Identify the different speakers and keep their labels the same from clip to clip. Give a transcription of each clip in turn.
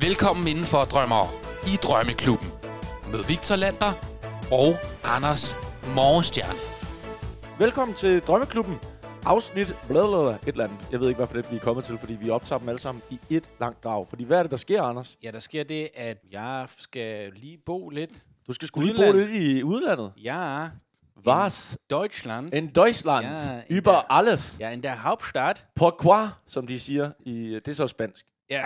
Speaker 1: Velkommen indenfor, drømmere, i Drømmeklubben med Victor Lander og Anders Morgenstjerne.
Speaker 2: Velkommen til Drømmeklubben. Afsnit blablabla, et eller andet. Jeg ved ikke, hvad for det vi er kommet til, fordi vi optager dem alle sammen i et langt drag. Fordi hvad er det, der sker, Anders?
Speaker 3: Ja, der sker det, at jeg skal lige bo lidt.
Speaker 2: Du skal skulle lige bo
Speaker 3: Udenlands.
Speaker 2: lidt i udlandet.
Speaker 3: Ja,
Speaker 2: Was?
Speaker 3: Deutschland.
Speaker 2: En Deutschland.
Speaker 3: Ja, en
Speaker 2: über
Speaker 3: der-
Speaker 2: alles.
Speaker 3: Ja, in der Hauptstadt.
Speaker 2: Pourquoi, som de siger. I, det er så spansk.
Speaker 3: Ja.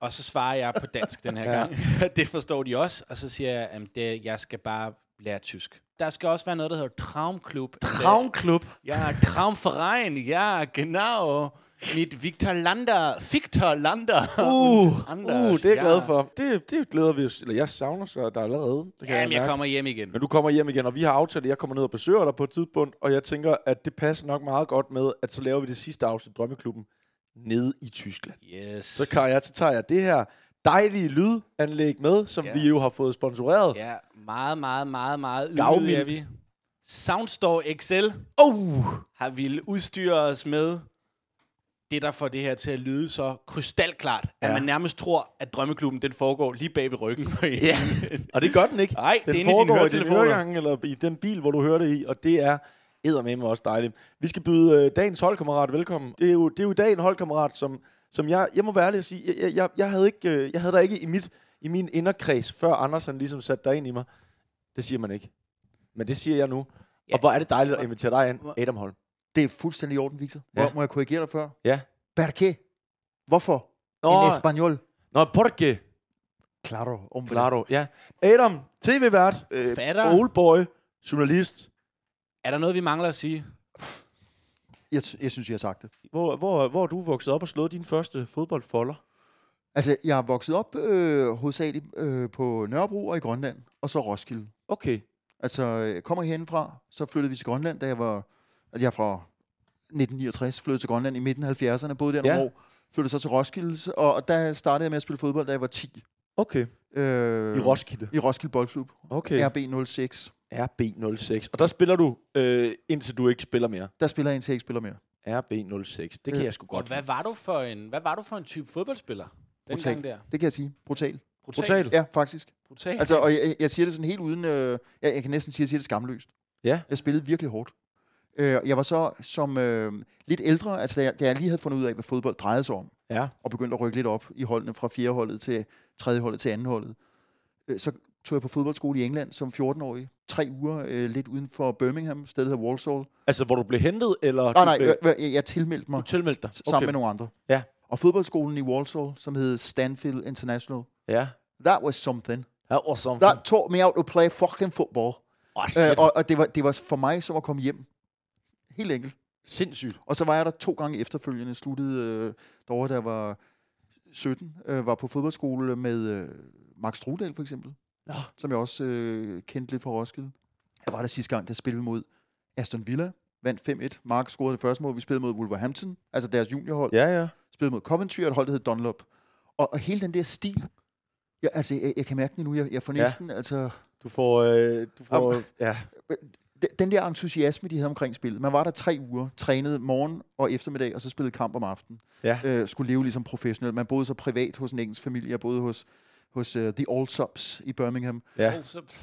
Speaker 3: Og så svarer jeg på dansk den her
Speaker 2: Ja.
Speaker 3: gang. det forstår de også. Og så siger jeg, at det, jeg skal bare lære tysk. Der skal også være noget, der hedder Traumklub.
Speaker 2: Traumklub.
Speaker 3: Ja, Traumverein. Ja, genau. Mit Victor Lander. Victor Lander.
Speaker 2: Uh,
Speaker 3: Anders,
Speaker 2: uh, det er jeg
Speaker 3: ja.
Speaker 2: glad for. Det, det glæder vi os. Eller jeg savner så der allerede. Det kan
Speaker 3: Jamen, jeg
Speaker 2: mærke.
Speaker 3: kommer hjem igen.
Speaker 2: Men du kommer hjem igen, og vi har aftalt, at jeg kommer ned og besøger dig på et tidspunkt, og jeg tænker, at det passer nok meget godt med, at så laver vi det sidste afsnit Drømmeklubben nede i Tyskland.
Speaker 3: Yes.
Speaker 2: Så, kan jeg, så tager jeg det her dejlige lydanlæg med, som
Speaker 3: Ja.
Speaker 2: vi jo har fået sponsoreret.
Speaker 3: Ja, meget, meget, meget, meget
Speaker 2: Gavmild.
Speaker 3: ydmyge er vi. Soundstore XL.
Speaker 2: Oh!
Speaker 3: har ville udstyre os med det, der får det her til at lyde så krystalklart, ja.
Speaker 2: Ja.
Speaker 3: at man nærmest tror, at drømmeklubben den foregår lige bag ved ryggen på en.
Speaker 2: Ja. Og det gør den ikke.
Speaker 3: Nej,
Speaker 2: den
Speaker 3: det er inde i dine
Speaker 2: foregår i din
Speaker 3: høretelefoner.
Speaker 2: høregang, eller i den bil, hvor du hører det i, og det er eddermame også dejligt. Vi skal byde øh, dagens holdkammerat velkommen. Det er jo, det er jo i dag en holdkammerat, som, som jeg, jeg må være ærlig at sige, jeg, jeg, jeg, jeg havde, ikke, øh, jeg havde dig ikke i, mit, i min inderkreds, før Anders han ligesom satte dig ind i mig. Det siger man ikke. Men det siger jeg nu. Ja.
Speaker 3: Ja.
Speaker 2: Og hvor er det dejligt at invitere dig ind, Adam Holm.
Speaker 4: Det er fuldstændig i orden, Victor. Må,
Speaker 2: Ja.
Speaker 4: ja. må jeg korrigere dig før?
Speaker 2: Ja.
Speaker 4: Per qué? Hvorfor? Nå. En espanol.
Speaker 2: nå, porque.
Speaker 4: Claro. Om
Speaker 2: Claro, ja. Adam, tv-vært, øh,
Speaker 3: Fatter.
Speaker 2: oldboy, journalist.
Speaker 3: Er der noget, vi mangler at sige?
Speaker 4: Jeg, t- jeg synes, jeg har sagt det.
Speaker 2: Hvor, hvor, hvor er du vokset op og slået din første fodboldfolder?
Speaker 4: Altså, jeg er vokset op øh, hovedsageligt øh, på Nørrebro og i Grønland, og så Roskilde.
Speaker 2: Okay.
Speaker 4: Altså, jeg kommer herindefra, så flyttede vi til Grønland, da jeg var... Altså, jeg er fra 1969, flyttede til Grønland i midten af 70'erne, boede der nogle
Speaker 2: Ja.
Speaker 4: år, flyttede så til Roskilde, og, og der startede jeg med at spille fodbold, da jeg var 10.
Speaker 2: Okay.
Speaker 4: Øh,
Speaker 2: I Roskilde.
Speaker 4: I Roskilde Boldklub,
Speaker 2: Okay.
Speaker 4: okay. RB06.
Speaker 2: RB06. Og der spiller du, øh, indtil du ikke spiller mere.
Speaker 4: Der spiller jeg indtil jeg ikke spiller mere.
Speaker 2: RB06. Det kan
Speaker 4: Øh.
Speaker 2: jeg sgu
Speaker 3: Godt. Og
Speaker 2: godt.
Speaker 3: hvad var du for en, hvad var du for en type fodboldspiller? Den
Speaker 4: Brutal.
Speaker 3: gang der.
Speaker 4: Det kan jeg sige. Brutal.
Speaker 2: Brutal.
Speaker 4: Ja, faktisk.
Speaker 3: Brutal.
Speaker 4: Altså, og jeg, jeg siger det sådan helt uden... Øh, jeg, jeg kan næsten sige, at jeg siger det skamløst.
Speaker 2: Ja.
Speaker 4: Jeg spillede virkelig hårdt. Øh, jeg var så som øh, lidt ældre, altså da jeg, da jeg lige havde fundet ud af, hvad fodbold drejede sig om,
Speaker 2: Ja.
Speaker 4: og begyndte at rykke lidt op i holdene fra fjerde holdet til tredje holdet til anden holdet, øh, så tog jeg på fodboldskole i England som 14-årig. Tre uger øh, lidt uden for Birmingham, stedet hedder Walsall.
Speaker 2: Altså, hvor du blev hentet, eller
Speaker 4: Nej,
Speaker 2: du,
Speaker 4: nej,
Speaker 2: blev,
Speaker 4: jeg, jeg, jeg tilmeldte mig
Speaker 2: du tilmeldte dig?
Speaker 4: sammen med nogle andre.
Speaker 2: Ja.
Speaker 4: Og fodboldskolen i Walsall, som hed Stanfield International,
Speaker 2: Ja.
Speaker 4: that was something.
Speaker 2: Ja, og som...
Speaker 4: That taught me how to play fucking football.
Speaker 2: Åh, shit.
Speaker 4: Øh, og og det, var, det var for mig som at komme hjem. Helt enkelt.
Speaker 2: Sindssygt.
Speaker 4: Og så var jeg der to gange efterfølgende. Sluttede øh, derovre, da jeg var 17. Øh, var på fodboldskole med øh, Max Strudal for eksempel.
Speaker 2: Nå.
Speaker 4: Som jeg også øh, kendte lidt fra Roskilde. Jeg var der sidste gang, der spillede vi mod Aston Villa. Vandt 5-1. Mark scorede det første mål. Vi spillede mod Wolverhampton. Altså deres juniorhold
Speaker 2: Ja, ja.
Speaker 4: spillede mod Coventry, og et hold, der hed Dunlop. Og, og hele den der stil, jeg, altså, jeg, jeg kan mærke den nu, jeg, jeg får
Speaker 2: Ja.
Speaker 4: næsten, ja. altså,
Speaker 2: Du får... Øh, du får
Speaker 4: Om-
Speaker 2: ja.
Speaker 4: de- den der entusiasme, de havde omkring spillet. Man var der tre uger, trænede morgen og eftermiddag, og så spillede kamp om aftenen.
Speaker 2: Ja.
Speaker 4: Øh, skulle leve ligesom professionel. Man boede så privat hos en engelsk familie, jeg boede hos, hos uh, The Old Subs i Birmingham.
Speaker 2: ja.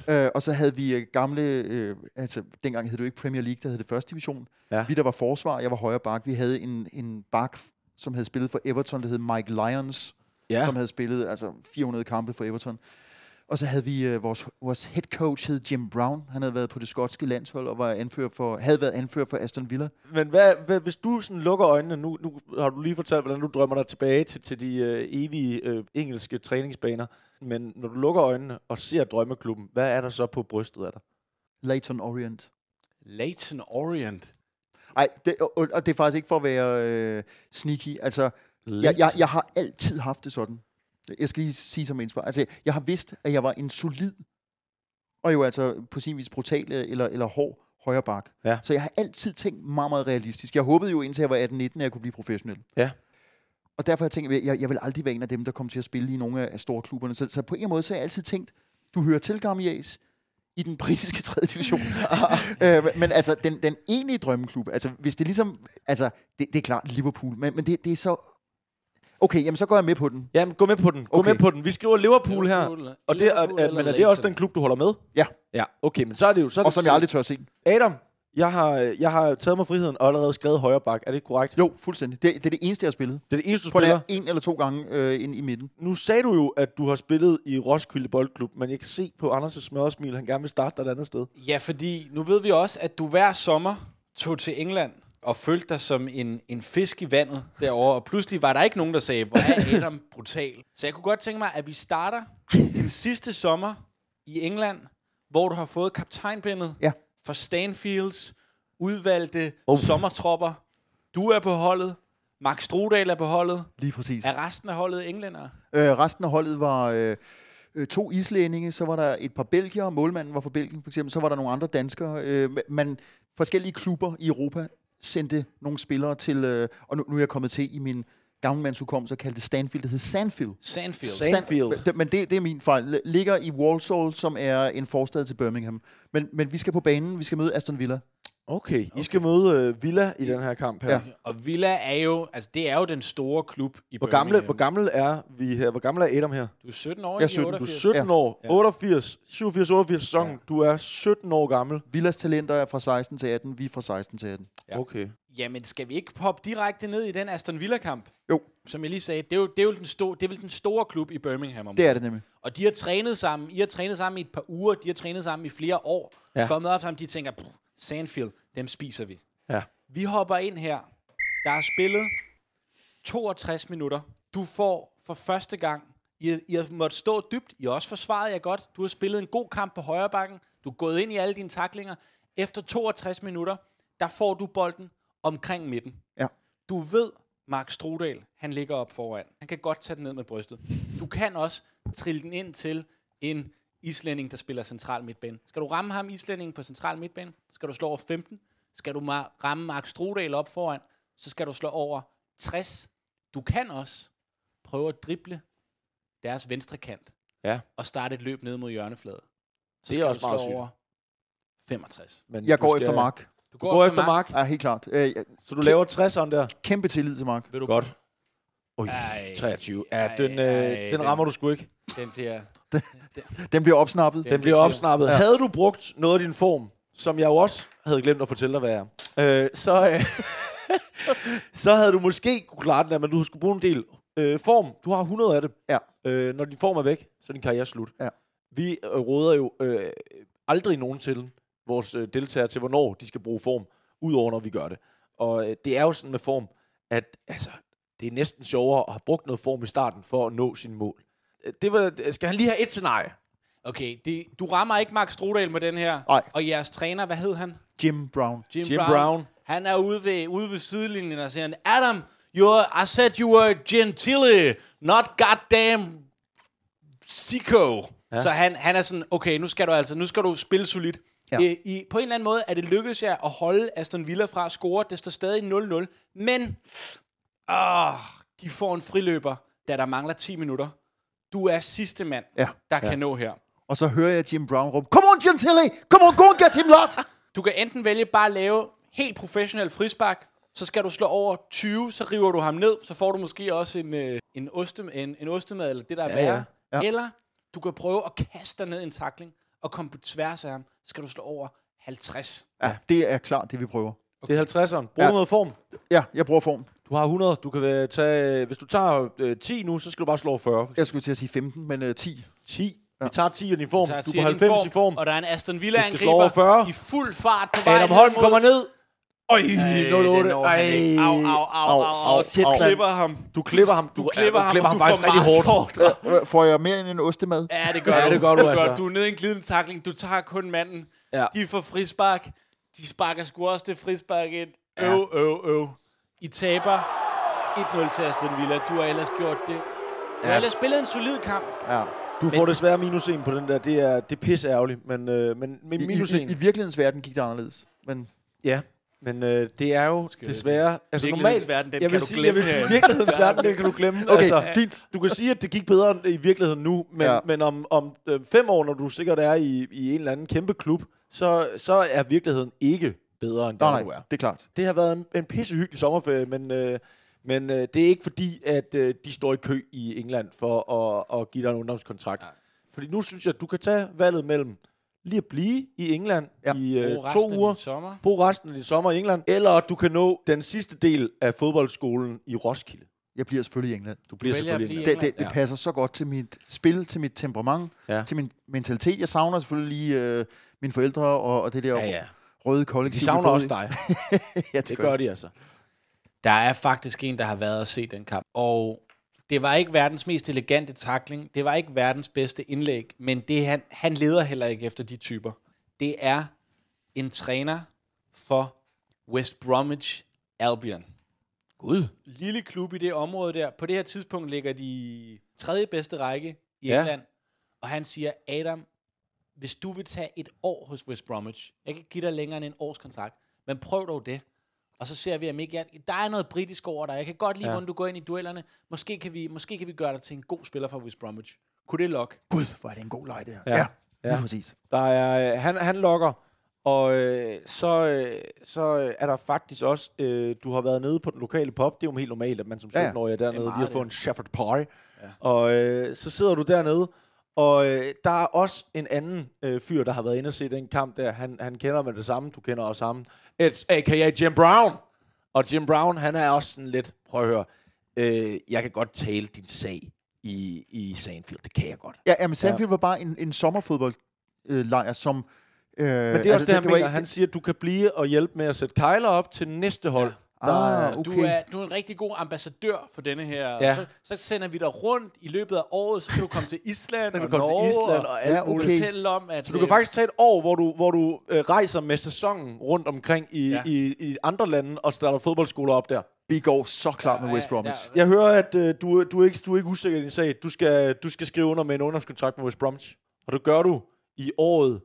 Speaker 4: Øh, og så havde vi øh, gamle, øh, altså dengang hed det jo ikke Premier League, der hed det første division.
Speaker 2: Ja.
Speaker 4: Vi der var forsvar, jeg var højre bak. Vi havde en, en bak, som havde spillet for Everton, der hed Mike Lyons,
Speaker 2: Ja.
Speaker 4: som havde spillet altså 400 kampe for Everton. Og så havde vi øh, vores, vores head coach hed Jim Brown. Han havde været på det skotske landshold og var anfører for, havde været anfører for Aston Villa.
Speaker 2: Men hvad, hvad, hvis du sådan lukker øjnene, nu, nu har du lige fortalt, hvordan du drømmer dig tilbage til, til de øh, evige øh, engelske træningsbaner, men når du lukker øjnene og ser drømmeklubben, hvad er der så på brystet af dig?
Speaker 4: Leighton Orient.
Speaker 3: Leighton Orient.
Speaker 4: Nej, det, og, og- og det er faktisk ikke for at være øh, sneaky. Altså, jeg, jeg, jeg har altid haft det sådan. Jeg skal lige sige som indspark. Altså, jeg har vidst, at jeg var en solid, og jo altså på sin vis brutal øh, eller, eller hård højre bak.
Speaker 2: Ja.
Speaker 4: Så jeg har altid tænkt meget, meget realistisk. Jeg håbede jo indtil jeg var 18-19, at jeg kunne blive professionel.
Speaker 2: Ja.
Speaker 4: Og derfor har jeg tænkt, at jeg, jeg vil aldrig være en af dem, der kommer til at spille i nogle af, af store klubberne. Så, så på en eller anden måde, så har jeg altid tænkt, du hører til Gamias i den britiske 3. division. øh, men altså, den, den egentlige drømmeklub, altså hvis det ligesom, altså det, det er klart Liverpool, men, men det, det er så Okay, jamen så går jeg med på den.
Speaker 2: Jamen, gå med på den. Gå
Speaker 4: Okay.
Speaker 2: med på den. Vi skriver Liverpool, her. Og det er, er, men er det også den klub, du holder med?
Speaker 4: Ja.
Speaker 2: Ja, okay, men så er det jo... Så er
Speaker 4: Og
Speaker 2: det,
Speaker 4: som jeg aldrig tør se.
Speaker 2: Adam, jeg har, jeg har taget mig friheden og allerede skrevet højre bak. Er det korrekt?
Speaker 4: Jo, fuldstændig. Det, det er det eneste, jeg har spillet.
Speaker 2: Det er det eneste, du
Speaker 4: På
Speaker 2: spiller.
Speaker 4: nær en eller to gange øh, ind i midten.
Speaker 2: Nu sagde du jo, at du har spillet i Roskilde Boldklub, men jeg kan se på Anders' smørsmil, han gerne vil starte dig et andet sted.
Speaker 3: Ja, fordi nu ved vi også, at du hver sommer tog til England og følte dig som en, en fisk i vandet derovre, og pludselig var der ikke nogen, der sagde, hvor er Adam brutal. Så jeg kunne godt tænke mig, at vi starter din sidste sommer i England, hvor du har fået kaptajnbindet
Speaker 4: Ja.
Speaker 3: for Stanfields udvalgte sommertropper. Du er på holdet, Mark Strudal er på holdet,
Speaker 4: Lige præcis.
Speaker 3: er resten af holdet englænder?
Speaker 4: Øh, resten af holdet var øh, øh, to islændinge, så var der et par belgier, målmanden var fra Belgien for eksempel, så var der nogle andre danskere. Øh, man, forskellige klubber i Europa sendte nogle spillere til, øh, og nu, nu er jeg kommet til i min gammelmands hukommelse, kaldte det Stanfield, det hed Sandfield.
Speaker 3: Sandfield.
Speaker 2: Sand- Stanfield.
Speaker 4: Sand- men det, det er min fejl. L- Ligger i Walsall, som er en forstad til Birmingham. Men, men vi skal på banen, vi skal møde Aston Villa.
Speaker 2: Okay, I skal møde øh, Villa i den her kamp her.
Speaker 4: Ja.
Speaker 3: Og Villa er jo, altså det er jo den store klub i
Speaker 2: Hvor, gamle,
Speaker 3: Birmingham.
Speaker 2: hvor gammel er vi her? Hvor gammel er Adam her?
Speaker 3: Du er 17 år
Speaker 4: Jeg
Speaker 3: i
Speaker 4: er 17.
Speaker 3: 88.
Speaker 2: Du er 17 ja. år, 88, 87-88 sæsonen. Ja. Du er 17 år gammel.
Speaker 4: Villas talenter er fra 16 til 18, vi er fra 16 til 18.
Speaker 3: Ja.
Speaker 2: Okay.
Speaker 3: Jamen, skal vi ikke hoppe direkte ned i den Aston Villa-kamp?
Speaker 4: Jo.
Speaker 3: Som jeg lige sagde, det er, jo, det er, jo den, store, det er vel den store klub i Birmingham. Om.
Speaker 4: Det er det nemlig.
Speaker 3: Og de har trænet sammen. I har trænet sammen i et par uger. De har trænet sammen i flere år. Ja. Kommet op sammen. De tænker, "Puh, Sandfield, dem spiser vi.
Speaker 2: Ja.
Speaker 3: Vi hopper ind her. Der er spillet 62 minutter. Du får for første gang, I, I har måttet stå dybt. I har også forsvaret jer godt. Du har spillet en god kamp på højre bakken. Du er gået ind i alle dine taklinger. Efter 62 minutter, der får du bolden omkring midten.
Speaker 4: Ja.
Speaker 3: Du ved, Mark Strudal, han ligger op foran. Han kan godt tage den ned med brystet. Du kan også trille den ind til en islænding, der spiller central midtbane. Skal du ramme ham islændingen på central midtbane, skal du slå over 15. Skal du ma- ramme Mark Strudal op foran, så skal du slå over 60. Du kan også prøve at drible deres venstre kant
Speaker 2: Ja.
Speaker 3: og starte et løb ned mod hjørnefladen.
Speaker 2: Det
Speaker 3: Så
Speaker 2: er
Speaker 3: skal
Speaker 2: også
Speaker 3: du slå
Speaker 2: meget sygt.
Speaker 3: over 65.
Speaker 2: Men
Speaker 4: Jeg
Speaker 2: du
Speaker 4: går
Speaker 2: skal-
Speaker 4: efter Mark.
Speaker 2: Du
Speaker 3: Du
Speaker 2: går efter Mark,
Speaker 4: Ja, helt klart. Øh, jeg-
Speaker 2: så du laver 60'eren der.
Speaker 4: Kæmpe tillid til Mark.
Speaker 3: Vil du
Speaker 2: Godt. Oj,
Speaker 3: Ej.
Speaker 2: 23. Ja,
Speaker 3: Ej,
Speaker 2: den,
Speaker 3: ej,
Speaker 2: øh, den
Speaker 3: den-
Speaker 2: rammer du sgu ikke.
Speaker 3: Den der...
Speaker 4: Den bliver opsnappet.
Speaker 2: Den bliver opsnappet. Ja. Havde du brugt noget af din form, som jeg jo også havde glemt at fortælle dig, hvad er, øh, så, øh, så havde du måske kunne klare den der, men du skulle bruge en del øh, form. Du har 100 af det.
Speaker 4: Ja.
Speaker 2: Øh, når din form er væk, så er din karriere slut.
Speaker 4: Ja.
Speaker 2: Vi øh, råder jo øh, aldrig nogensinde vores øh, deltagere til, hvornår de skal bruge form, udover når vi gør det. Og øh, det er jo sådan med form, at altså, det er næsten sjovere at have brugt noget form i starten for at nå sine mål. Øh, Det var, skal han lige have et scenarie?
Speaker 3: Okay, det, du rammer ikke Mark Strudal med den her.
Speaker 4: Nej.
Speaker 3: Og jeres træner, hvad hed han?
Speaker 4: Jim Brown.
Speaker 2: Jim Brown.
Speaker 3: Han er ude ved, ude ved sidelinjen og siger, han, Adam, you're, I said you were gentile, not goddamn sicko. Ja. Så han, han er sådan, okay, nu skal du altså, nu skal du spille solidt. Ja.
Speaker 4: Ja.
Speaker 3: I, I, på en eller anden måde er det lykkedes jer at holde Aston Villa fra at score. Det står stadig 0-0. Men åh, de får en friløber, da der mangler 10 minutter. Du er sidste mand,
Speaker 4: Ja.
Speaker 3: der ja. kan nå her.
Speaker 4: Og så hører jeg Jim Brown råbe, Come on, Jim Tilly! Come on, go and get him, lot!
Speaker 3: Du kan enten vælge bare at lave helt professionel frispark, så skal du slå over 20, så river du ham ned, så får du måske også en, øh, en, oste, en, en ostemad, eller det der er ja, værre. Ja. Ja. Eller du kan prøve at kaste dig ned i en takling, og komme på tværs af ham, så skal du slå over 50.
Speaker 4: Ja, det er klart, det vi prøver.
Speaker 2: Okay. Det er 50'eren. Brug ja.
Speaker 4: Ja.
Speaker 2: noget form.
Speaker 4: Ja, jeg bruger form.
Speaker 2: Du har 100. Du kan øh, tage, hvis du tager øh, 10 nu, så skal du bare slå over 40.
Speaker 4: Jeg skulle til at sige 15, men uh, 10.
Speaker 2: 10. Ja. Vi tager 10 i din form.
Speaker 3: Så jeg
Speaker 2: Du
Speaker 3: siger,
Speaker 2: er
Speaker 3: din
Speaker 2: på 90 i form.
Speaker 3: Og der er en Aston
Speaker 2: Du skal slå over
Speaker 3: Villa-angriber
Speaker 2: 40.
Speaker 3: i fuld fart på vej.
Speaker 2: Adam
Speaker 3: ned
Speaker 2: Holm
Speaker 3: mod-
Speaker 2: kommer ned. Øj,
Speaker 3: Øh,
Speaker 2: 08.
Speaker 3: den når han ikke. Au, au, au, au, au.
Speaker 2: au,
Speaker 3: Du
Speaker 2: au.
Speaker 3: klipper ham.
Speaker 2: Du klipper ham. Du,
Speaker 3: klipper
Speaker 2: ja,
Speaker 3: ham,
Speaker 2: du klipper
Speaker 3: og
Speaker 2: ham
Speaker 3: du
Speaker 2: faktisk
Speaker 3: får
Speaker 2: rigtig
Speaker 3: meget
Speaker 2: hårdt.
Speaker 3: hårdt.
Speaker 4: Øh, Får jeg mere end en ostemad?
Speaker 3: Ja, det gør
Speaker 2: Ja,
Speaker 3: du.
Speaker 2: det gør du altså.
Speaker 3: Du er nede i en glidende takling. Du tager kun manden.
Speaker 2: Ja.
Speaker 3: De får frispark. De sparker sgu også det frispark ind. Øv, øv, øv. I taber 1-0 til Aston Villa. Du har ellers gjort det. Du har ellers spillet en solid kamp.
Speaker 2: Øh,
Speaker 4: Ja.
Speaker 2: Du får desværre minus 1 på den der. Det er, det er pisse ærgerligt, men, øh, men, men
Speaker 4: I,
Speaker 2: minus
Speaker 4: i, i,
Speaker 2: 1.
Speaker 4: I virkelighedens verden gik det anderledes. Men
Speaker 2: Ja. Men øh, det er jo
Speaker 3: jeg-
Speaker 2: desværre... Altså,
Speaker 3: Virkelighedens verden,
Speaker 2: jeg
Speaker 3: den kan
Speaker 2: vil
Speaker 3: du
Speaker 2: sige,
Speaker 3: glemme
Speaker 2: Jeg vil sige,
Speaker 3: herinde.
Speaker 2: virkelighedens verden, den kan du glemme. Okay,
Speaker 4: fint.
Speaker 2: Du kan sige, at det gik bedre end i virkeligheden nu, men, ja.
Speaker 4: Ja.
Speaker 2: men om, om øh, fem år, når du sikkert er i, i en eller anden kæmpe klub, så, så er virkeligheden ikke bedre end
Speaker 4: Nå,
Speaker 2: der,
Speaker 4: nej,
Speaker 2: du er.
Speaker 4: det er klart.
Speaker 2: Det har været en, en pissehyggelig sommerferie, men, øh, Men øh, det er ikke fordi, at øh, de står i kø i England for at, at give dig en ungdomskontrakt.
Speaker 3: Nej.
Speaker 2: Fordi nu synes jeg, at du kan tage valget mellem lige at blive i England
Speaker 4: Ja.
Speaker 2: ja. i øh,
Speaker 3: Bruge resten af
Speaker 2: to
Speaker 3: din
Speaker 2: uger,
Speaker 3: Sommer.
Speaker 2: bo resten af din sommer i England, eller at du kan nå den sidste del af fodboldskolen i Roskilde.
Speaker 4: Jeg bliver selvfølgelig i England.
Speaker 2: Du bliver
Speaker 3: vælger at
Speaker 2: selvfølgelig
Speaker 3: blive
Speaker 2: i England.
Speaker 4: Det, det, det
Speaker 3: Ja.
Speaker 4: passer så godt til mit spil, til mit temperament,
Speaker 2: Ja.
Speaker 4: til min mentalitet. Jeg savner selvfølgelig lige øh, mine forældre og, og det der
Speaker 2: Ja, ja.
Speaker 4: røde
Speaker 2: De
Speaker 4: kollektiv. vi
Speaker 2: savner
Speaker 4: boede
Speaker 2: også
Speaker 4: i.
Speaker 2: dig.
Speaker 4: ja,
Speaker 2: Det gør de altså.
Speaker 3: Der er faktisk en, der har været og set den kamp. Og det var ikke verdens mest elegante takling. Det var ikke verdens bedste indlæg. Men det, han, han leder heller ikke efter de typer. Det er en træner for West Bromwich Albion.
Speaker 2: Gud.
Speaker 3: Lille klub i det område der. På det her tidspunkt ligger de i tredje bedste række i
Speaker 2: Ja.
Speaker 3: ja. England. Og han siger, Adam, hvis du vil tage et år hos West Bromwich, jeg kan ikke give dig længere end en års kontrakt, men prøv dog det. Og så ser vi, om ikke jeg, der er noget britisk over dig. Jeg kan godt lide, ja. hvordan du går ind i duellerne. Måske kan, vi, måske kan vi gøre dig til en god spiller for West Bromwich. Kunne det lokke?
Speaker 4: Gud, hvor er det en god leg, det her.
Speaker 2: Ja.
Speaker 4: Ja, ja.
Speaker 2: Ja.
Speaker 4: lige præcis.
Speaker 2: Der er, øh, han, han lokker, og øh, så, øh, så øh, er der faktisk også, øh, du har været nede på den lokale pub, det er jo helt normalt, at man som
Speaker 4: Ja, ja.
Speaker 2: 17-årig er dernede lige har
Speaker 3: meget,
Speaker 2: fået
Speaker 3: ja.
Speaker 2: en shepherd pie, ja. og øh, så sidder du dernede, og øh, der er også en anden øh, fyr, der har været inde og se den kamp der, han, han kender med det samme, du kender også ham, It's a.k.a. Jim Brown, og Jim Brown, han er også sådan lidt, prøv at høre, øh, jeg kan godt tale din sag i, i Sandfield, det kan jeg godt.
Speaker 4: Ja, ja men Sandfield ja. var bare en, en sommerfodboldlejr, som... Øh, Men
Speaker 2: Men det er også altså, det, han mener. Han siger, at du kan blive og hjælpe med at sætte kejler op til næste hold. Ja. Der
Speaker 4: Ah,
Speaker 2: er,
Speaker 4: okay.
Speaker 3: Du er, du er en rigtig god ambassadør for denne her.
Speaker 2: Ja.
Speaker 3: Ja. Så, så sender vi dig rundt i løbet af året, så kan du komme til Island og
Speaker 2: kan komme til
Speaker 3: Norge.
Speaker 2: Island og alt
Speaker 4: Ja,
Speaker 3: og
Speaker 4: okay.
Speaker 3: fortælle om, at... øh,
Speaker 2: så du kan faktisk tage et år, hvor du, hvor du øh, rejser med sæsonen rundt omkring i, ja.
Speaker 3: Ja.
Speaker 2: i, i andre lande og starter fodboldskoler op der.
Speaker 4: Vi går så klart med West
Speaker 3: Ja,
Speaker 4: Bromwich.
Speaker 3: der-
Speaker 2: Jeg hører, at øh, du, du, er ikke, du er ikke usikker i din sag. Du skal, du skal skrive under med en ungdomskontrakt med West Bromwich. Og det gør du i året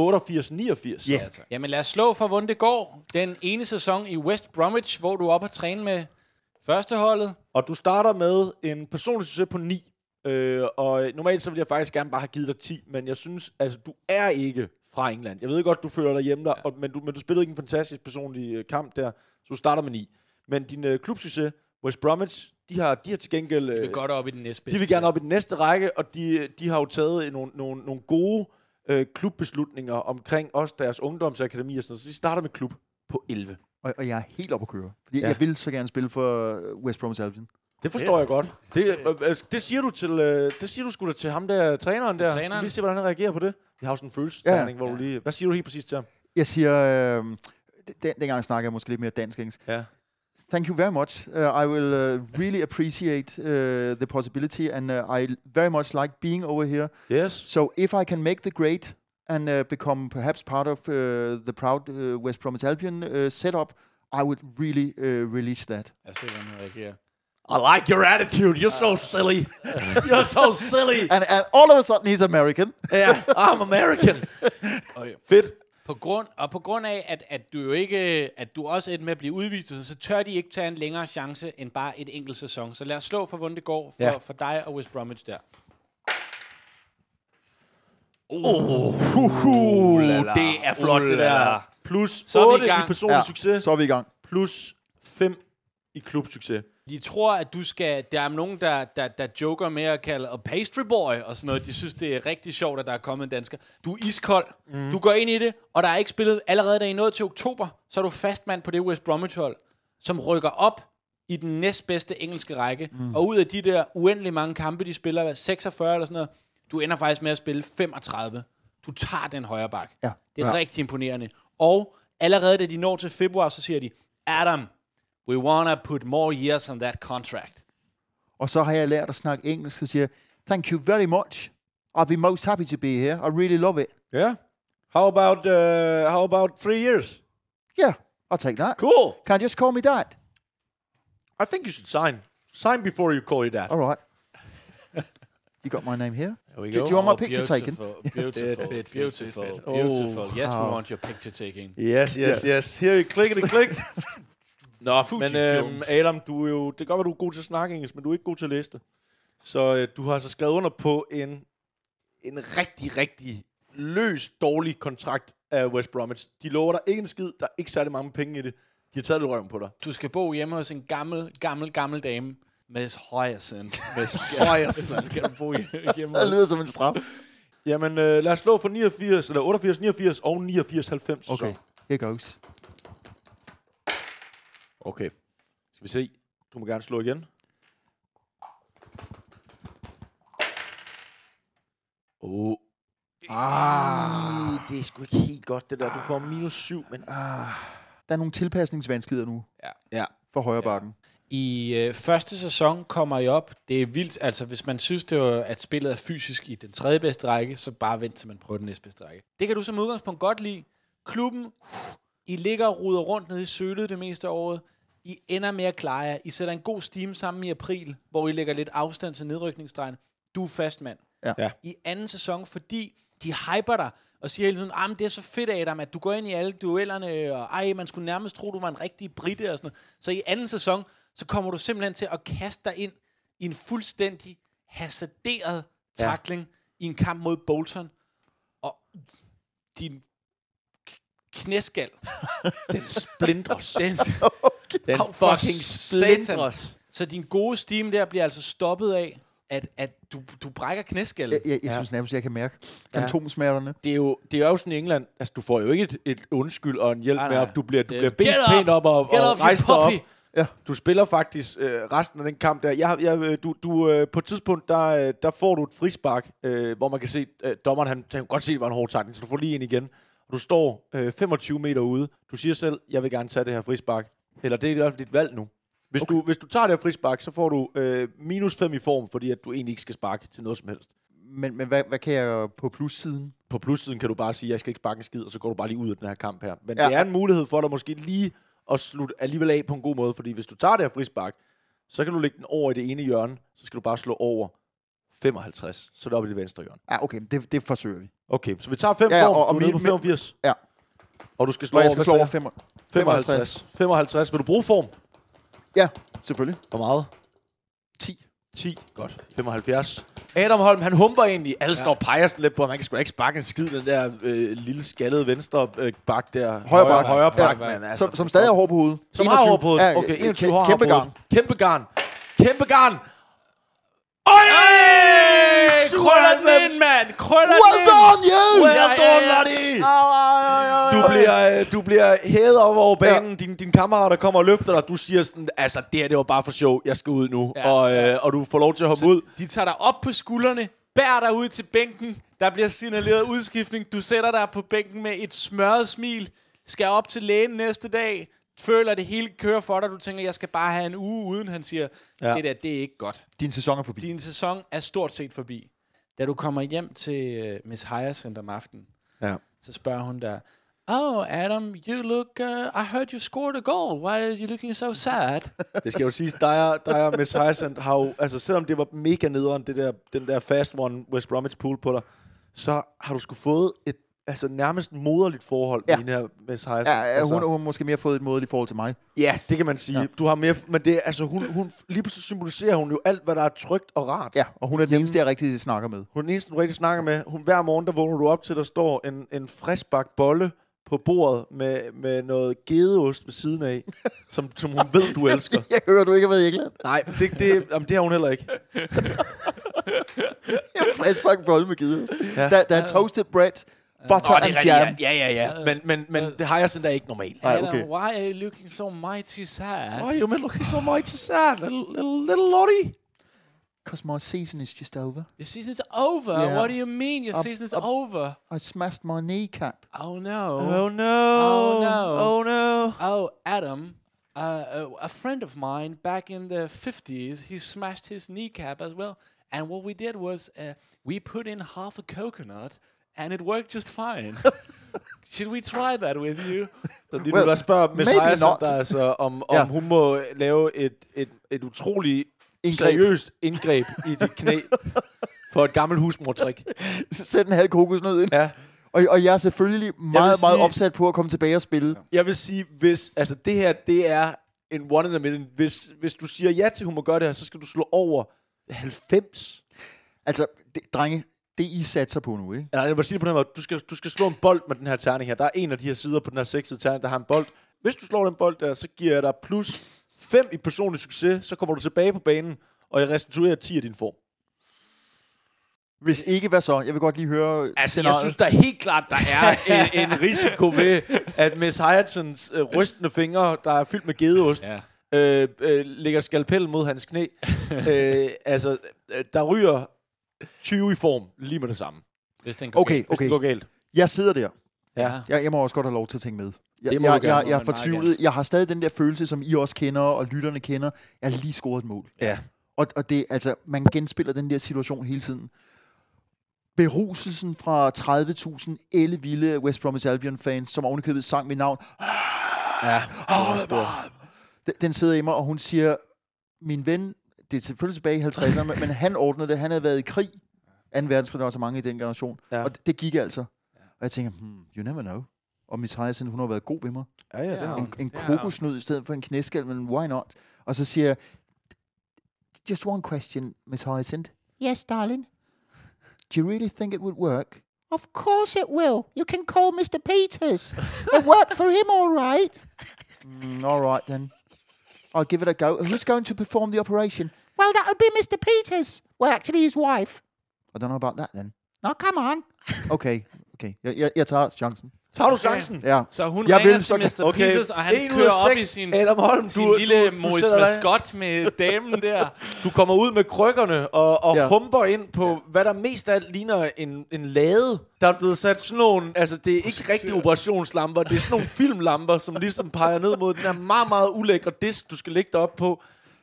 Speaker 2: 88-89.
Speaker 4: Ja.
Speaker 3: Altså. Jamen lad os slå for, hvordan det går. Den ene sæson i West Bromwich, hvor du er oppe og træne med førsteholdet.
Speaker 2: Og du starter med en personlig succes på 9. Øh, og normalt så vil jeg faktisk gerne bare have givet dig 10, men jeg synes, altså, du er ikke fra England. Jeg ved godt, du føler dig hjemme der, ja. og, men, du, men du spillede ikke en fantastisk personlig øh, kamp der, så du starter med 9. Men din øh, klubsucces, West Bromwich, de har, de har til gengæld... Øh,
Speaker 3: Vi er godt op i den næstbedste.
Speaker 2: de vil gerne op i den næste række, og de, de har jo taget nogle, nogle, nogle gode øh, klubbeslutninger omkring også deres ungdomsakademi og sådan noget. Så de starter med klub på 11.
Speaker 4: Og, og jeg er helt oppe at køre. Fordi
Speaker 2: Ja.
Speaker 4: ja. jeg vil så gerne spille for øh, West Bromwich Albion.
Speaker 2: Det forstår jeg godt. Det, øh, øh, det siger du til, øh, det siger du sgu da til ham der, træneren der. Skal vi
Speaker 3: træneren.
Speaker 2: lige se, hvordan han reagerer på det? Vi har jo sådan en
Speaker 4: Ja.
Speaker 2: følelsesterning, ja. hvor du lige... Hvad siger du helt præcis til ham?
Speaker 4: Jeg siger... Øh, den, dengang snakker jeg måske lidt mere dansk-engelsk.
Speaker 2: Ja.
Speaker 4: Thank you very much. Uh, I will uh, really appreciate uh, the possibility, and uh, I very much like being over here.
Speaker 2: Yes.
Speaker 4: So, if I can make the grade and uh, become perhaps part of uh, the proud uh, West Bromwich Albion uh, setup, I would really uh, release that.
Speaker 3: Lad os se, hvordan han reagerer.
Speaker 2: I like your attitude. You're so silly. You're so silly.
Speaker 4: And, and all of a sudden, he's American.
Speaker 2: Yeah, I'm American.
Speaker 3: Okay.
Speaker 2: Fedt.
Speaker 3: På grund, og på grund af, at, at du jo ikke, at du også endte med at blive udvist, så, så tør de ikke tage en længere chance end bare et enkelt sæson. Så lad os slå for, hvordan det går for,
Speaker 2: Ja.
Speaker 3: ja. for dig og West Bromwich der.
Speaker 2: Uh, det er flot, det der. Plus så
Speaker 3: er vi
Speaker 2: 8
Speaker 3: i
Speaker 2: i,
Speaker 3: gang.
Speaker 2: personlig succes.
Speaker 4: Så er vi i gang.
Speaker 2: Plus 5 i klubsucces.
Speaker 3: De tror, at du skal... Der er nogen, der, der, der joker med at kalde og pastry boy og sådan noget. De synes, det er rigtig sjovt, at der er kommet en dansker. Du er iskold. Mm. Du går ind i det, og der er ikke spillet... Allerede da I nåede til oktober, så er du fastmand på det West Bromwich-hold, som rykker op i den næstbedste engelske række. Mm. Og ud af de der uendelig mange kampe, de spiller, hvad, 46 eller sådan noget, du ender faktisk med at spille 35. Du tager den højre bak.
Speaker 4: Ja.
Speaker 3: Det er ja. rigtig imponerende. Og allerede da de når til februar, så siger de, Adam, We wanna put more years on that contract.
Speaker 4: Og så har jeg lært at snakke engelsk og siger, thank you very much. I'll be most happy to be here. I really love it.
Speaker 2: Ja. How about, uh, how about three years?
Speaker 4: Yeah, I'll take that.
Speaker 2: Cool.
Speaker 4: Can I just call me dad?
Speaker 2: I think you should sign. Sign before you call your dad.
Speaker 4: All right. you got my name here?
Speaker 2: There we
Speaker 4: Do, do you want my picture taken?
Speaker 3: Beautiful,
Speaker 2: fedt, fedt,
Speaker 3: beautiful,
Speaker 2: fedt.
Speaker 3: beautiful.
Speaker 2: Oh,
Speaker 3: yes, we want your picture taking.
Speaker 2: Yes, yes, yeah. yes. Here, klik, klik, klik. Nå, men øhm,
Speaker 3: Films.
Speaker 2: Adam, du er jo, det kan godt være, du er god til at snakke engelsk, men du er ikke god til at læse det. Så øh, du har altså skrevet under på en, en rigtig, rigtig løs, dårlig kontrakt af West Bromwich. De lover dig ikke en skid, der er ikke særlig mange penge i det. har taget lidt røven på dig.
Speaker 3: Du skal bo hjemme hos en gammel, gammel, gammel dame. Miss Hyacinth. Miss Hyacinth. skal du bo hjemme
Speaker 4: Det
Speaker 3: hos.
Speaker 4: lyder som en straf.
Speaker 2: Jamen, øh, lad os slå for 89, eller 88, 89 og 89, 90.
Speaker 4: Okay,
Speaker 2: Så.
Speaker 4: here goes.
Speaker 2: Okay. Skal vi se. Du må gerne slå igen. 8. Ah. Det er sgu ikke helt godt, det der. Du får minus 7, men...
Speaker 4: Der er nogle tilpasningsvanskeligheder nu
Speaker 2: Ja.
Speaker 4: for højre bakken.
Speaker 3: I øh, første sæson kommer I op. Det er vildt. Altså, hvis man synes, det var, at spillet er fysisk i den tredje bedste række, så bare vent til man prøver den næste bedste række. Det kan du som udgangspunkt godt lide. Klubben, I ligger og ruder rundt nede i sølet det meste af året. I ender med at klare jer. I sætter en god stime sammen i april, hvor I lægger lidt afstand til nedrykningsstregen. Du er fast mand.
Speaker 4: Ja.
Speaker 2: Ja.
Speaker 3: I anden sæson, fordi de hyper dig og siger hele tiden, ah, men det er så fedt af dig, at du går ind i alle duellerne, og ej, man skulle nærmest tro, du var en rigtig brite og sådan noget. Så i anden sæson, så kommer du simpelthen til at kaste dig ind i en fuldstændig hasarderet takling i en kamp mod Bolton, og din k- knæskal,
Speaker 2: Den splindres.
Speaker 3: den,
Speaker 2: Den
Speaker 3: Au, for
Speaker 2: fucking
Speaker 3: satan.
Speaker 2: splindres.
Speaker 3: Så din gode steam der bliver altså stoppet af, at, at du, du brækker knæskallen.
Speaker 4: Jeg, jeg, jeg synes nærmest, jeg kan mærke fantomsmerterne.
Speaker 2: Det er, jo, det er jo sådan i England, altså du får jo ikke et, et undskyld og en hjælp
Speaker 3: Nej,
Speaker 2: med
Speaker 3: nej.
Speaker 2: op. Du bliver, du
Speaker 3: Det-
Speaker 2: bliver bedt
Speaker 3: Get up!
Speaker 2: pænt op og, og
Speaker 3: Get up, you
Speaker 2: rejst dig op.
Speaker 3: puppy!
Speaker 4: Ja.
Speaker 2: Du spiller faktisk øh, resten af den kamp der. Jeg, har- jeg, øh, du, du, øh, på et tidspunkt, der, øh, der får du et frispark, øh, hvor man kan se, øh, dommeren han, han kan godt se, det var en hård takning, så du får lige ind igen. Og du står øh, 25 meter ude. Du siger selv, jeg vil gerne tage det her frispark. Eller det er i hvert fald dit valg nu. Hvis, okay. du, hvis du tager det her frispark, så får du øh, minus 5 i form, fordi at du egentlig ikke skal sparke til noget som helst.
Speaker 4: Men, men hvad, hvad kan jeg på plussiden?
Speaker 2: på plussiden kan du bare sige, jeg skal ikke sparke en skid, og så går du bare lige ud af den her kamp her. Men
Speaker 4: Ja.
Speaker 2: ja. det er en mulighed for dig måske lige at slutte alligevel af på en god måde, fordi hvis du tager det her frispark, så kan du lægge den over i det ene hjørne, så skal du bare slå over 55, så er det oppe i det venstre hjørne.
Speaker 4: Ah, okay, det, det forsøger vi.
Speaker 2: Okay, så vi tager 5
Speaker 4: Ja,
Speaker 2: ja,
Speaker 4: ja,
Speaker 2: form,
Speaker 4: og-
Speaker 2: og,
Speaker 4: og
Speaker 2: du er nede
Speaker 4: min-
Speaker 2: på 85.
Speaker 4: Ja.
Speaker 2: Og du skal slå
Speaker 4: Hvor
Speaker 2: over,
Speaker 4: jeg skal slå over
Speaker 2: hvad
Speaker 4: 5,
Speaker 2: sagde jeg? 55. 55. Vil du bruge form?
Speaker 4: Ja, selvfølgelig.
Speaker 2: Hvor meget?
Speaker 4: 10.
Speaker 2: 10. Godt. 75. Adam Holm, han humper egentlig. Alle ja. står og peger sådan lidt på, at man kan sgu da ikke sparke en skid, den der øh, lille skallede venstre øh, bak der.
Speaker 4: Højre bak.
Speaker 2: Højre bak,
Speaker 3: Højre bak.
Speaker 2: mand. Altså,
Speaker 4: Som, som stadig er hård på hovedet.
Speaker 2: Som har hår på hovedet. Okay, 21 har
Speaker 4: Kæmpe
Speaker 2: hår på
Speaker 4: gang.
Speaker 2: hovedet. Kæmpe garn. Kæmpe garn. Øj!
Speaker 3: Krøller den
Speaker 2: 97.
Speaker 3: ind, mand! Krøller
Speaker 4: Well
Speaker 3: den
Speaker 4: done, yeah!
Speaker 2: Well
Speaker 3: Ja, ja,
Speaker 2: done,
Speaker 3: ja.
Speaker 2: Lottie! Du bliver, øh, du bliver hævet op over banen. Ja. Din, din kammerater kommer og løfter dig. Du siger sådan, altså det her, det var bare for sjov. Jeg skal ud nu.
Speaker 3: Ja.
Speaker 2: Ja. Og, øh, og du får lov til at hoppe ud.
Speaker 3: ind! De tager dig op på skuldrene, bærer dig ud til bænken. Der bliver signaleret udskiftning. Du sætter dig på bænken med et smørret smil. Skal op til lægen næste dag. Føler det hele kører for dig. Du tænker, jeg skal bare have en uge uden. Han siger, ja.
Speaker 2: Ja.
Speaker 3: det der, det er ikke godt.
Speaker 4: Din sæson er forbi.
Speaker 3: Din sæson er stort set forbi. Da du kommer hjem til uh, Miss Hyacinth om aftenen,
Speaker 2: Ja.
Speaker 3: så spørger hun dig, Oh, Adam, you look... Uh, I heard you scored a goal. Why are you looking so sad?
Speaker 2: Det skal jeg jo sige, dig og, dig og Miss Hyacinth har jo, altså selvom det var mega nederen, det der, den der fast one West Bromwich pool på dig, så har du sgu fået et altså nærmest moderligt forhold
Speaker 4: Ja.
Speaker 2: ja. med den her Miss Hyacinth.
Speaker 4: Ja, ja,
Speaker 2: altså,
Speaker 4: hun hun har måske mere fået et måde i forhold til mig.
Speaker 2: ja, det kan man sige. Ja. Du har mere, men det, er- altså, hun, hun, lige pludselig symboliserer hun jo alt, hvad der er trygt og rart.
Speaker 4: Ja, og hun er den eneste, jeg rigtig snakker med.
Speaker 2: Hun er den eneste, du rigtig snakker med. Hun, hver morgen, der vågner du op til, der står en, en friskbagt bolle på bordet med, med noget gedeost ved siden af, som, som hun ved, du elsker.
Speaker 4: Jeg hører, du ikke har været i England.
Speaker 2: Nej, det, det, jamen, det har hun heller ikke.
Speaker 4: Jeg er frisk fucking bolle med givet. Der, der er toasted bread, butter
Speaker 2: Åh,
Speaker 4: and jam.
Speaker 2: Ja, ja, ja. Men, men, men det har jeg sådan der ikke normalt.
Speaker 4: Nej,
Speaker 3: Adam,
Speaker 4: okay.
Speaker 3: why are you looking so mighty sad?
Speaker 2: Why you looking so mighty sad, little, little, little Lottie?
Speaker 4: Because my season is just over.
Speaker 3: Your season's over.
Speaker 4: Yeah.
Speaker 3: What do you mean your season's over?
Speaker 4: I smashed my kneecap.
Speaker 3: Oh, no.
Speaker 2: Oh no.
Speaker 3: Oh, no.
Speaker 2: Oh no.
Speaker 3: Oh, Adam, uh, a, a friend of mine back in the 50s, he smashed his kneecap as well. And what we did was uh, we put in half a coconut and it worked just fine. Should we try that with you?
Speaker 2: Så lige nu,
Speaker 4: Well,
Speaker 2: der spørger Miss
Speaker 4: maybe
Speaker 2: Hyacinth
Speaker 4: not.
Speaker 2: dig altså, om, om
Speaker 4: Ja.
Speaker 2: hun må lave et, et, et utroligt
Speaker 4: Indgreb.
Speaker 2: seriøst indgreb i dit knæ for et gammelt husmortrik.
Speaker 4: Sæt en halv kokosnød ind.
Speaker 2: Ja.
Speaker 4: Og, og jeg er selvfølgelig meget,
Speaker 2: sige-
Speaker 4: meget opsat på at komme tilbage og spille.
Speaker 2: Jeg vil sige, hvis altså det her, det er en one in a million. Hvis, hvis du siger ja til, hun må gøre det her, så skal du slå over 90.
Speaker 4: Altså, det, drenge, det I satser på nu, ikke?
Speaker 2: Eller jeg vil sige det på den her måde. Du skal, du skal slå en bold med den her terning her. Der er en af de her sider på den her seksede terning, der har en bold. hvis du slår den bold der, så giver jeg dig plus 5 i personlig succes, så kommer du tilbage på banen, og jeg restituerer 10 af din form.
Speaker 4: Hvis ikke, hvad så? Jeg vil godt lige høre
Speaker 2: Altså, jeg synes da helt klart, der er en, en risiko ved, at Miss Hyattons øh, rystende fingre, der er fyldt med gedeost,
Speaker 3: Ja.
Speaker 2: øh, øh, lægger skalpellen mod hans knæ. øh, altså, øh, der ryger 20 i form lige med det samme. Hvis
Speaker 3: Hvis den går
Speaker 4: Okay,
Speaker 3: galt.
Speaker 4: okay.
Speaker 2: det går galt.
Speaker 4: Jeg sidder der.
Speaker 2: Ja.
Speaker 4: Jeg, jeg må også godt have lov til at tænke med. Jeg,
Speaker 2: Det må
Speaker 4: jeg,
Speaker 2: du gerne.
Speaker 4: jeg, jeg
Speaker 3: Må
Speaker 4: er
Speaker 3: man meget
Speaker 4: fortvivlet. Jeg har stadig den der følelse, som I også kender, og lytterne kender. Jeg har lige scoret et mål.
Speaker 2: Ja.
Speaker 4: Og, og det, altså, man genspiller den der situation hele tiden. Beruselsen fra 30.000 ellevilde West Bromwich Albion-fans, som ovenikøbet sang mit navn. Ah,
Speaker 2: ja.
Speaker 4: Den, den sidder i mig, og hun siger, min ven, det er selvfølgelig tilbage i 50'erne, men- men han ordnede det. Han havde været i krig. 2. verdenskrig, der var så mange i den generation.
Speaker 2: Ja.
Speaker 4: Ja. Og det, det gik altså. Og jeg tænker, hmm, you never know. Og Miss Hyacinth, hun har været god ved mig.
Speaker 2: Ja, ja, det
Speaker 3: Ja.
Speaker 2: har hun.
Speaker 4: en, en
Speaker 3: Ja.
Speaker 4: kokosnød i stedet for en knæskal, men why not? Og så siger jeg, just one question, Miss Hyacinth. Yes, darling. Do you really think it would work? Of course it will. You can call Mr. Peters. It worked for him, all right. Mm, all right, then. I'll give it a go. Who's going to perform the operation? Well, that'll be Mr. Peters. Well, actually, his wife. I don't know about that, then. No, come on. Okay, okay. Jeg, jeg, jeg tager chancen.
Speaker 2: Tager du chancen?
Speaker 4: Ja.
Speaker 3: Så hun
Speaker 4: Jeg
Speaker 3: jeg ringer
Speaker 4: vil
Speaker 3: vil,
Speaker 4: så
Speaker 3: til Mr.
Speaker 2: Okay.
Speaker 3: Okay. Pieces, og han
Speaker 2: En ud af
Speaker 3: kører op i
Speaker 2: seks.
Speaker 3: sin,
Speaker 2: Adam Holm,
Speaker 3: sin
Speaker 2: du-
Speaker 3: lille
Speaker 2: du- du
Speaker 3: Morris
Speaker 2: sætter dig-
Speaker 3: Mascot med damen der.
Speaker 2: Du kommer ud med krykkerne og, og
Speaker 4: Ja.
Speaker 2: ja. humper ind på, ja. hvad der mest af alt ligner en, en lade, der er blevet sat sådan nogle... Altså, det er ikke rigtige operationslamper, det er sådan nogle filmlamper, som ligesom peger ned mod den her meget, meget ulækre disk, du skal ligge dig op på.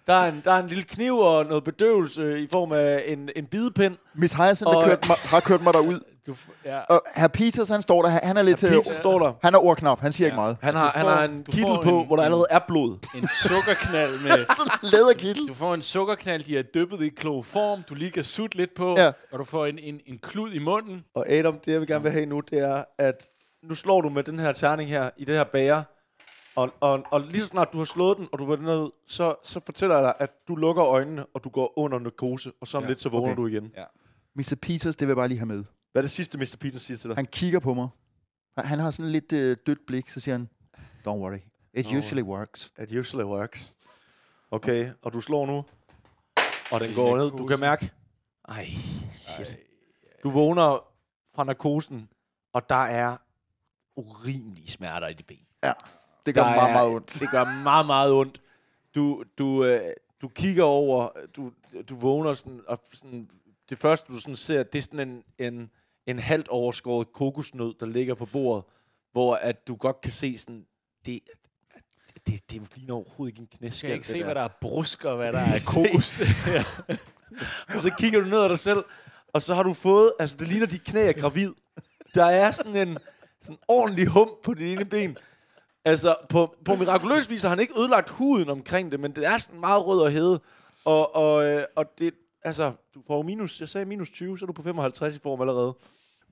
Speaker 2: Der er, en, der er en lille kniv og noget bedøvelse i form af en, en bidepind.
Speaker 4: Miss Hyacinth har
Speaker 2: Og-
Speaker 4: kørt mig, har kørt mig derud.
Speaker 3: Du, ja.
Speaker 4: Og herr Peters, han står der. Han- Han er lidt...
Speaker 2: Pizza
Speaker 4: øh,
Speaker 2: står der.
Speaker 4: Han er ordknap. Han siger ja. ikke meget.
Speaker 2: Han har,
Speaker 3: Du
Speaker 2: han
Speaker 3: får-
Speaker 2: har en
Speaker 3: du
Speaker 2: kittel
Speaker 3: får
Speaker 2: på,
Speaker 3: en-
Speaker 2: hvor der allerede er blod.
Speaker 3: En sukkerknald med...
Speaker 4: Læderkittel.
Speaker 3: Du får en sukkerknald, de er dyppet i kloroform, du lige kan sutte lidt på,
Speaker 4: Ja.
Speaker 3: ja. og du får en, en, en klud i munden.
Speaker 2: Og Adam, det jeg vil gerne vil have nu, det er, at nu slår du med den her terning her, i det her bager, og, og, og lige så snart du har slået den, og du vender ned, så, så fortæller jeg dig, at du lukker øjnene, og du går under narkose, og så om ja, lidt, så vågner
Speaker 4: okay.
Speaker 2: okay. du igen.
Speaker 3: Ja.
Speaker 4: Mr. Peters, det vil jeg bare lige have med.
Speaker 2: Hvad er det sidste, Mr. Peter siger til dig?
Speaker 4: Han kigger på mig. Han- Han har sådan lidt øh, dødt blik. Så siger han, don't worry. It usually works.
Speaker 2: It usually works. Okay, og du slår nu, og den går ned. Du kan
Speaker 3: narkose.
Speaker 2: mærke, ej, shit. Du vågner fra narkosen, og der er urimelige smerter i dit ben.
Speaker 4: Det gør
Speaker 2: Der
Speaker 4: meget,
Speaker 2: er-
Speaker 4: meget ondt.
Speaker 2: Det gør meget, meget ondt. Du, du, øh, du kigger over, du, du vågner sådan, og sådan, det første, du sådan ser, det er sådan en, en, en halvt overskåret kokosnød, der ligger på bordet, hvor at du godt kan se sådan, det, det, det ligner overhovedet ikke en
Speaker 3: Du
Speaker 2: knæskal.
Speaker 3: kan ikke
Speaker 2: det
Speaker 3: se,
Speaker 2: der.
Speaker 3: hvad der er brusk, og hvad der er
Speaker 2: se.
Speaker 3: kokos.
Speaker 2: Og så kigger du ned ad dig selv, og så har du fået, altså det ligner, dit knæ er gravid. Der er sådan en sådan ordentlig hump på det ene ben. Altså, på, på mirakuløs vis har han ikke ødelagt huden omkring det, men det er sådan meget rød og hede. Og, og, øh, og det, altså, du får jo minus, jeg sagde minus 20, så er du på 55 i form allerede.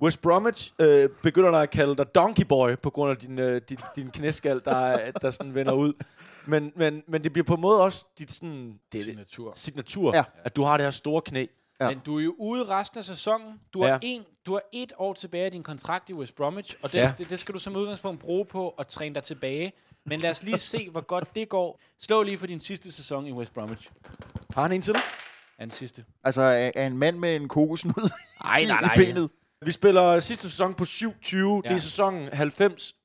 Speaker 2: West Bromwich øh, begynder dig at kalde dig Donkey Boy, på grund af din, øh, din, din knæskal, der, er- der sådan vender ud. Men, men, men det bliver på en måde også dit sådan, det, er-
Speaker 3: Signatur.
Speaker 2: signatur,
Speaker 4: Ja.
Speaker 2: ja. at du har det her store knæ.
Speaker 4: Ja.
Speaker 3: Men du er jo ude resten af sæsonen. Du har,
Speaker 2: Ja.
Speaker 3: en, du har et år tilbage af din kontrakt i West Bromwich, og det,
Speaker 2: Ja.
Speaker 3: ja. det, det skal du som udgangspunkt bruge på at træne dig tilbage. Men lad os lige se, hvor godt det går. Slå lige for din sidste sæson i West Bromwich.
Speaker 2: Har han en til dig?
Speaker 3: Ja, den sidste.
Speaker 4: Altså, er, er en mand med en kokosnud i,
Speaker 2: nej,
Speaker 4: i
Speaker 2: nej.
Speaker 4: benet?
Speaker 2: Vi spiller sidste sæson på 27. Ja. Det
Speaker 3: Ja.
Speaker 2: er sæsonen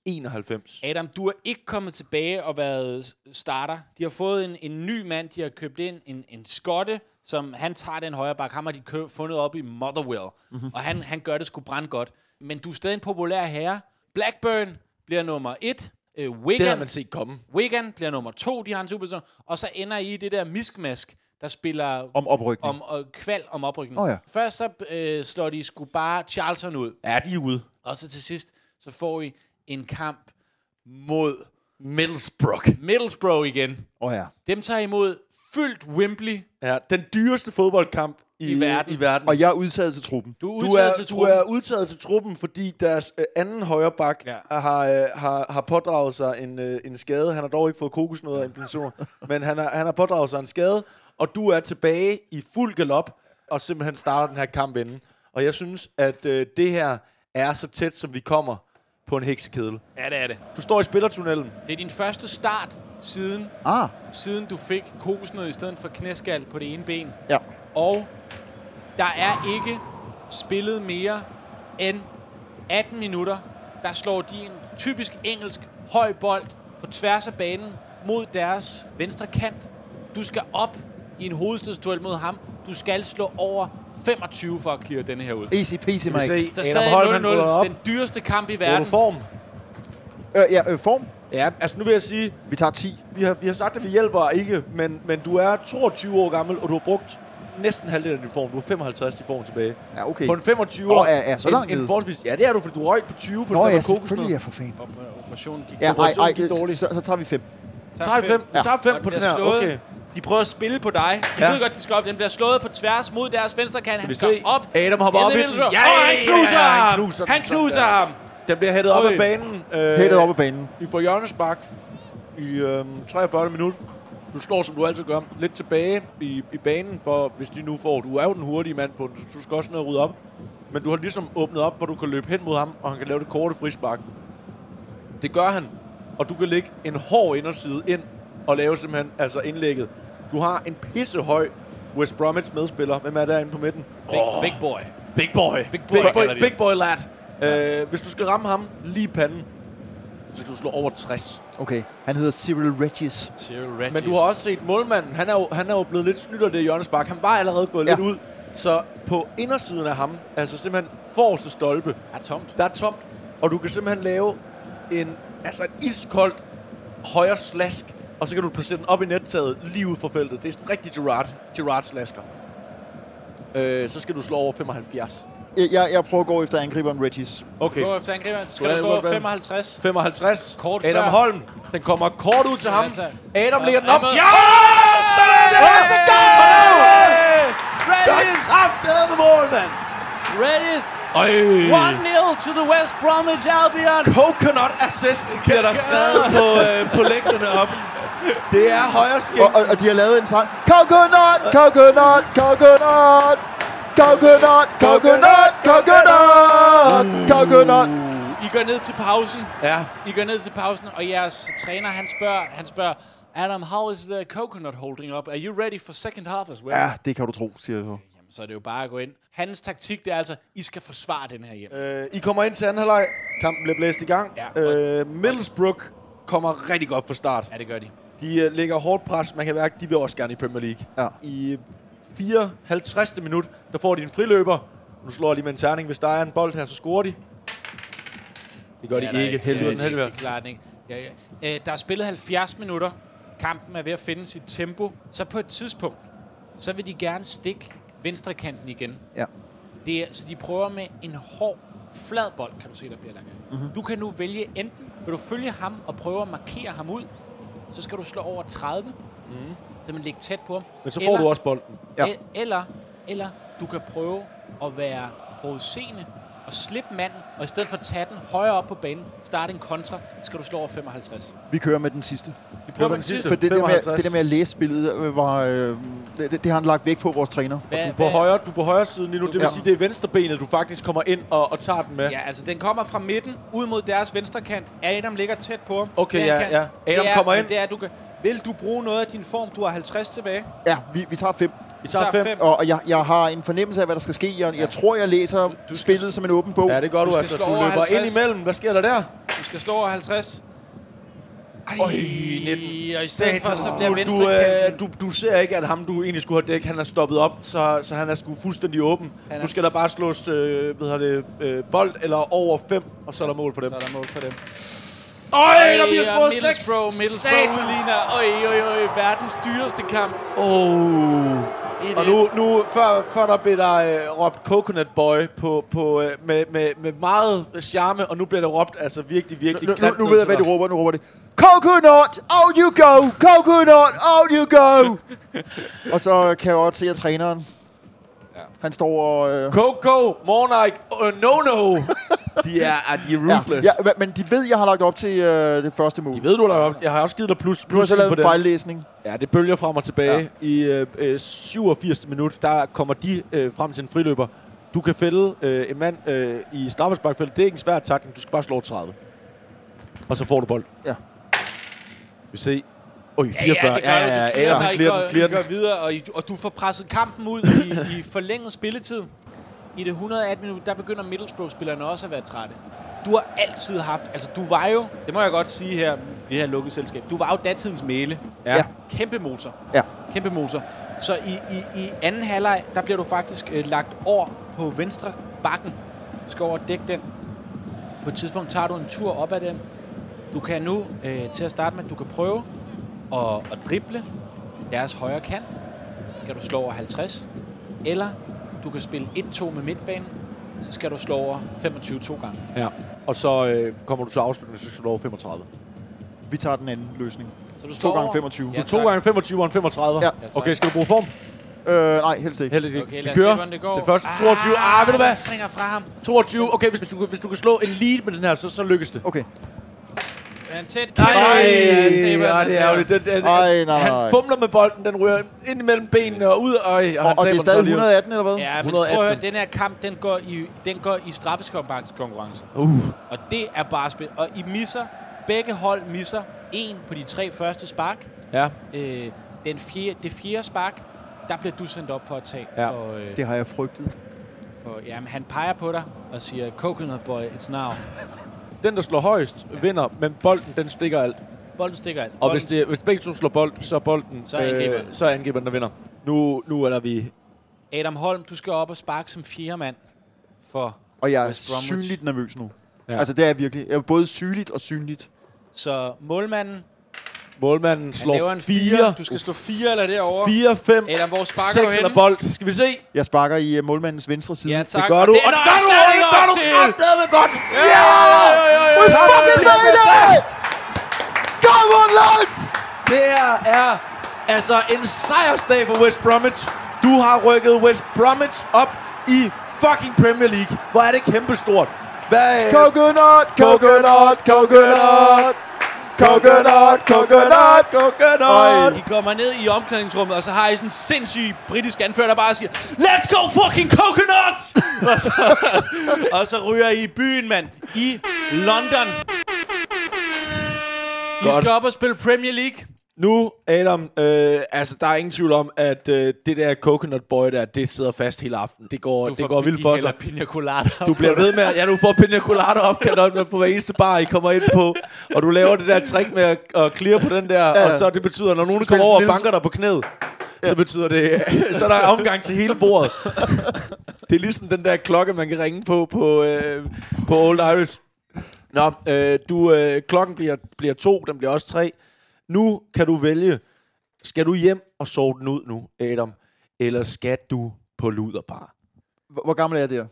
Speaker 2: 90-91.
Speaker 3: Adam, du har ikke kommet tilbage og været starter. De har fået en, en ny mand, de har købt ind, en, en skotte, som han tager den højre bak. Ham har de kø- fundet op i Motherwell,
Speaker 2: Mhm.
Speaker 3: mm-hmm. og han, han gør det sgu brandgodt. Men du er stadig en populær herre. Blackburn bliver nummer et. Øh,
Speaker 2: Det
Speaker 3: Wigan,
Speaker 2: havde man set komme.
Speaker 3: Wigan bliver nummer to, de har en super Og så ender I i det der miskmask, der spiller
Speaker 4: Om oprykning.
Speaker 3: om, og kval om oprykning.
Speaker 4: Åh ja.
Speaker 3: Først så øh, slår de sgu bare Charlton ud.
Speaker 2: Ja, de er ude.
Speaker 3: Og så til sidst, så får I en kamp mod
Speaker 2: Middlesbrough.
Speaker 3: Middlesbrough igen.
Speaker 4: Åh oh, ja.
Speaker 3: Dem tager I imod fyldt Wembley.
Speaker 2: Ja, den dyreste fodboldkamp i,
Speaker 3: I verden.
Speaker 2: I verden.
Speaker 4: Og jeg er udtaget til truppen.
Speaker 3: Du er
Speaker 2: du,
Speaker 3: udtaget
Speaker 2: er,
Speaker 3: til
Speaker 2: du
Speaker 3: truppen.
Speaker 2: er udtaget til truppen, fordi deres øh, anden højreback
Speaker 3: Ja.
Speaker 2: ja. har, øh, har, har pådraget sig en, øh, en skade. Han har dog ikke fået kokosnødder og implantationer, men han har, han har pådraget sig en skade, og du er tilbage i fuld galop og simpelthen starter den her kamp inden. Og jeg synes, at øh, det her er så tæt, som vi kommer på en heksekedel.
Speaker 1: Ja, det er det.
Speaker 2: Du står i spillertunnelen.
Speaker 3: Det er din første start siden,
Speaker 4: Ah,
Speaker 3: siden du fik kokosnød i stedet for knæskal på det ene ben.
Speaker 4: ja.
Speaker 3: Og der er ikke spillet mere end 18 minutter. Der slår de en typisk engelsk høj bold på tværs af banen mod deres venstre kant. Du skal op i en hovedstødsduel mod ham. Du skal slå over 25 for at clear denne her ud.
Speaker 4: Easy peasy,
Speaker 2: Vi
Speaker 4: Mike.
Speaker 2: se.
Speaker 3: Der er
Speaker 2: Adam Holm,
Speaker 3: stadig
Speaker 2: han bryder op.
Speaker 3: 0-0. Den dyreste kamp i
Speaker 2: Er
Speaker 3: verden.
Speaker 2: du form?
Speaker 4: Øh, ja, øh, form.
Speaker 2: Ja, altså nu vil jeg sige,
Speaker 4: Vi tager 10.
Speaker 2: vi har, vi har sagt, at vi hjælper ikke, men, men du er 22 år gammel, og du har brugt næsten halvdelen af din form. Du er 55 i form tilbage.
Speaker 4: Ja, okay.
Speaker 2: På en 25
Speaker 4: Nå,
Speaker 2: år.
Speaker 4: ja, ja, så langt
Speaker 2: en, en
Speaker 4: nede.
Speaker 2: forholdsvis, Ja, det er du, fordi du røg på 20 på
Speaker 4: Nå
Speaker 2: den
Speaker 4: ja,
Speaker 2: der kokosnød.
Speaker 4: selvfølgelig er for fan.
Speaker 3: Op- Operationen gik
Speaker 4: Ja, ej, ej,
Speaker 2: gik
Speaker 4: øh,
Speaker 2: dårligt.
Speaker 4: så, så tager vi 5.
Speaker 2: Tager fem,
Speaker 4: Ja.
Speaker 2: ja. tager fem
Speaker 3: Og
Speaker 2: på den
Speaker 3: bliver
Speaker 2: her.
Speaker 3: slået.
Speaker 2: Okay.
Speaker 3: De prøver at spille på dig. De
Speaker 2: Ja.
Speaker 3: ja. ved godt, de skal op. Den bliver slået på tværs mod deres venstre kant. Han
Speaker 2: vi
Speaker 3: skal
Speaker 2: se?
Speaker 3: op.
Speaker 2: Adam hopper op i den.
Speaker 3: Ja,
Speaker 2: Ja,
Speaker 3: og han knuser
Speaker 2: ja, ja, han
Speaker 3: ham.
Speaker 2: knuser den
Speaker 3: Han
Speaker 2: sådan
Speaker 3: knuser
Speaker 2: der.
Speaker 3: ham.
Speaker 2: Den bliver hættet op
Speaker 3: Øj.
Speaker 2: af banen. Øh,
Speaker 4: Hættet op af banen.
Speaker 2: Vi får hjørnespark i øh, 43 minut. Du står, som du altid gør, lidt tilbage i, i banen, for hvis de nu får... Du er jo den hurtige mand på den, så du skal også ned og rydde op. Men du har ligesom åbnet op, hvor du kan løbe hen mod ham, og han kan lave det korte frispark. Det gør han, og du kan lægge en hård inderside ind og lave simpelthen altså indlægget. Du har en pissehøj West Bromwich medspiller. Hvem er der inde på midten?
Speaker 3: Big, big boy.
Speaker 2: Big boy. Big
Speaker 3: boy,
Speaker 2: Big
Speaker 3: kalder
Speaker 2: boy,
Speaker 3: de
Speaker 2: big boy lad. Øh, hvis du skal ramme ham lige i panden, så skal du slå over 60.
Speaker 4: Okay, han hedder Cyril Regis.
Speaker 3: Cyril Regis.
Speaker 2: Men du har også set målmanden. Han er jo, han er jo blevet lidt snydt af det hjørnespark. Han var allerede gået
Speaker 4: Ja.
Speaker 2: ja. lidt ud. Så på indersiden af ham, altså simpelthen forreste stolpe,
Speaker 3: Er tomt.
Speaker 2: der er tomt. Og du kan simpelthen lave en, altså en iskoldt højre slask. Og så kan du placere den op i nettaget lige ud for feltet. Det er sådan en rigtig Gerard, Gerard slasker. Øh, så skal du slå over 75.
Speaker 4: Jeg, jeg, jeg prøver at gå efter angriberen Regis.
Speaker 2: Okay.
Speaker 3: Gå efter angriberen. Skal
Speaker 2: Du
Speaker 3: du
Speaker 2: er-
Speaker 3: stå
Speaker 2: du er-
Speaker 3: 55?
Speaker 2: 55.
Speaker 3: Kort
Speaker 2: Adam
Speaker 3: før.
Speaker 2: Holm. Den kommer kort ud til ham.
Speaker 3: altså.
Speaker 2: Adam lægger den
Speaker 3: Ja,
Speaker 2: op.
Speaker 3: Ahmed.
Speaker 2: Ja! Sådan der!
Speaker 4: Let's go!
Speaker 2: Godt kraftedeme mål, mand!
Speaker 3: Regis.
Speaker 2: Øj!
Speaker 3: 1-0 to the West Bromwich Albion.
Speaker 2: Coconut assist bliver der skrevet på, øh, på lægterne op. Det er højre skæg.
Speaker 4: Og, og, og de har lavet en sang. Coconut, coconut, coconut. Coconut, coconut, coconut. Coconut.
Speaker 3: I går ned til pausen.
Speaker 2: Ja.
Speaker 3: I går ned til pausen, og jeres træner, han spørger, han spørger, Adam, how is the coconut holding up? Are you ready for second half as well?
Speaker 4: Ja, det kan du tro, siger jeg så.
Speaker 3: Jamen, så er det jo bare at gå ind. Hans taktik, det er altså, I skal forsvare den her hjem.
Speaker 2: Øh, I kommer ind til anden halvleg. Kampen bliver blæst i gang.
Speaker 3: Ja.
Speaker 2: Øh, Middlesbrough kommer rigtig godt fra start.
Speaker 3: Ja, det gør de.
Speaker 2: De øh, lægger hårdt pres. Man kan mærke, at de vil også gerne i Premier League.
Speaker 4: Ja.
Speaker 2: I 54. minut, der får de en friløber. Nu slår de med en terning. Hvis der er en bold her, så scorer de. Det gør de
Speaker 3: Ja, der er
Speaker 2: ikke. ikke.
Speaker 3: Det,
Speaker 2: Heldigvis.
Speaker 3: det, det klarer den ikke. Ja, ja. Øh, der er spillet 70 minutter. Kampen er ved at finde sit tempo. Så på et tidspunkt, så vil de gerne stikke venstrekanten igen.
Speaker 4: Ja.
Speaker 3: Det er, så de prøver med en hård, flad bold, kan du se, der bliver lagt af.
Speaker 2: Mhm.
Speaker 3: Mm-hmm. Du kan nu vælge enten, vil du følge ham og prøve at markere ham ud, så skal du slå over 30, mm. så man ligger tæt på ham.
Speaker 2: Mhm. Men så får Eller... du også bolden.
Speaker 4: Ja.
Speaker 3: Ja. Eller, eller du kan prøve at være forudseende og slippe manden, og i stedet for at tage den højere op på banen, starte en kontra, skal du slå over 55.
Speaker 4: Vi kører med den sidste.
Speaker 3: Vi
Speaker 2: var
Speaker 3: prøver med den
Speaker 2: den sidste.
Speaker 3: sidste.
Speaker 4: For det, der med,
Speaker 2: 55.
Speaker 4: det der med at læse spillet, øh, var, øh, det, det, det har han lagt væk på vores træner.
Speaker 3: Hvad-
Speaker 2: På
Speaker 3: hvad-
Speaker 2: højre, du er på højre siden lige nu. Det vil
Speaker 4: Ja.
Speaker 2: ja. sige, det er venstrebenet, du faktisk kommer ind og, og tager den med.
Speaker 3: Ja, altså den kommer fra midten, ud mod deres venstre kant. Adam ligger tæt på ham.
Speaker 2: Okay,
Speaker 3: Det, han
Speaker 2: ja,
Speaker 3: kan,
Speaker 2: ja.
Speaker 3: det
Speaker 2: Adam
Speaker 3: er,
Speaker 2: kommer
Speaker 3: men
Speaker 2: ind.
Speaker 3: Det er, du kan, vil du bruge noget af din form? Du har 50 tilbage.
Speaker 4: Ja, vi, vi tager fem.
Speaker 2: Vi tager,
Speaker 3: tager
Speaker 2: fem.
Speaker 3: fem.
Speaker 4: Og og jeg, jeg har en fornemmelse af, hvad der skal ske. Jeg, jeg tror, jeg læser spillet som en åben bog.
Speaker 2: Ja, det gør du,
Speaker 3: skal
Speaker 2: altså.
Speaker 3: slå
Speaker 2: Du
Speaker 3: over
Speaker 2: løber
Speaker 3: 50.
Speaker 2: ind imellem. Hvad sker der der?
Speaker 3: Du skal slå over 50. Ej,
Speaker 2: Øj, 19.
Speaker 3: og i stedet for, så bliver
Speaker 2: Du, du,
Speaker 3: venstre
Speaker 2: øh, du, du ser ikke, at ham, du egentlig skulle have dæk, han er stoppet op, så, så han er sgu fuldstændig åben.
Speaker 3: Han er
Speaker 2: Nu skal der bare slås øh, hvad hedder det, øh, bold eller over 5, og så er der mål for dem.
Speaker 3: Så er der mål for dem.
Speaker 2: Øj, der bliver
Speaker 3: og
Speaker 2: skruet 6!
Speaker 3: Middlesbrough, Middlesbrough ligner, øj, øj, øj, verdens dyreste kamp.
Speaker 2: Oh. Og nu, nu før, før der blev der øh, råbt Coconut Boy på, på, øh, med, med, med meget charme, og nu bliver der råbt altså virkelig, virkelig
Speaker 4: Nu, nu,
Speaker 2: grimt
Speaker 4: nu
Speaker 2: ned
Speaker 4: ved
Speaker 2: til
Speaker 4: jeg, hvad de
Speaker 2: dig.
Speaker 4: råber. Nu råber de, Coconut, out you go! Coconut, out you go! og så kan jeg også se, at træneren, han står og... Øh,
Speaker 2: Coco, Mornike, uh, No No. de er, er, de er ruthless.
Speaker 4: ja, hva- men de ved, jeg har lagt op til øh, det første mål.
Speaker 2: De ved du, der er, jeg har også givet dig plus.
Speaker 4: Nu har
Speaker 2: plus
Speaker 4: jeg så
Speaker 2: en på
Speaker 4: lavet en
Speaker 2: den.
Speaker 4: fejllæsning.
Speaker 2: Ja, det bølger frem og tilbage. Ja. I øh, øh, 87. minut, der kommer de øh, frem til en friløber. Du kan fælde øh, en mand øh, i straffesparkfældet. Det er ikke en svær takling. Du skal bare slå 30. Og så får du bold.
Speaker 4: Ja.
Speaker 2: Vi se. Øj, 44.
Speaker 3: det gør ja, ja, ja,
Speaker 2: ja,
Speaker 3: du. Du clearer
Speaker 2: ja,
Speaker 3: dig,
Speaker 2: clear
Speaker 3: går-
Speaker 2: den, clear
Speaker 3: du
Speaker 2: den.
Speaker 3: går videre, og, I, og du får presset kampen ud i, i forlænget spilletid. I det 118 minut, der begynder Middlesbrough-spillerne også at være trætte. Du har altid haft, altså du var jo, det må jeg godt sige her, det her lukkede selskab, du var jo datidens mæle.
Speaker 2: Ja.
Speaker 3: Kæmpe motor.
Speaker 4: Ja.
Speaker 3: Kæmpe motor. Så i, i, i anden halvleg, der bliver du faktisk øh, lagt over på venstre bakken. Du skal over og dække den. På et tidspunkt tager du en tur op ad den. Du kan nu, øh, til at starte med, du kan prøve at, at drible deres højre kant. Skal du slå over 50. Eller du kan spille 1-2 med midtbanen. Så skal du slå over 25 to gange.
Speaker 2: ja. Og så øh, kommer du til afslutningen, så skal du over 35.
Speaker 4: Vi tager den anden løsning.
Speaker 3: Så du
Speaker 4: To
Speaker 3: slår
Speaker 4: gange
Speaker 3: over-
Speaker 4: 25.
Speaker 3: Ja,
Speaker 4: Ja.
Speaker 2: To
Speaker 3: tak.
Speaker 2: gange 25 og en 35.
Speaker 4: Ja.
Speaker 2: Okay, skal du bruge form?
Speaker 4: Øh, nej, helst ikke.
Speaker 2: Held og lykke.
Speaker 3: Okay,
Speaker 2: Vi
Speaker 3: lad os se,
Speaker 2: kører.
Speaker 3: hvordan det går.
Speaker 2: Den første 22. Ah, ved du hvad?
Speaker 3: Så springer fra ham.
Speaker 2: 22. Okay, hvis du, hvis du kan slå en lead med den her, så, så lykkes det.
Speaker 4: Okay.
Speaker 3: Er han tæt?
Speaker 2: Nej,
Speaker 3: han taber,
Speaker 2: ja,
Speaker 3: han
Speaker 2: det er
Speaker 3: taber.
Speaker 2: ærgerligt. Den, den,
Speaker 4: Ej, nej, nej, nej.
Speaker 2: Han fumler med bolden, den ryger ind imellem benene og ud, og, og, han
Speaker 4: Og, og det
Speaker 2: taber
Speaker 4: er
Speaker 2: den så
Speaker 4: stadig
Speaker 2: alligevel.
Speaker 4: 118, eller hvad?
Speaker 3: Ja, men
Speaker 2: 118.
Speaker 3: prøv at høre, den her kamp, den går i, den går i straffeskonkurrence.
Speaker 2: Uh,
Speaker 3: Og det er bare spil. Og I misser, begge hold misser en på de tre første spark.
Speaker 2: ja.
Speaker 3: Øh, den fjerde, det fjerde spark, der bliver du sendt op for at tage.
Speaker 2: Ja.
Speaker 3: For, øh,
Speaker 4: Det har jeg frygtet.
Speaker 3: for, jamen, han peger på dig og siger, Coconut Boy, it's now.
Speaker 2: Den, der slår højst, vinder, men bolden, den stikker alt. Og
Speaker 3: Bolden stikker alt.
Speaker 2: hvis,
Speaker 3: Bolden-
Speaker 2: det, hvis begge to slår bold, så er bolden... øh,
Speaker 3: Så er angriberen.
Speaker 2: så er angriberen, der vinder. Nu, nu er der vi...
Speaker 3: Adam Holm, du skal op og sparke som fjerde mand for
Speaker 4: Og jeg er
Speaker 3: West Bromwich.
Speaker 4: synligt nervøs nu.
Speaker 2: Ja.
Speaker 4: Ja. Altså, det er jeg virkelig. Jeg er både sygeligt og synligt.
Speaker 3: Så målmanden,
Speaker 2: Målmanden
Speaker 3: han laver
Speaker 2: slår
Speaker 3: en fire.
Speaker 2: 4.
Speaker 3: Du skal slå fire eller derovre.
Speaker 2: 4, 5,
Speaker 3: Adam, hvor sparker du
Speaker 2: 6 eller
Speaker 3: henne?
Speaker 2: bold. Skal vi se?
Speaker 4: Jeg sparker i uh, målmandens venstre side.
Speaker 3: Ja, tak.
Speaker 2: Det gør du. Og det gør du! Og det gør du kraftedeme godt! Ja! We
Speaker 4: Fucking made it! Come on, lads!
Speaker 2: Det her er altså en sejrsdag for West Bromwich. Du har rykket West Bromwich op i fucking Premier League. Hvor er det kæmpestort. Hvad, øh,
Speaker 4: Coconut, coconut, coconut. Coconut, coconut.
Speaker 2: coconut.
Speaker 3: I kommer ned i omklædningsrummet, og så har I sådan en sindssyg britisk anfører, der bare siger, Let's go fucking coconuts! og, så, og så ryger I i byen, mand. I London. I
Speaker 2: Godt.
Speaker 3: skal op og spille Premier League.
Speaker 2: Nu, Adam, øh, altså der er ingen tvivl om, at øh, det der coconut boy der, det sidder fast hele aftenen. Det går, det går vildt for sig.
Speaker 3: Pina colada.
Speaker 2: Du bliver ved med, at ja, du får pina colada opkaldt op på hver eneste bar, I kommer ind på. Og du laver det der trick med at, at clear på den der, og så det betyder, når nogen
Speaker 4: Spil sådan
Speaker 2: kommer over og
Speaker 4: en lille-
Speaker 2: banker dig på knæet, så betyder det, så er der er omgang til hele bordet. Det er ligesom den der klokke, man kan ringe på på, øh, på Old Irish. Nå, øh, du, øh, klokken bliver, bliver to, den bliver også tre. Nu kan du vælge, skal du hjem og sove den ud nu, Adam, eller skal du på luderbar?
Speaker 4: Hvor- Hvor gammel er det her?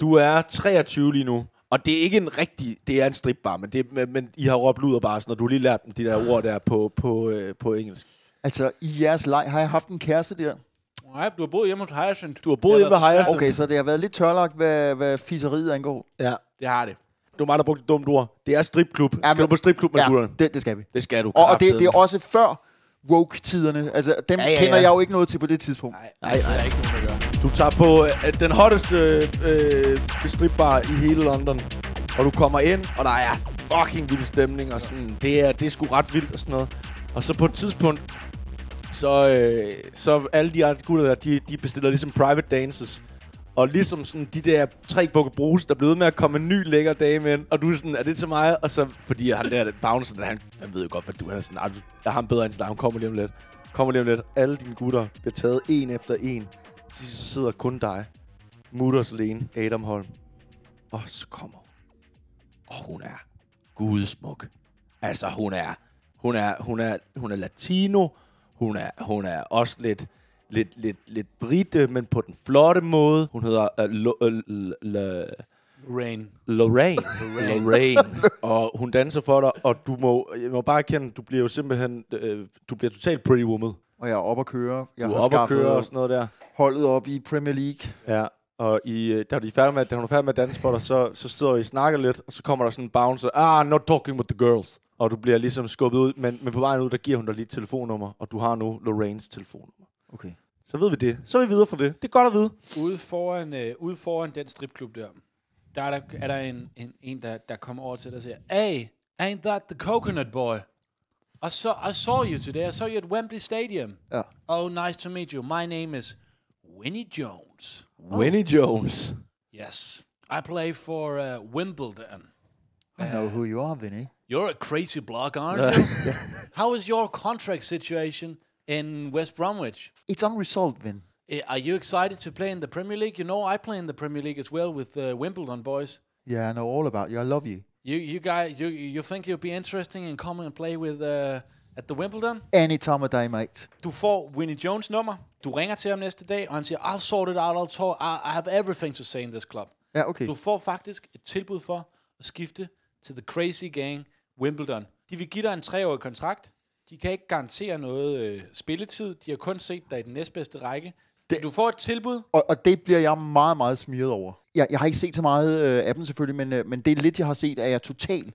Speaker 2: Du er 23 lige nu, og det er ikke en rigtig, det er en stripbar, men, det, men, men I har råbt luderbar, når du lige lærte dem de der ord der på, på, øh, på engelsk.
Speaker 4: Altså, i jeres leg har jeg haft en kæreste der.
Speaker 3: Nej, du har boet hjemme hos Hyacinth.
Speaker 2: Du har boet hjemme ved Hyacinth.
Speaker 4: Okay, så det har været lidt tørlagt, hvad, hvad fisseriet angår.
Speaker 2: Ja.
Speaker 3: Det har det.
Speaker 2: Du var mig, der brugte et dumt ord. Det er stripklub. Ja,
Speaker 4: Ja,
Speaker 2: skal
Speaker 4: men-
Speaker 2: du på stripklub med ja. gutterne?
Speaker 4: det, det skal vi.
Speaker 2: Det skal du.
Speaker 4: Og, og det, det er også før woke-tiderne. Altså, dem ja, ja, ja. kender jeg jo ikke noget til på det tidspunkt.
Speaker 2: Nej, nej, ikke noget, Du tager på øh, den hotteste øh, stripbar i hele London, og du kommer ind, og der er fucking vild stemning, og sådan, det er, det er sgu ret vildt og sådan noget. Og så på et tidspunkt, så, øh, så alle de andre gutter der, de, de bestiller ligesom private dances. Og ligesom sådan de der tre bukke brus, der blev ved med at komme en ny lækker dame ind, og du er sådan, er det til mig? Og så, fordi han der bouncer, der, han, han ved jo godt, hvad du er sådan, "Ah, du- jeg har ham bedre end sådan, "Ah, hun kommer lige om lidt. Kommer lige om lidt. Alle dine gutter bliver taget en efter en. Til sidst så sidder kun dig, mutters alene, Adam Holm. Og så kommer hun. Og hun er gudsmuk. Altså, hun er, hun er, hun er, hun er latino, hun er, hun er også lidt, lidt, lidt, lidt brite, men på den flotte måde. Hun hedder uh, Lo, uh,
Speaker 3: Rain.
Speaker 2: Lorraine. Lorraine. Lorraine. og hun danser for dig, og du må, jeg må bare erkende, du bliver jo simpelthen, øh, du bliver totalt pretty woman.
Speaker 4: Og jeg er oppe at køre. Jeg
Speaker 2: Du
Speaker 4: har
Speaker 2: er oppe at
Speaker 4: skaffet
Speaker 2: køre og sådan noget der.
Speaker 4: holdet op i Premier League.
Speaker 2: Ja, og I, øh, da, du er færdig med, da hun er færdig med at danse for dig, så, så sidder I og snakker lidt, og så kommer der sådan en bouncer, ah, not talking with the girls. Og du bliver ligesom skubbet ud, men, men på vejen ud, der giver hun dig lige et telefonnummer, og du har nu Lorraines telefonnummer.
Speaker 4: Okay.
Speaker 2: Så ved vi det. Så er vi videre fra det. Det er godt at vide.
Speaker 3: Ude foran, øh, ude foran den stripklub der, der er der, er der en, en, en der, der kommer over til dig og siger, Hey, ain't that the coconut boy? I saw, I saw you today. I saw you at Wembley Stadium.
Speaker 4: Ja.
Speaker 3: Oh, nice to meet you. My name is Winnie Jones.
Speaker 2: Oh. Winnie Jones.
Speaker 3: Yes, I play for uh, Wimbledon.
Speaker 4: I know who you are, Vinny.
Speaker 3: You're a crazy bloke, aren't you? How is your contract situation in West Bromwich?
Speaker 4: It's unresolved, Vin.
Speaker 3: Eh, Are you excited to play in the Premier League? You know, I play in the Premier League as well with uh, Wimbledon boys.
Speaker 4: Yeah, I know all about you. I love you.
Speaker 3: You, you guys, you, you think you'd be interesting in coming and play with uh, at the Wimbledon?
Speaker 4: Any time of day, mate.
Speaker 3: Du får Winnie Jones nummer. Du ringer til ham næste dag, og han siger, I'll sort it out. I'll talk. I, I have everything to say in this club.
Speaker 4: Ja, okay.
Speaker 3: Du får faktisk et tilbud for at skifte til The Crazy Gang Wimbledon. De vil give dig en treårig kontrakt. De kan ikke garantere noget øh, spilletid. De har kun set dig i den næstbedste række. Det... Så du får et tilbud.
Speaker 4: Og, og det bliver jeg meget, meget smiret over. Jeg, jeg har ikke set så meget øh, af dem selvfølgelig, men, øh, men det er lidt, jeg har set, at jeg er totalt,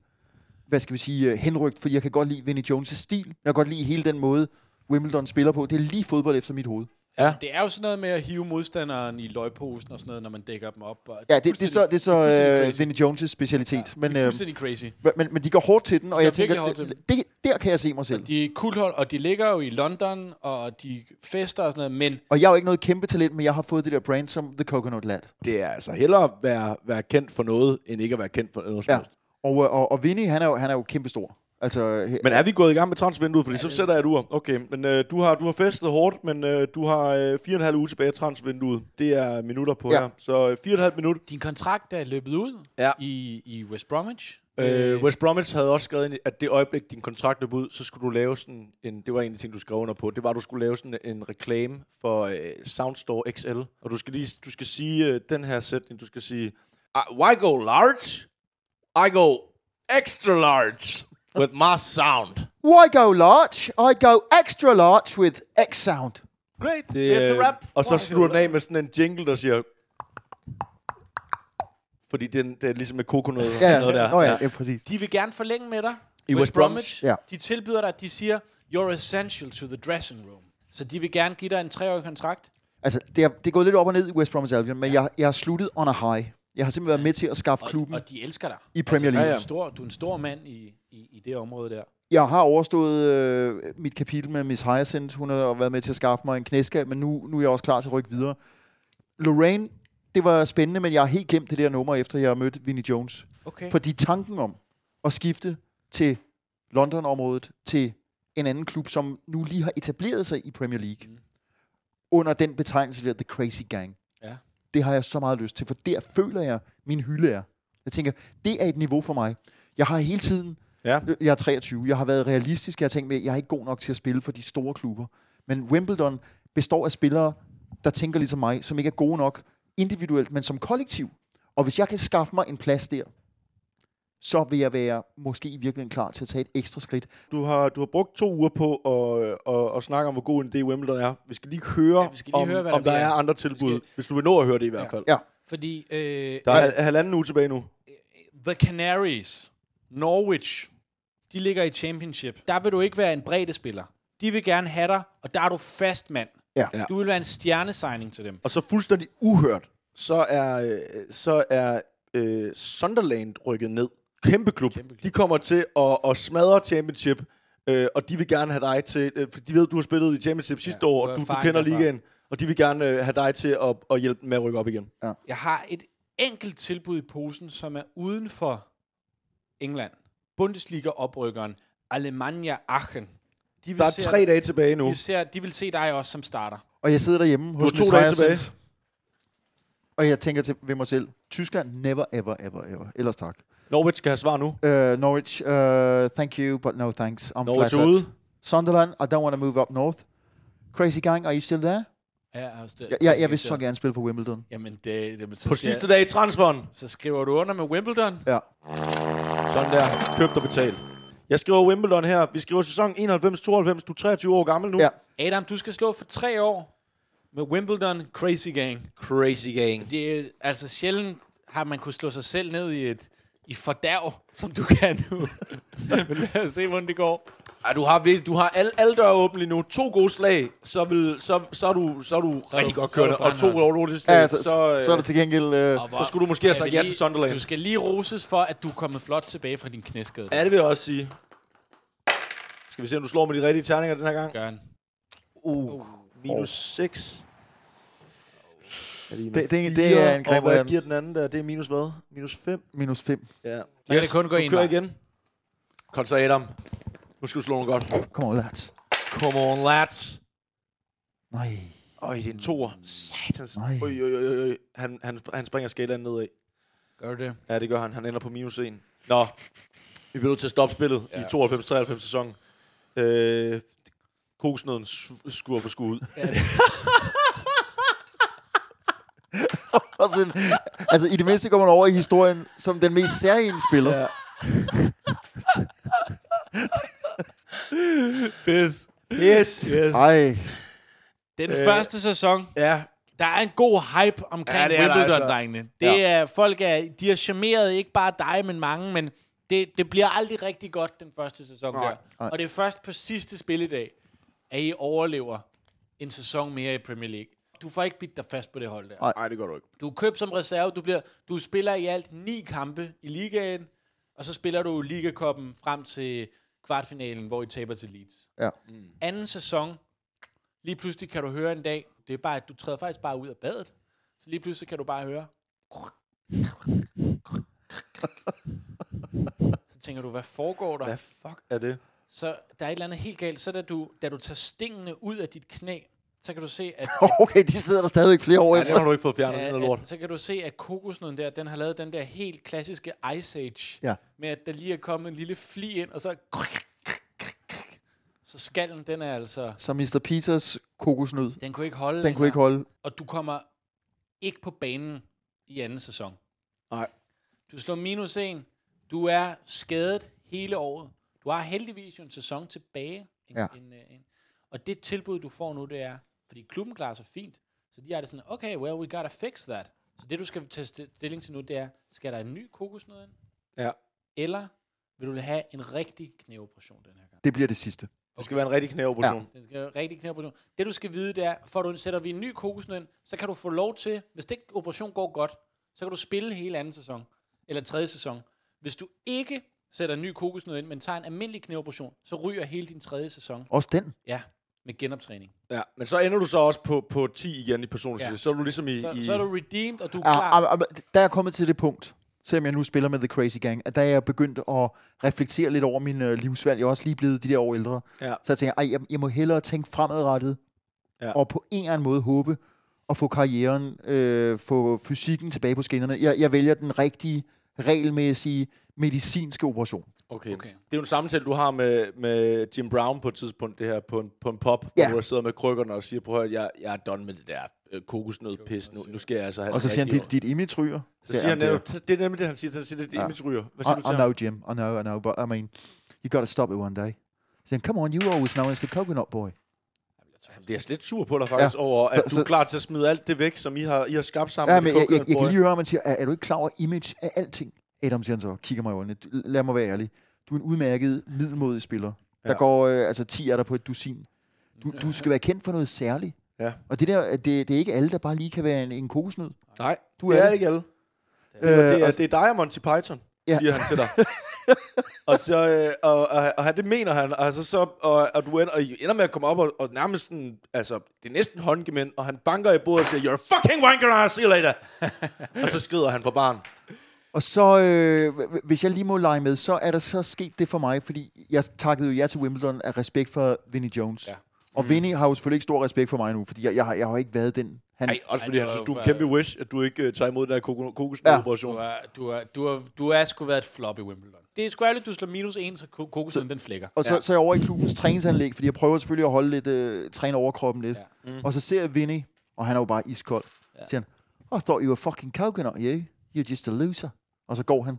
Speaker 4: hvad skal vi sige, øh, henrygt, fordi jeg kan godt lide Vinnie Jones' stil. Jeg kan godt lide hele den måde, Wimbledon spiller på. Det er lige fodbold efter mit hoved.
Speaker 3: Ja. Altså, det er jo sådan noget med at hive modstanderen i løgposen og sådan noget, når man dækker dem op. Og
Speaker 4: Ja, det, det er så, det er så øh,
Speaker 3: fuldstændig
Speaker 4: Vinnie Jones' specialitet. Ja,
Speaker 3: crazy.
Speaker 4: men,
Speaker 3: Det er
Speaker 4: øh,
Speaker 3: fuldstændig crazy.
Speaker 4: men, men de går hårdt til den, og jeg
Speaker 3: virkelig
Speaker 4: tænker,
Speaker 3: hårdt til
Speaker 4: det, det, der kan jeg se mig selv.
Speaker 3: De er kulthold, og de ligger jo i London, og de fester og sådan noget, men
Speaker 4: Og jeg er jo ikke noget kæmpe talent, men jeg har fået det der brand som The Coconut Lad.
Speaker 2: Det er altså hellere at være, være kendt for noget, end ikke at være kendt for noget som
Speaker 4: Ja.
Speaker 2: helst.
Speaker 4: Og, øh, og, og Vinnie, han er jo, han er jo kæmpestor. Altså, he-
Speaker 2: Men er vi gået i gang med transvinduet? Fordi så sætter jeg et ur. Okay, men øh, du, har, du har festet hårdt, men øh, du har øh, fire og en halv uge tilbage af transvinduet. Det er minutter på
Speaker 4: Ja.
Speaker 2: her. Så øh, fire og et halvt minut.
Speaker 3: din kontrakt er løbet ud
Speaker 2: Ja.
Speaker 3: i, i West Bromwich.
Speaker 2: Øh, West Bromwich havde også skrevet, ind, at det øjeblik, din kontrakt løb ud, så skulle du lave sådan en... Det var en af de ting, du skrev under på. Det var, at du skulle lave sådan en reklame for øh, Soundstore XL. Og du skal lige... Du skal sige øh, den her sætning. Du skal sige... "I- Why go large? I go extra large with my sound.
Speaker 4: Why go large? I go extra large with X sound.
Speaker 3: Great,
Speaker 2: Det,
Speaker 3: it's
Speaker 2: øh,
Speaker 3: a rap.
Speaker 2: Og så slutter den af med sådan en jingle, der siger... Fordi den, det er ligesom med kokonød og sådan noget der.
Speaker 4: Nå ja, ja, præcis.
Speaker 3: De vil gerne forlænge med dig.
Speaker 2: I West Bromwich?
Speaker 4: Ja.
Speaker 3: De tilbyder dig, at de siger, you're essential to the dressing room. Så de vil gerne give dig en treårig kontrakt.
Speaker 4: Altså, det er, det er gået lidt op og ned i West Bromwich Albion, men jeg, jeg har sluttet on a high. Jeg har simpelthen været med til at skaffe klubben
Speaker 3: Og de elsker dig. Altså,
Speaker 4: i Premier
Speaker 3: Du
Speaker 4: League.
Speaker 3: er en stor, du er en stor mand i, i, i det område der.
Speaker 4: Jeg har overstået øh, mit kapitel med Miss Hyacinth. Hun har været med til at skaffe mig en knæskab, men nu, nu er jeg også klar til at rykke videre. Lorraine, det var spændende, men jeg har helt glemt det der nummer, efter jeg mødte Vinnie Jones.
Speaker 3: Okay.
Speaker 4: Fordi tanken om at skifte til London-området, til en anden klub, som nu lige har etableret sig i Premier League, mm. under den betegnelse der, The Crazy Gang,
Speaker 3: Ja.
Speaker 4: det har jeg så meget lyst til, for der føler jeg, min hylde er. Jeg tænker, det er et niveau for mig. Jeg har hele tiden,
Speaker 2: Ja.
Speaker 4: øh, jeg er 23, jeg har været realistisk, jeg har tænkt med, jeg er ikke god nok til at spille for de store klubber. Men Wimbledon består af spillere, der tænker ligesom mig, som ikke er gode nok individuelt, men som kollektiv. Og hvis jeg kan skaffe mig en plads der, så vil jeg være måske i virkeligheden klar til at tage et ekstra skridt.
Speaker 2: Du har, du har brugt to uger på at, øh, at, at snakke om, hvor god en idé Wimbledon er. Vi skal lige høre, ja,
Speaker 3: vi skal lige
Speaker 2: om,
Speaker 3: høre, hvad
Speaker 2: om
Speaker 3: der
Speaker 2: der er
Speaker 3: bliver.
Speaker 2: andre tilbud. Hvis du vil nå at høre det i hvert fald.
Speaker 4: Ja,
Speaker 3: Fordi øh,
Speaker 2: Der er hal- halvanden uge tilbage nu.
Speaker 3: The Canaries, Norwich, de ligger i championship. Der vil du ikke være en breddespiller. De vil gerne have dig, og der er du fast mand.
Speaker 4: ja.
Speaker 2: Ja.
Speaker 3: Du vil være en stjernesigning til dem.
Speaker 2: Og så fuldstændig uhørt, så er, øh, så er øh, Sunderland rykket ned. Kæmpe klub. Kæmpe klub. De kommer til at, at smadre championship, øh, og de vil gerne have dig til... Øh, for de ved, du har spillet i championship sidste
Speaker 3: du
Speaker 2: år,
Speaker 3: har
Speaker 2: og du, du
Speaker 3: erfaring
Speaker 2: kender
Speaker 3: derfra.
Speaker 2: ligaen. Og de vil gerne øh, have dig til at, at hjælpe dem med at rykke op igen.
Speaker 3: Jeg har et enkelt tilbud i posen, som er uden for England. Bundesliga-oprykkeren Alemannia Aachen. De vil
Speaker 2: Der
Speaker 3: se-
Speaker 2: er tre dage tilbage nu.
Speaker 3: De, ser, de vil se dig også som starter.
Speaker 4: Og jeg sidder derhjemme
Speaker 2: Du
Speaker 4: hos
Speaker 2: har to
Speaker 4: Miss
Speaker 2: dage
Speaker 4: Hyacinth,
Speaker 2: tilbage.
Speaker 4: og jeg tænker til ved mig selv, Tyskland, never, ever, ever, ever. Ellers tak.
Speaker 2: Norwich skal have svar nu.
Speaker 4: Uh, Norwich, uh, thank you, but no thanks. I'm
Speaker 2: Norwich
Speaker 4: flattered.
Speaker 2: ude.
Speaker 4: Sunderland, I don't want to move up north. Crazy Gang, are you still there?
Speaker 3: Ja, altså, det,
Speaker 4: Ja, jeg, jeg vil så gerne spille for Wimbledon.
Speaker 3: Jamen, det, det, så,
Speaker 2: På
Speaker 3: siger-
Speaker 2: sidste dag i transferen.
Speaker 3: så skriver du under med Wimbledon.
Speaker 4: Ja.
Speaker 2: Sådan der. Købt og betalt. Jeg skriver Wimbledon her. Vi skriver sæson 91-92. Du er 23 år gammel nu.
Speaker 4: ja.
Speaker 3: Adam, du skal slå for tre år med Wimbledon Crazy Gang.
Speaker 2: Crazy gang.
Speaker 3: Det er altså sjældent, har man kunne slå sig selv ned i et i fordærv, som du kan nu. Men lad os se, hvordan det går.
Speaker 2: Ja, du har, vir- du har alle, alle døre åbne lige nu. To gode slag, så, vil, så, så, er, du, så er du rigtig godt kørende. Og to dårlige
Speaker 4: Ja,
Speaker 2: slag,
Speaker 4: altså,
Speaker 2: så,
Speaker 4: så,
Speaker 2: øh,
Speaker 4: så er det til gengæld... Øh,
Speaker 3: Og
Speaker 2: så skulle du måske have
Speaker 3: Jeg
Speaker 2: sagt
Speaker 3: vil
Speaker 2: ja
Speaker 3: lige-
Speaker 2: til Sunderland.
Speaker 3: Du skal lige roses for, at du er kommet flot tilbage fra din knæskade.
Speaker 2: øh, Ja, det vil jeg også sige. Skal vi se, om du slår med de rigtige terninger den her gang?
Speaker 3: Gør han.
Speaker 2: Uh, minus 6.
Speaker 4: Det- det er en- det er en grim
Speaker 2: Og hvad
Speaker 4: verden.
Speaker 2: giver den anden der? Det er minus hvad? Minus 5?
Speaker 4: minus 5.
Speaker 2: Ja. Yes,
Speaker 3: kan det kun
Speaker 2: du
Speaker 3: gå en
Speaker 2: kører
Speaker 3: vej.
Speaker 2: igen. Kom så, Adam. Nu skal du slå nogle godt.
Speaker 4: Kom on, lads.
Speaker 2: Come on, lads.
Speaker 4: Nej.
Speaker 2: Øj, det er en toer. Satans.
Speaker 4: Nej.
Speaker 2: Øj, øj, øj, øj. Han, han, han springer skalaen nedad.
Speaker 3: Gør du det?
Speaker 2: Ja, det gør han. Han ender på minus 1. Nå, vi bliver nødt til at stoppe spillet ja. i 92-93 sæsonen. Øh, kokosnøden s- skur på skud ud.
Speaker 4: Og sådan, altså, i det mindste går man over i historien som den mest særlige spiller. Ja.
Speaker 2: Yes. Yes. yes.
Speaker 4: Ej.
Speaker 3: Den øh. første sæson,
Speaker 2: Ja,
Speaker 3: der er en god hype omkring
Speaker 2: Ja,
Speaker 3: ja,
Speaker 2: det er der
Speaker 3: Wimbledon-drengene. Altså. Det
Speaker 4: Ja.
Speaker 3: er, folk er, de har charmeret ikke bare dig, men mange, men det, det bliver aldrig rigtig godt den første sæson der.
Speaker 4: nej.
Speaker 3: Og det er først på sidste spilledag, at I overlever en sæson mere i Premier League. Du får ikke bidt dig fast på det hold der.
Speaker 4: Nej.
Speaker 2: Nej, det gør du ikke.
Speaker 3: Du er købt som reserve, du, bliver, du spiller i alt ni kampe i ligaen, og så spiller du ligakoppen frem til kvartfinalen, hvor I taber til Leeds.
Speaker 4: Ja.
Speaker 2: Mm.
Speaker 3: Anden sæson, lige pludselig kan du høre en dag, det er bare, at du træder faktisk bare ud af badet, så lige pludselig kan du bare høre. Så tænker du, hvad foregår der?
Speaker 2: Hvad fuck er det?
Speaker 3: Så der er et eller andet helt galt. Så da du, da du tager stingene ud af dit knæ, så kan du se, at
Speaker 4: Okay, de sidder der stadigvæk flere år
Speaker 2: Ja,
Speaker 4: efter.
Speaker 2: det har du ikke fået fjernet.
Speaker 3: Ja,
Speaker 2: Ja, noget lort.
Speaker 3: At, så kan du se, at kokosnøden der, den har lavet den der helt klassiske Ice Age.
Speaker 4: Ja.
Speaker 3: Med at der lige er kommet en lille fli ind, og så... Så skallen, den er altså...
Speaker 4: Så Mr. Peters kokosnød,
Speaker 3: Den kunne ikke holde.
Speaker 4: den kunne ikke holde.
Speaker 3: Og du kommer ikke på banen i anden sæson.
Speaker 2: Nej.
Speaker 3: Du slår minus en. Du er skadet hele året. Du har heldigvis jo en sæson tilbage. En,
Speaker 4: Ja.
Speaker 3: en, øh, en. Og det tilbud, du får nu, det er, fordi klubben klarer sig fint, så de er det sådan, okay, well, we gotta fix that. Så det, du skal tage sti- stilling til nu, det er, skal der en ny kokosnød ind,
Speaker 2: Ja.
Speaker 3: eller vil du have en rigtig knæoperation den her gang?
Speaker 4: Det bliver det sidste.
Speaker 2: Du skal være en rigtig knæoperation.
Speaker 3: Den skal være rigtig knæoperation. Det, du skal vide, det er, får du en, sætter vi en ny kokosnød ind, så kan du få lov til, hvis den operation går godt, så kan du spille hele anden sæson, eller tredje sæson. Hvis du ikke sætter en ny kokosnød ind, men tager en almindelig knæoperation, så ryger hele din tredje sæson.
Speaker 4: Også den.
Speaker 3: Ja, med genoptræning.
Speaker 2: Ja. ja. Men så ender du så også på, på 10 igen i personlig
Speaker 3: Ja.
Speaker 2: ja. Så er du ligesom i...
Speaker 3: Så,
Speaker 2: i
Speaker 3: så er du redeemed, og du er
Speaker 4: Ja,
Speaker 3: klar.
Speaker 4: ah, ah, der er jeg kommet til det punkt, selvom jeg nu spiller med The Crazy Gang, at der er jeg begyndt at reflektere lidt over min øh, livsvalg. Jeg er også lige blevet de der år ældre.
Speaker 2: Ja.
Speaker 4: Så jeg tænker, ej, jeg, jeg må hellere tænke fremadrettet,
Speaker 2: Ja.
Speaker 4: ja. og på en eller anden måde håbe at få karrieren, øh, få fysikken tilbage på skinnerne. Jeg, jeg vælger den rigtige, regelmæssige, medicinske operation.
Speaker 2: Okay. okay.
Speaker 3: Okay.
Speaker 2: Det er jo en samtale, du har med, med Jim Brown på et tidspunkt, det her, på en, på en pop,
Speaker 4: Ja.
Speaker 2: hvor du sidder med krykkerne og siger, prøv at høre, jeg, jeg er done med det der øh, kokosnødpis, nu, nu skal jeg altså have
Speaker 4: Og så
Speaker 2: den
Speaker 4: siger han,
Speaker 2: rigtige
Speaker 4: dit, dit image ryger.
Speaker 2: Så siger han, det, det er nemlig det, han siger. Han siger, det er
Speaker 4: Ja.
Speaker 2: image ryger. Hvad siger du
Speaker 4: I,
Speaker 2: til ham?
Speaker 4: I know, Jim. I know, I know. But I mean, you got to stop it one day. Saying, come on, you were always known as the coconut boy.
Speaker 2: Det er slet lidt sur på dig faktisk, ja.
Speaker 4: Ja.
Speaker 2: over at
Speaker 4: Så-
Speaker 2: du er
Speaker 4: så-
Speaker 2: klar til at smide alt det væk, som I har, I har skabt sammen
Speaker 4: Ja,
Speaker 2: med
Speaker 4: men jeg, jeg, jeg kan
Speaker 2: Coconut
Speaker 4: lige høre, at man siger, er, er du ikke klar over image af alting? Adam siger han så, kigger mig i øjnene. "Du- Lad mig være ærlig. Du er en udmærket, middelmodig spiller. Der
Speaker 2: Ja.
Speaker 4: går, øh, altså 10 er der på et dusin. Du, du skal være kendt for noget særligt.
Speaker 2: Boy. Ja.
Speaker 4: Og det der, at det, det er ikke alle, der bare lige kan være en, en kokosnød.
Speaker 2: Nej,
Speaker 4: Du
Speaker 2: det
Speaker 4: er
Speaker 2: er
Speaker 4: det.
Speaker 2: ikke alle.
Speaker 4: Øh,
Speaker 2: Det er,
Speaker 4: og-
Speaker 2: det er dig og Monty Python, ja.
Speaker 4: Ja.
Speaker 2: siger han til dig. og så øh, og, og, og, han- det mener han, altså så, og, og du ender, og I ender med at komme op og, og nærmest sådan, altså, det er næsten håndgemænd, og han banker i bordet og siger, you're a fucking wanker, I'll see you later. og så skrider han fra barn.
Speaker 4: Og så, øh, h- h- hvis jeg lige må lege med, så er der så sket det for mig, fordi jeg takkede jo jer til Wimbledon af respekt for Vinnie Jones. Ja.
Speaker 2: Mm.
Speaker 4: Og Vinnie har jo selvfølgelig ikke stor respekt for mig nu, fordi jeg, jeg, har, jeg har ikke været den. Han,
Speaker 2: Ej, også fordi
Speaker 3: det
Speaker 2: han
Speaker 3: var
Speaker 2: synes,
Speaker 3: jo
Speaker 2: du er en
Speaker 3: for-
Speaker 2: kæmpe wish, at du ikke øh, tager imod den her kokosnødoperation.
Speaker 3: Du
Speaker 2: Ja.
Speaker 3: er, du, er, du, er, du er sgu været et flop i Wimbledon. Det er sgu ærligt, du slår minus en, så ko- kokosnøden den flækker.
Speaker 4: Og så, ja. så er jeg over i klubbens træningsanlæg, fordi jeg prøver selvfølgelig at holde lidt, øh, træne overkroppen lidt. Ja. Mm. Og så ser jeg Vinny, og han er jo bare iskold. Ja. Siger han, I thought you were fucking coconut, you. You're just a loser. Og så går han.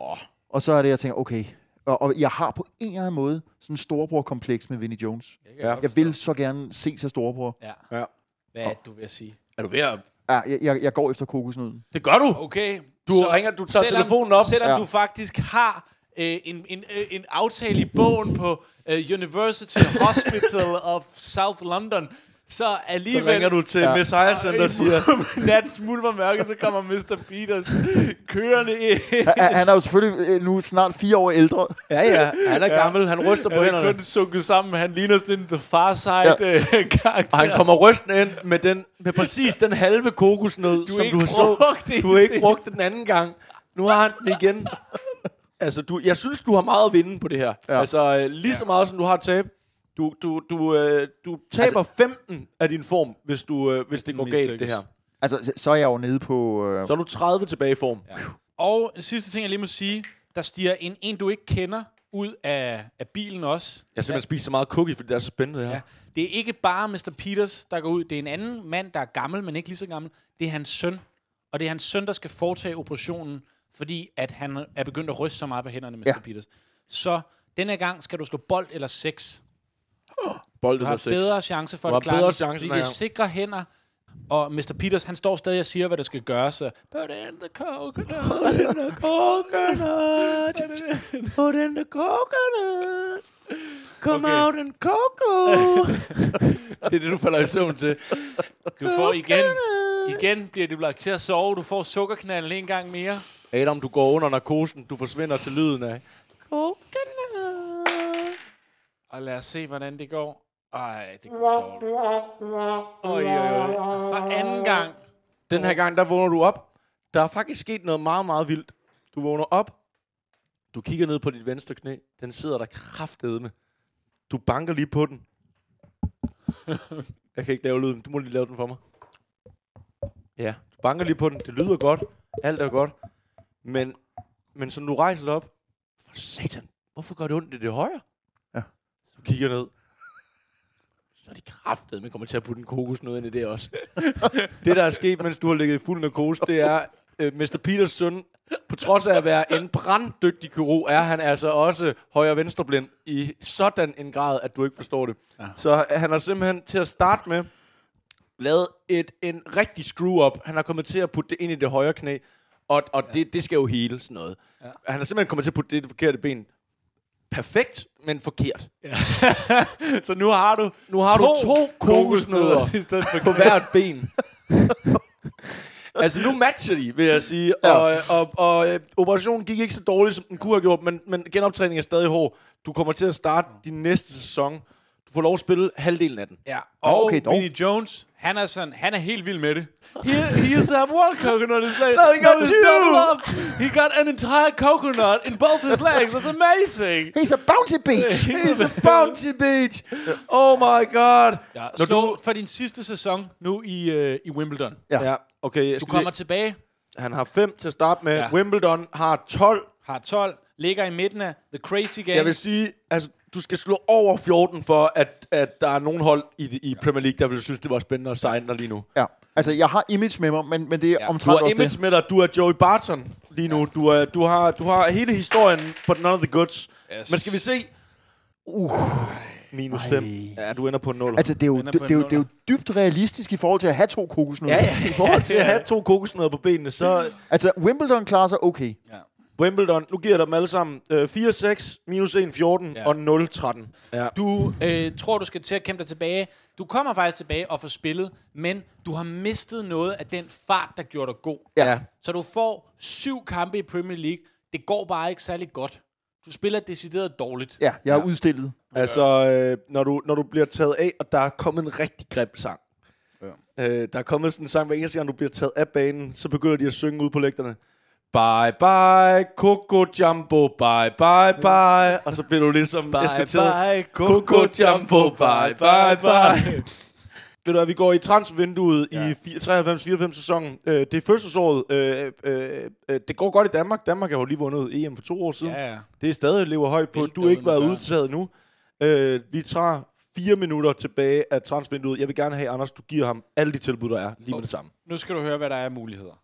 Speaker 2: Åh.
Speaker 4: Og så er det, jeg tænker, okay. Og, og jeg har på en eller anden måde sådan en storebror-kompleks med Vinny Jones.
Speaker 3: kan
Speaker 2: Ja.
Speaker 3: godt
Speaker 4: Jeg
Speaker 3: forstå.
Speaker 4: vil så gerne se sig storebror.
Speaker 3: Ja.
Speaker 2: Ja.
Speaker 3: Hvad er det, du vil sige?
Speaker 2: Er du ved at...
Speaker 4: Ja, jeg, jeg, jeg går efter kokosnøden.
Speaker 2: Det gør du!
Speaker 3: Okay.
Speaker 2: Du ringer- du tager telefonen op.
Speaker 3: Selvom
Speaker 4: Ja.
Speaker 3: du faktisk har øh, en, en, øh, en aftale i bogen på øh, University Hospital of South London, så alligevel...
Speaker 2: Så ringer du til ja. Messiah Center og siger,
Speaker 3: natten smulver mørke, så kommer Mr. Peters kørende ind.
Speaker 4: Han han er jo selvfølgelig øh, nu snart fire år ældre.
Speaker 2: ja ja, han er gammel, han ryster på
Speaker 3: Han er
Speaker 2: hænderne.
Speaker 3: kun sunket sammen. Han ligner sådan en The Far øh, Side-karakter.
Speaker 2: Og han kommer rystende ind med, den, med præcis den halve kokosnød,
Speaker 3: Du har
Speaker 2: som
Speaker 3: ikke
Speaker 2: du så.
Speaker 3: brugt det
Speaker 2: Du har ikke
Speaker 3: til-
Speaker 2: brugt den anden gang. Nu har han den igen. Altså, du, jeg synes, du har meget at vinde på det her. Ja.
Speaker 4: Ja.
Speaker 2: Altså, øh, lige så meget som du har tab. Du, du, du, øh, du taber altså, 15 af din form, hvis, du, øh, hvis det går galt,
Speaker 3: mislykkes.
Speaker 2: det her.
Speaker 4: Altså, så er jeg jo nede på... Øh,
Speaker 2: Så er du 30 tilbage i form. Ja.
Speaker 3: Og en sidste ting, jeg lige må sige. Der stiger en, en du ikke kender, ud af, af bilen også.
Speaker 2: Jeg har simpelthen spist så meget cookie, fordi det er så spændende, det her.
Speaker 3: Ja. Det er ikke bare Mr. Peters, der går ud. Det er en anden mand, der er gammel, men ikke lige så gammel. Det er hans søn. Og det er hans søn, der skal foretage operationen, fordi at han er begyndt at ryste så meget på hænderne, Mr. Ja.
Speaker 4: Ja.
Speaker 3: Peters. Så den her gang skal du slå bold eller sex.
Speaker 2: Boldet
Speaker 3: Du har bedre chance for
Speaker 2: Du
Speaker 3: at
Speaker 2: har
Speaker 3: klare
Speaker 2: bedre
Speaker 3: den,
Speaker 2: chance
Speaker 3: fordi
Speaker 2: den
Speaker 3: det er
Speaker 2: her gang.
Speaker 3: sikre hænder. Og Mr. Peters, han står stadig og siger, hvad der skal gøres. Så, Put in the coconut.
Speaker 2: Coconut, put in the coconut. Come
Speaker 3: Okay.
Speaker 2: out and coco. det er det, du falder i søvn til.
Speaker 3: Du får igen, igen bliver du lagt til at sove. Du får sukkerknalden en gang mere.
Speaker 2: Adam, du går under narkosen. Du forsvinder til lyden af. Coconut.
Speaker 3: Og lad os se, hvordan det går. Ej, det går dårligt. Oj, oj, oj. Og For anden gang.
Speaker 2: Den her gang, der vågner du op. Der er faktisk sket noget meget, meget vildt. Du vågner op. Du kigger ned på dit venstre knæ. Den sidder der kraftedme. Du banker lige på den. Jeg kan ikke lave lyden. Du må lige lave den for mig. Ja, du banker lige på den. Det lyder godt. Alt er godt. Men, men som du rejser dig op. For satan, hvorfor gør det ondt i det højre?
Speaker 4: Ja.
Speaker 2: Så du kigger ned. Så er de kraftedme kommer til at putte en kokosnød ind i det også. Det, der er sket, mens du har ligget i fuld narkose, det er, øh, Mr. Peters søn, på trods af at være en branddygtig kirurg, er han altså også højre-venstreblind i sådan en grad, at du ikke forstår det. Ja. Så han har simpelthen til at starte med lavet et, en rigtig screw-up. Han har kommet til at putte det ind i det højre knæ, og, og ja. det, det skal jo hele sådan noget. Ja. Han har simpelthen kommet til at putte det i det forkerte ben. Perfekt, men forkert.
Speaker 3: Så nu har du
Speaker 2: Nu har to du to kokosnødder
Speaker 3: i stedet for
Speaker 2: på hvert ben. altså, nu matcher de, vil jeg sige.
Speaker 4: Ja.
Speaker 2: Og, og, og øh, operationen gik ikke så dårligt, som den kunne have gjort, men, men genoptræningen er stadig hård. Du kommer til at starte din næste sæson. Du får lov at spille halvdelen af den.
Speaker 3: Ja, og
Speaker 4: okay,
Speaker 3: okay,
Speaker 4: dog.
Speaker 3: Vinnie Jones, han er sådan, han er helt vild med det. He, he used to have one coconut in his leg.
Speaker 2: Now he got
Speaker 3: Now he's
Speaker 2: two.
Speaker 3: double up. He got an entire coconut in both his legs. That's amazing.
Speaker 4: He's a bouncy beach!
Speaker 2: It's a bounty beach! Oh my god!
Speaker 3: Ja,
Speaker 2: Når
Speaker 3: Når
Speaker 2: du,
Speaker 3: du for din sidste sæson nu i, øh, i Wimbledon.
Speaker 4: Ja.
Speaker 2: ja, okay, jeg
Speaker 3: Du
Speaker 2: skal
Speaker 3: kommer
Speaker 2: lige,
Speaker 3: tilbage,
Speaker 2: han har fem til at starte med. Ja.
Speaker 3: Ja.
Speaker 2: Wimbledon har 12.
Speaker 3: har 12, ligger i midten af The Crazy Game.
Speaker 2: Jeg vil sige, altså, du skal slå over 14 for, at, at der er nogen hold i, i Premier League, der vil synes, det var spændende at signe dig lige nu.
Speaker 4: Ja. Altså, jeg har image med mig, men, men det er ja.
Speaker 2: Du
Speaker 4: omtrent
Speaker 2: har
Speaker 4: også
Speaker 2: image
Speaker 4: det.
Speaker 2: med dig. Du er Joey Barton lige nu. Du, er, du, har, du har hele historien på None of the Goods. Yes.
Speaker 3: Yes.
Speaker 2: Men skal vi se... Uh, minus 5. Ja, du ender på 0.
Speaker 4: Altså, det er, jo,
Speaker 3: er
Speaker 4: det,
Speaker 3: på
Speaker 4: det,
Speaker 3: en
Speaker 4: er jo, det er jo
Speaker 3: nuller.
Speaker 4: dybt realistisk i forhold til at have to kokosnødder.
Speaker 2: ja, ja. I forhold til at have to kokosnødder på benene, så...
Speaker 4: Altså, Wimbledon klarer sig okay.
Speaker 2: Wimbledon, nu giver jeg dig dem alle sammen. Øh, 4-6, minus 1, 14 ja.
Speaker 3: Ja.
Speaker 2: og 0, 13. Ja. Du,
Speaker 3: Du øh, tror, du skal til at kæmpe dig tilbage. Du kommer faktisk tilbage og får spillet, men du har mistet noget af den fart, der gjorde dig god.
Speaker 2: ja.
Speaker 3: Så du får syv kampe i Premier League. Det går bare ikke særlig godt. Du spiller decideret dårligt.
Speaker 4: Ja, jeg er ja. udstillet.
Speaker 2: Altså, øh, når, du, når du bliver taget af, og der er kommet en rigtig grim sang. Ja. Øh, der er kommet sådan en sang, hver eneste gang du bliver taget af banen, så begynder de at synge ud på lægterne. Bye bye, Coco Jumbo, bye bye bye. Og så bliver du ligesom bye, eskorteret.
Speaker 3: bye,
Speaker 2: Coco Jumbo, bye bye bye. Ved du hvad, vi går i transfervinduet ja. i 93-94 sæsonen. Øh, det er fødselsåret. Øh, øh, øh, det går godt i Danmark. Danmark har jo lige vundet EM for to år siden.
Speaker 3: Ja, ja.
Speaker 2: Det er stadig lever højt på.
Speaker 3: Hvilket
Speaker 2: Du har ikke været
Speaker 3: udefra.
Speaker 2: udtaget nu. Øh, vi tager fire minutter tilbage af transfervinduet. Jeg vil gerne have, Anders, du giver ham alle de tilbud, der er lige med det samme.
Speaker 3: Nu skal du høre, hvad der er af muligheder.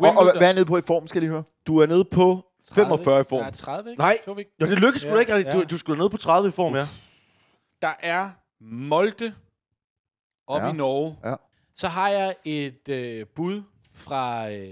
Speaker 4: Og, og hvad er jeg nede på i form, skal I høre?
Speaker 2: Du er nede på 45 i
Speaker 3: Der er
Speaker 2: form.
Speaker 3: 30, ikke?
Speaker 2: Nej,
Speaker 3: Tror vi ikke?
Speaker 2: jo, det lykkedes sgu da
Speaker 3: Ja,
Speaker 2: ikke. rigtigt.
Speaker 3: ja.
Speaker 2: Du, du skulle ned på 30 i form, ja.
Speaker 3: Der er Molde op
Speaker 4: Ja.
Speaker 3: ja. i Norge.
Speaker 4: Ja.
Speaker 3: Så har jeg et øh, bud fra, øh,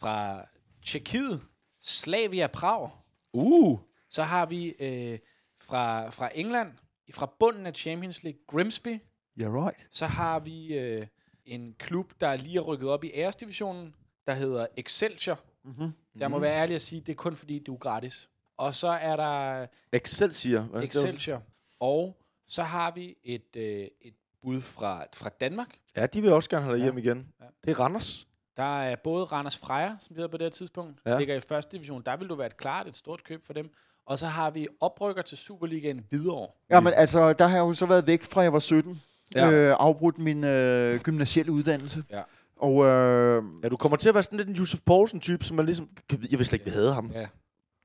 Speaker 3: fra Tjekkiet. Slavia Prag.
Speaker 2: Uh,
Speaker 3: Så har vi øh, fra, fra England, fra bunden af Champions League, Grimsby.
Speaker 4: Yeah, right.
Speaker 3: Så har vi øh, en klub, der lige er rykket op i æresdivisionen, der hedder Excelsior.
Speaker 2: Mhm.
Speaker 4: Mm-hmm.
Speaker 3: Jeg må være ærlig at sige, det er kun fordi, du er gratis. Og så er der
Speaker 2: Excelsior. hvad er Altså, det, det var?
Speaker 3: Excelsior. Og så har vi et, øh, et bud fra, fra Danmark.
Speaker 2: Ja, de vil også gerne have dig hjem igen.
Speaker 3: Ja.
Speaker 2: Det er Randers.
Speaker 3: Der er både Randers Freja, som hedder på det her tidspunkt,
Speaker 2: Ja.
Speaker 3: ja. ligger i første division. Der vil du være et klart, et stort køb for dem. Og så har vi oprykker til Superligaen Hvidovre.
Speaker 4: Jamen altså, der har jeg jo så været væk fra, jeg var 17.
Speaker 2: Ja.
Speaker 4: Ja. Øh, afbrudt min øh, gymnasielle uddannelse.
Speaker 3: Ja.
Speaker 4: Og øh,
Speaker 2: Ja, du kommer til at være sådan lidt en Josef Poulsen-type, som man ligesom... Jeg vidste slet ikke, vi havde ham.
Speaker 3: Ja.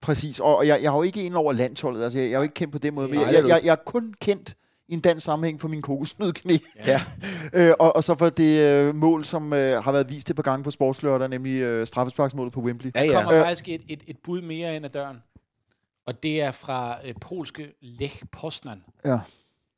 Speaker 4: præcis, og, og jeg, jeg har jo ikke ind over landsholdet. Altså, jeg, jeg er jo ikke kendt på den måde. Men
Speaker 3: Nej,
Speaker 4: jeg,
Speaker 2: det er
Speaker 4: jeg,
Speaker 2: du
Speaker 4: jeg, jeg er kun kendt i en dansk sammenhæng for min kokosnødknæ.
Speaker 2: Ja.
Speaker 4: øh, og, og så for det øh, mål, som øh, har været vist et par gange på sportslørdag, nemlig øh, straffesparksmålet på Wembley.
Speaker 2: Ja,
Speaker 3: Der
Speaker 2: ja.
Speaker 3: kommer
Speaker 4: Øh.
Speaker 3: faktisk et, et, et bud mere ind ad døren. Og det er fra øh, polske Lech Poznan.
Speaker 4: Ja.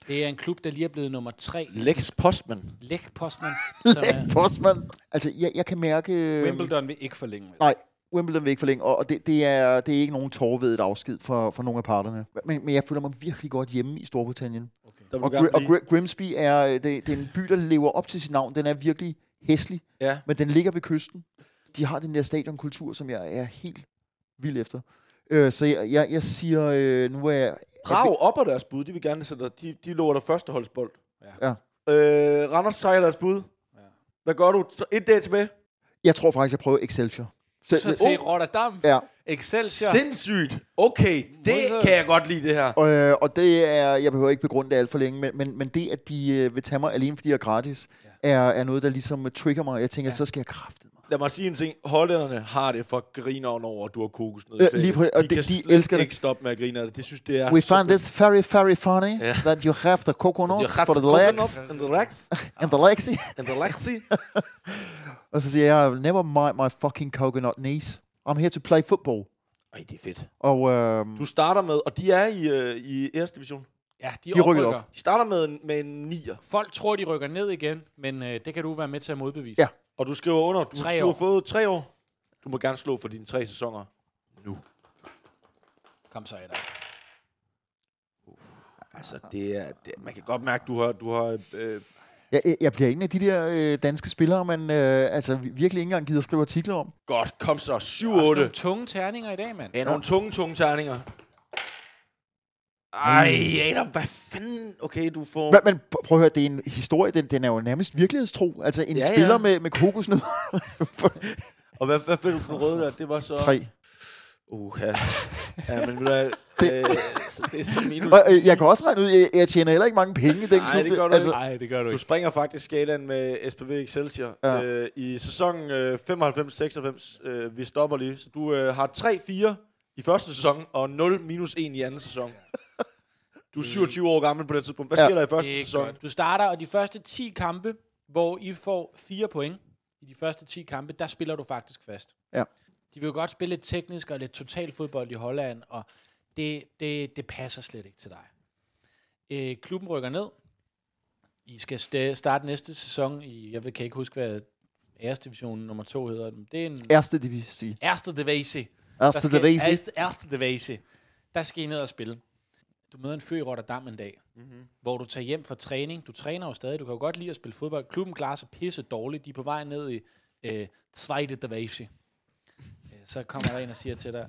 Speaker 3: Det er en klub, der lige er blevet nummer tre.
Speaker 2: Lex Postman.
Speaker 3: Lech Poznan. som er,
Speaker 4: Postman. Altså, jeg, jeg kan mærke... øh,
Speaker 3: Wimbledon vil ikke forlænge med.
Speaker 4: Nej, Wimbledon vil ikke forlænge, og og det, det, er, det er ikke nogen tårvedet afsked for, for nogen af parterne. Men, men jeg føler mig virkelig godt hjemme i Storbritannien.
Speaker 2: Der vil
Speaker 4: Og,
Speaker 2: du gerne
Speaker 4: Gr- og
Speaker 2: blive.
Speaker 4: Gr- Grimsby er, øh, det, det er en by, der lever op til sit navn. Den er virkelig hæslig,
Speaker 2: Ja.
Speaker 4: men den ligger ved kysten. De har den der stadionkultur, som jeg er helt vild efter. Øh, så jeg, jeg, jeg siger, øh, nu er jeg...
Speaker 2: Prag opper deres bud. De vil gerne sætte dig. De, de lover dig førsteholdsbold.
Speaker 4: Ja.
Speaker 2: Øh, Randers trækker deres bud. Ja.
Speaker 3: Ja.
Speaker 2: Hvad gør du? Så Et dag tilbage. Oh,
Speaker 4: Jeg tror faktisk, jeg prøver Excelsior. Så,
Speaker 3: Så til Rotterdam.
Speaker 4: ja,
Speaker 3: Excelsior.
Speaker 2: Sindssygt. Okay, det
Speaker 3: Modtaget.
Speaker 2: kan jeg godt lide det her.
Speaker 4: og, øh, og det er, jeg behøver ikke begrunde det alt for længe, men, men, men det, at de øh, vil tage mig alene, fordi jeg er gratis, ja. er, er noget, der ligesom øh, trigger mig. Jeg tænker, ja. så skal jeg kraftedeme
Speaker 2: Lad mig sige en ting. Hollænderne har det for grineren over, at du har kokosnød.
Speaker 4: Ja, lige præ- og
Speaker 2: de,
Speaker 4: det-
Speaker 2: kan
Speaker 4: de
Speaker 2: slet
Speaker 4: elsker det.
Speaker 2: ikke stoppe med at grine af det. Det synes det er...
Speaker 4: We find this very, very funny
Speaker 2: Yeah.
Speaker 4: that you have the coconuts for the, legs
Speaker 2: And the legs.
Speaker 4: and the legsy.
Speaker 2: And the lexi.
Speaker 4: Og så siger jeg, never mind my fucking coconut knees. I'm here to play football.
Speaker 2: Ej, det er fedt.
Speaker 4: Og øhm,
Speaker 2: Du starter med... Og de er i, øh, i æresdivision. division.
Speaker 3: Ja, de,
Speaker 4: De
Speaker 3: de
Speaker 4: er rykket
Speaker 3: rykker.
Speaker 4: op.
Speaker 3: op.
Speaker 2: De starter med en, med en nier.
Speaker 3: Folk tror, de rykker ned igen, men øh, det kan du være med til at modbevise.
Speaker 4: Ja.
Speaker 2: Og du skriver under. Du,
Speaker 3: Tre
Speaker 2: du har
Speaker 3: år.
Speaker 2: fået tre år. Du må gerne slå for dine tre sæsoner.
Speaker 3: Kom så, Adam.
Speaker 2: Altså, det er, det, man kan godt mærke, du har... Du har øh,
Speaker 4: jeg, jeg- jeg bliver en af de der øh, danske spillere, man øh, altså, virkelig ikke engang gider skrive artikler om.
Speaker 2: godt, kom så.
Speaker 3: Også nogle
Speaker 2: 7-8.
Speaker 3: tunge terninger i dag, mand.
Speaker 2: Ja, nogle tunge, tunge
Speaker 4: Mm.
Speaker 2: terninger. Ej, Adam, hvad fanden? Okay, du får...
Speaker 4: Men, men pr- prøv at høre, det er en historie, den, den er jo nærmest virkelighedstro. Altså en
Speaker 2: Ja,
Speaker 4: ja,
Speaker 2: ja.
Speaker 4: spiller ja. med, med kokosnød.
Speaker 2: Og hvad, hvad fik du på den røde der? Det var så...
Speaker 4: Tre.
Speaker 2: Uha. Ja, men ved du hvad, øh,
Speaker 3: Det er så minus.
Speaker 4: Og øh, jeg kan også regne ud, jeg, jeg tjener heller ikke mange penge i den
Speaker 2: Nej,
Speaker 4: klub.
Speaker 2: det gør du
Speaker 4: altså,
Speaker 2: ikke.
Speaker 3: Nej, det gør du
Speaker 2: Du
Speaker 3: ikke.
Speaker 2: springer faktisk skalaen med SPV Excelsior ja.
Speaker 4: Ja.
Speaker 2: øh, i sæsonen øh, 95-96. Øh, vi stopper lige. Så du øh, har 3-4 i første sæson og 0 minus 1 i anden sæson. Du er 27 år gammel på det tidspunkt. Hvad
Speaker 4: Ja.
Speaker 2: sker der i første
Speaker 3: Det er
Speaker 2: sæson?
Speaker 3: godt. Du starter, og de første 10 kampe, hvor I får 4 point, i de første 10 kampe, der spiller du faktisk fast.
Speaker 4: Ja.
Speaker 3: De vil jo godt spille lidt teknisk og lidt total fodbold i Holland, og det, det, det passer slet ikke til dig. Øh, klubben rykker ned. I skal sta- starte næste sæson i, jeg ved- kan ikke huske, hvad æresdivision nummer 2 hedder. Det er en
Speaker 4: Erste divisi.
Speaker 3: Erste Divise. Der
Speaker 4: Erste
Speaker 3: skal-
Speaker 4: divisi.
Speaker 3: Erste- Erste Divise. Der skal I ned og spille. Du møder en fyr i Rotterdam en dag, mm-hmm. hvor du tager hjem fra træning. Du træner jo stadig. Du kan jo godt lide at spille fodbold. Klubben klarer sig pisse dårligt. De er på vej ned i øh, Zweite Divise. Øh, Så kommer der en og siger til dig,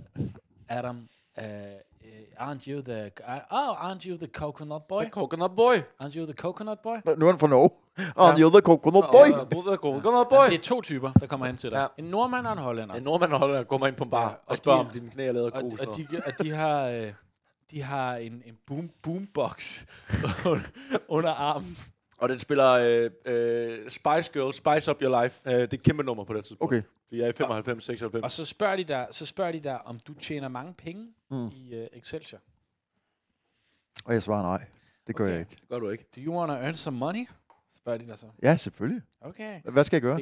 Speaker 3: Adam, uh, aren't you the... oh, aren't you the coconut boy?
Speaker 2: Coconut boy.
Speaker 3: Aren't you the coconut boy?
Speaker 4: Nu er han fra Norge. Og han jøder coconut boy.
Speaker 2: Coconut boy.
Speaker 3: Det er to typer, der kommer hen til dig.
Speaker 2: Ja.
Speaker 3: En nordmand og en hollænder.
Speaker 2: En nordmand og holder kommer ind på en bar ja,
Speaker 3: Ja,
Speaker 2: og,
Speaker 3: og
Speaker 2: spørger,
Speaker 3: de-
Speaker 2: om dine knæ er lavet af
Speaker 3: og,
Speaker 2: kokosnød.
Speaker 3: og, de, og de har øh, de har en, en boom, boombox under armen.
Speaker 2: Og den spiller øh, øh, Spice Girls, Spice Up Your Life. Øh, det er et kæmpe nummer på det tidspunkt.
Speaker 4: Okay.
Speaker 2: Vi er i 95, 96.
Speaker 3: Og så spørger de dig, så spørger de dig om du tjener mange penge mm. i øh, Excelsior.
Speaker 4: Og jeg svarer nej. Det gør okay. jeg ikke.
Speaker 2: det gør du ikke.
Speaker 3: Do you want to earn some money? Spørger de dig så.
Speaker 4: Ja, selvfølgelig.
Speaker 3: Okay.
Speaker 4: Hvad skal jeg gøre?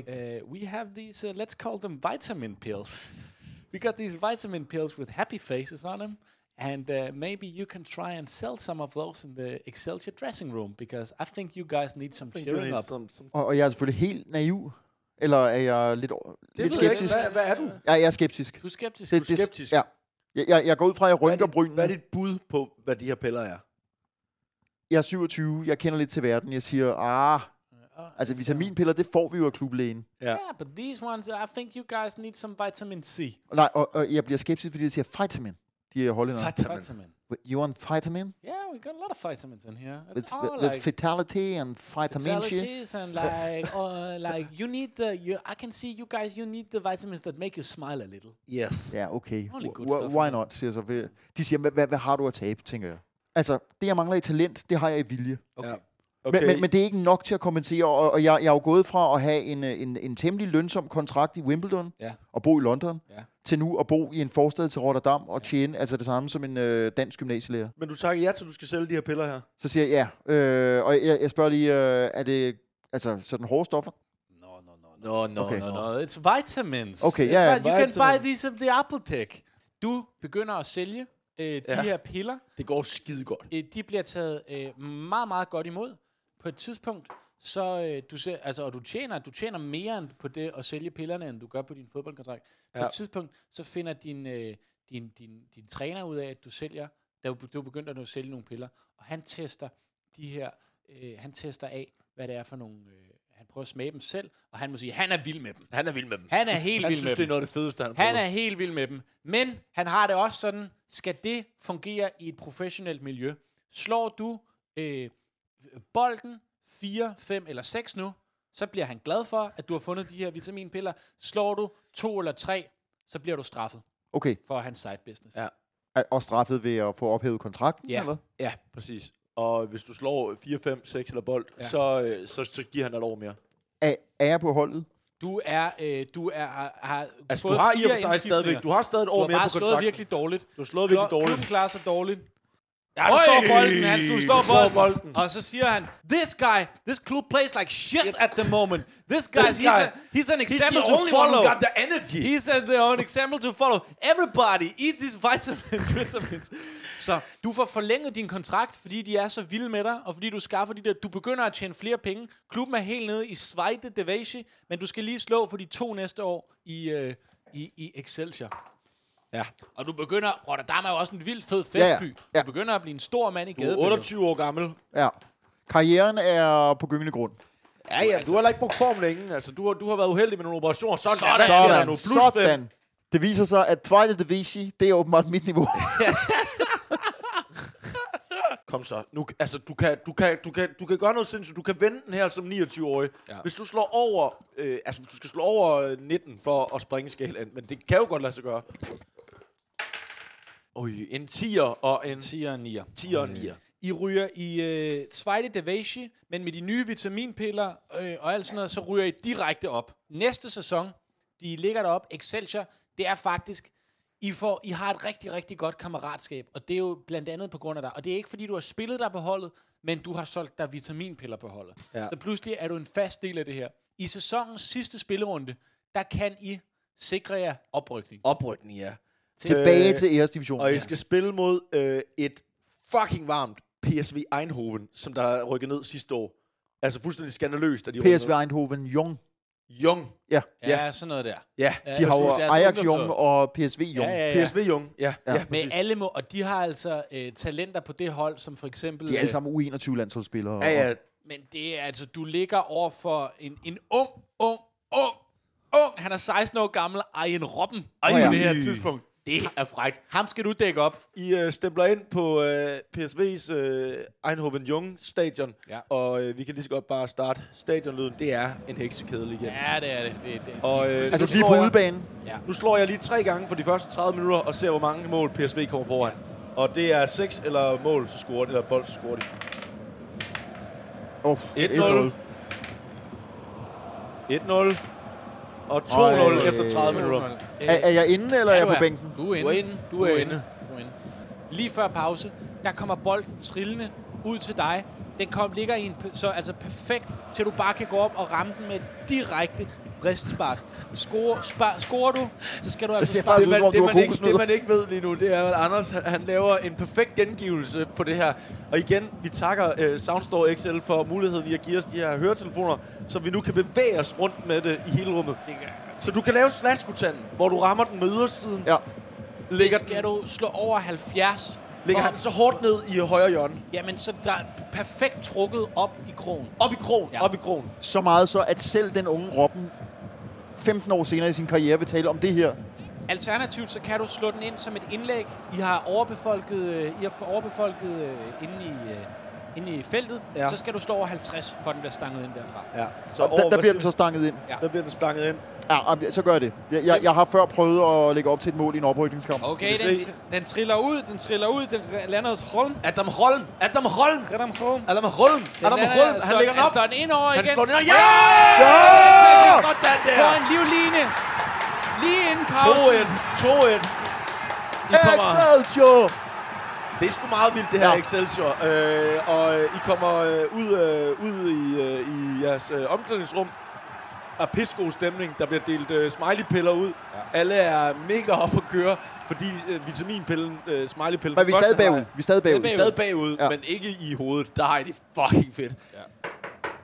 Speaker 3: Uh, we have these, uh, let's call them vitamin pills. We got these vitamin pills with happy faces on them. And uh, maybe you can try and sell some of those in the Excelsior dressing room, because I think you guys need some cheering up.
Speaker 2: Som, som
Speaker 4: Og, og jeg er selvfølgelig helt naiv. Eller er jeg lidt, over- lidt
Speaker 2: ved jeg ikke.
Speaker 4: skeptisk?
Speaker 2: Hvad, hvad er du?
Speaker 4: Ja, jeg er skeptisk.
Speaker 3: Du er skeptisk.
Speaker 4: Det- det-
Speaker 2: skeptisk?
Speaker 4: Ja. Jeg, jeg, jeg går ud fra, at jeg
Speaker 2: Hvad er,
Speaker 4: rynker
Speaker 2: dit,
Speaker 4: brynen.
Speaker 2: hvad er dit bud på, hvad de her piller er?
Speaker 4: Jeg er 27, jeg kender lidt til verden. Jeg siger, ah, altså vitaminpiller, det får vi jo af klublægen.
Speaker 2: Uh,
Speaker 3: Yeah, but these ones, I think you guys need some vitamin C.
Speaker 4: Nej, og, og jeg bliver skeptisk, fordi de siger vitamin. De er hollændere.
Speaker 3: Vitamin.
Speaker 4: You want vitamin?
Speaker 3: Yeah, we got a lot of vitamins in here. It's
Speaker 4: With,
Speaker 3: all
Speaker 4: with
Speaker 3: like
Speaker 4: fatality and vitamin shit.
Speaker 3: vitalities and like, uh, like you need the. You, I can see you guys. You need the vitamins that make you smile a little.
Speaker 2: Yes.
Speaker 4: Ja, okay.
Speaker 3: Only
Speaker 4: Wh-
Speaker 3: good
Speaker 4: wh-
Speaker 3: stuff,
Speaker 4: Why
Speaker 3: man.
Speaker 4: not, siger så. Ved- De siger, "Hvad- hvad hvad har du at tabe, tænker jeg. Altså, det jeg mangler i talent, det har jeg i vilje.
Speaker 3: Okay.
Speaker 2: Ja.
Speaker 4: Okay. Men, men, men det er ikke nok til at kompensere, og, og jeg, jeg er jo gået fra at have en, øh, en, en temmelig lønsom kontrakt i Wimbledon
Speaker 3: Ja.
Speaker 4: og bo i London,
Speaker 3: Ja.
Speaker 4: til nu at bo i en forstad til Rotterdam og tjene altså det samme som en øh, dansk gymnasielærer.
Speaker 2: men du takker ja til, at du skal sælge de her piller her.
Speaker 4: Så siger jeg ja, øh, og jeg, jeg spørger lige, øh, er det altså sådan hårde stoffer?
Speaker 3: No, no, no, no.
Speaker 2: Nå, nå,
Speaker 4: Okay.
Speaker 3: No, no, it's vitamins.
Speaker 4: Okay,
Speaker 3: it's
Speaker 4: ja, ja.
Speaker 3: vi- You can buy
Speaker 2: Vitamin.
Speaker 3: these at the apotek. Du begynder at sælge øh, de
Speaker 2: Ja.
Speaker 3: her piller.
Speaker 2: Det går skide godt.
Speaker 3: Øh, de bliver taget øh, meget, meget godt imod på et tidspunkt. Så øh, du ser, altså, og du tjener, du tjener mere end på det at sælge pillerne, end du gør på din fodboldkontrakt. Ja. På
Speaker 2: Ja.
Speaker 3: et tidspunkt, så finder din, øh, din, din, din træner ud af, at du sælger, da du, du begyndte at sælge nogle piller, og han tester de her, øh, han tester af, hvad det er for nogle, øh, han prøver at smage dem selv, og han må sige, han er vild med dem.
Speaker 2: Han er vild med dem.
Speaker 3: Han er helt
Speaker 2: han
Speaker 3: vild
Speaker 2: synes,
Speaker 3: med
Speaker 2: det er
Speaker 3: dem.
Speaker 2: noget af det fedeste, han,
Speaker 3: Han er helt vild med dem. Men han har det også sådan, skal det fungere i et professionelt miljø? Slår du øh, bolden 4, 5 eller 6 nu, så bliver han glad for, at du har fundet de her vitaminpiller. Slår du 2 eller 3, så bliver du straffet
Speaker 4: Okay,
Speaker 3: for hans side business.
Speaker 2: Ja.
Speaker 4: Er- og straffet ved at få ophævet kontrakten?
Speaker 3: Ja.
Speaker 4: Eller?
Speaker 2: Ja, præcis. Og hvis du slår 4, 5, 6 eller bold,
Speaker 3: Ja.
Speaker 2: ja. så, øh, så, så giver han et år mere.
Speaker 4: Er, er jeg på holdet?
Speaker 3: Du er, øh, du er, har, har
Speaker 2: Altså, du
Speaker 3: fået
Speaker 2: har i og
Speaker 3: fire
Speaker 2: for sig stadigvæk, du
Speaker 3: indskiftninger.
Speaker 2: har stadig et
Speaker 3: du
Speaker 2: år
Speaker 3: har
Speaker 2: mere
Speaker 3: bare
Speaker 2: på
Speaker 3: slået
Speaker 2: kontrakten.
Speaker 3: virkelig dårligt.
Speaker 2: Du har slået virkelig
Speaker 3: Klo-
Speaker 2: dårligt.
Speaker 3: Klubben klarer sig dårligt. Ja,
Speaker 2: Øj!
Speaker 3: du står bolden, han, du står
Speaker 2: Du slår
Speaker 3: bolden.
Speaker 2: bolden.
Speaker 3: Og så siger han, this guy, this club plays like shit at the moment. This guy,
Speaker 2: This
Speaker 3: he's,
Speaker 2: guy,
Speaker 3: a, he's an
Speaker 2: He's
Speaker 3: example
Speaker 2: the
Speaker 3: to
Speaker 2: only
Speaker 3: follow.
Speaker 2: one who got the energy.
Speaker 3: He's an, the only example to follow. Everybody, eat these vitamins, vitamins. Så du får forlænget din kontrakt, fordi de er så vilde med dig, og fordi du skaffer de der... Du begynder at tjene flere penge. Klubben er helt nede i Zweite Division, men du skal lige slå for de to næste år i, øh, i, i Excelsior.
Speaker 2: Ja.
Speaker 3: Og du begynder, Rotterdam er jo også en vild fed festby.
Speaker 4: Ja, ja.
Speaker 3: Ja, ja.
Speaker 4: Ja.
Speaker 3: Du begynder at blive en stor mand i
Speaker 2: Du er
Speaker 3: gaden.
Speaker 2: 28 år gammel.
Speaker 4: Ja. Karrieren er på gyngende grund.
Speaker 2: Ja, ja, du har heller ikke brugt form længe. Altså, du har, du har været uheldig med nogle operationer. Sådan, sådan, der sker der
Speaker 4: Sådan,
Speaker 2: nu. Plus
Speaker 4: sådan. Det viser sig, at Twilight Division, det er åbenbart mit niveau.
Speaker 2: Kom så. Nu, altså, du kan, du, kan, du, kan, du kan gøre noget sindssygt. Du kan vende den her som 29-årig.
Speaker 3: Ja.
Speaker 2: Ja. Hvis du slår over... Øh, altså, du skal slå over øh, 19 for at springe skalaen. Men det kan jo godt lade sig gøre. Oj, en 10'er og
Speaker 4: Mm.
Speaker 2: en
Speaker 3: 10 og 9.
Speaker 2: 10'er og en 9'er.
Speaker 3: I ryger i øh, Zweite Division, men med de nye vitaminpiller øh, og alt sådan noget, så ryger I direkte op. Næste sæson, de ligger derop, Excelsior, det er faktisk, I, får, I har et rigtig, rigtig godt kammeratskab, og det er jo blandt andet på grund af dig. Og det er ikke, fordi du har spillet dig på holdet, men du har solgt dig vitaminpiller på holdet. Ja.
Speaker 2: Ja.
Speaker 3: Så pludselig er du en fast del af det her. I sæsonens sidste spillerunde, der kan I sikre jer oprykning.
Speaker 2: Oprykning, ja.
Speaker 4: Tilbage
Speaker 2: Øh,
Speaker 4: til æresdivisionen.
Speaker 2: Og I skal spille mod øh, et fucking varmt PSV Eindhoven, som der rykkede ned sidste år. Altså fuldstændig skandaløst, at de rykkede
Speaker 4: PSV Eindhoven Jung.
Speaker 2: ned. Jung.
Speaker 4: Ja,
Speaker 3: Ja, ja, sådan noget der.
Speaker 2: Ja.
Speaker 3: Ja,
Speaker 4: de har
Speaker 3: præcis,
Speaker 4: jo
Speaker 3: deres
Speaker 4: Ajax Jung
Speaker 3: ungdomshold.
Speaker 4: og PSV Jung.
Speaker 3: Ja, ja, ja.
Speaker 2: PSV Jung. Ja, ja, ja
Speaker 3: Med
Speaker 2: præcis.
Speaker 3: alle må, og de har altså øh, talenter på det hold, som for eksempel...
Speaker 4: De er alle
Speaker 3: øh,
Speaker 4: sammen U21-landsholdsspillere.
Speaker 2: Ja, ja.
Speaker 3: Men det er altså, du ligger over for en, en ung, ung, ung, ung, han er 16 år gammel, Arjen Robben Ej,
Speaker 4: ja.
Speaker 3: på det her tidspunkt. Det er frækt. Ham skal du dække op.
Speaker 2: I øh, stempler ind på øh, PSV's øh, Eindhoven Jung stadion,
Speaker 3: Ja.
Speaker 2: og øh, vi kan lige så godt bare starte. Stadionlyden, det er en heksekedel igen. Ja.
Speaker 3: Ja, det er det. det, det
Speaker 2: Og, øh,
Speaker 4: Altså,
Speaker 2: nu
Speaker 4: lige
Speaker 2: slår
Speaker 4: på
Speaker 2: jeg-
Speaker 4: udebanen.
Speaker 3: ja.
Speaker 2: Nu slår jeg lige tre gange for de første 30 minutter og ser, hvor mange mål PSV kommer foran. Og det er 6 eller mål, så scorer de, eller bold, så scorer de.
Speaker 4: Oh,
Speaker 2: 1-0. 1-0. Og 2-0
Speaker 4: Ej.
Speaker 2: efter 30 minutter.
Speaker 4: Er, er jeg inde, eller er jeg
Speaker 3: du
Speaker 4: på bænken?
Speaker 3: Du er inde.
Speaker 2: Du er inde.
Speaker 3: Du er inde. Du er inde. Lige før pause, der kommer bolden trillende ud til dig. Den kom, ligger i en p- så altså perfekt, til du bare kan gå op og ramme den med et direkte fristspark. Score, spar, scorer du, så skal du altså
Speaker 4: ser
Speaker 3: spare.
Speaker 4: faktisk ud, som om
Speaker 2: det,
Speaker 4: du har
Speaker 2: man ikke,
Speaker 4: kokosnødder.
Speaker 2: det, man ikke ved lige nu, det er, at Anders han, han laver en perfekt gengivelse på det her. Og igen, vi takker uh, Soundstore XL for muligheden i at give os de her høretelefoner, så vi nu kan bevæge os rundt med det i hele rummet.
Speaker 3: Det kan-
Speaker 2: Så du kan lave slashkutanden, hvor du rammer den med ydersiden,
Speaker 4: Ja.
Speaker 2: Ligger
Speaker 3: Ligger skal du slå over 70.
Speaker 2: Ligger
Speaker 3: for-
Speaker 2: han så hårdt ned i højre hjørne?
Speaker 3: Jamen, så der er perfekt trukket op i krogen.
Speaker 2: Op i krogen, ja.
Speaker 3: Ja.
Speaker 2: op i krogen.
Speaker 4: Så meget så, at selv den unge Robben 15 år senere i sin karriere vil tale om det her.
Speaker 3: Alternativt, så kan du slå den ind som et indlæg. I har overbefolket, øh, I har for- overbefolket øh, inde, i, øh, inde i feltet.
Speaker 2: Ja.
Speaker 3: Ja. Så skal du slå over 50, for at den bliver stanget ind derfra.
Speaker 2: Ja. Så
Speaker 4: Og der, der bliver den så
Speaker 2: så...
Speaker 4: stanget ind.
Speaker 2: der bliver den stanget ind.
Speaker 4: Ja, ah, så gør jeg det. Jeg, jeg, jeg har før prøvet at lægge op til et mål i en oprykningskamp.
Speaker 3: Okay,
Speaker 2: Skal vi
Speaker 3: den,
Speaker 2: se?
Speaker 3: tr- den triller ud, den triller ud, den r- lander hos Holm.
Speaker 2: Adam Holm! Adam Holm!
Speaker 3: Adam Holm.
Speaker 2: Adam Holm! Adam Holm! Han
Speaker 3: slår-
Speaker 2: lægger den op!
Speaker 3: Han slår den ind over
Speaker 2: Han
Speaker 3: igen.
Speaker 2: slår den ind. Ah! Ja!
Speaker 4: Ja!
Speaker 2: Sådan
Speaker 3: Får
Speaker 2: der!
Speaker 3: en livline. Lige inden pausen.
Speaker 2: 2-1. 2-1. I kommer...
Speaker 4: Excelsior!
Speaker 2: Det er sgu meget vildt, det her ja.
Speaker 4: Ja.
Speaker 2: Excelsior. Øh, og øh, I kommer øh, ud, øh, ud i, øh, i jeres øh, omklædningsrum. Og pissegod stemning. Der bliver delt øh, smileypiller ud. Ja. Alle er mega op at køre, fordi øh, vitaminpillen, øh, smileypillen...
Speaker 4: Men vi er stadig bagud. Vi er stadig bagud.
Speaker 2: Vi er stadig bagud, ja.
Speaker 4: Ja.
Speaker 2: men ikke i hovedet. Der har I det fucking fedt. Ja.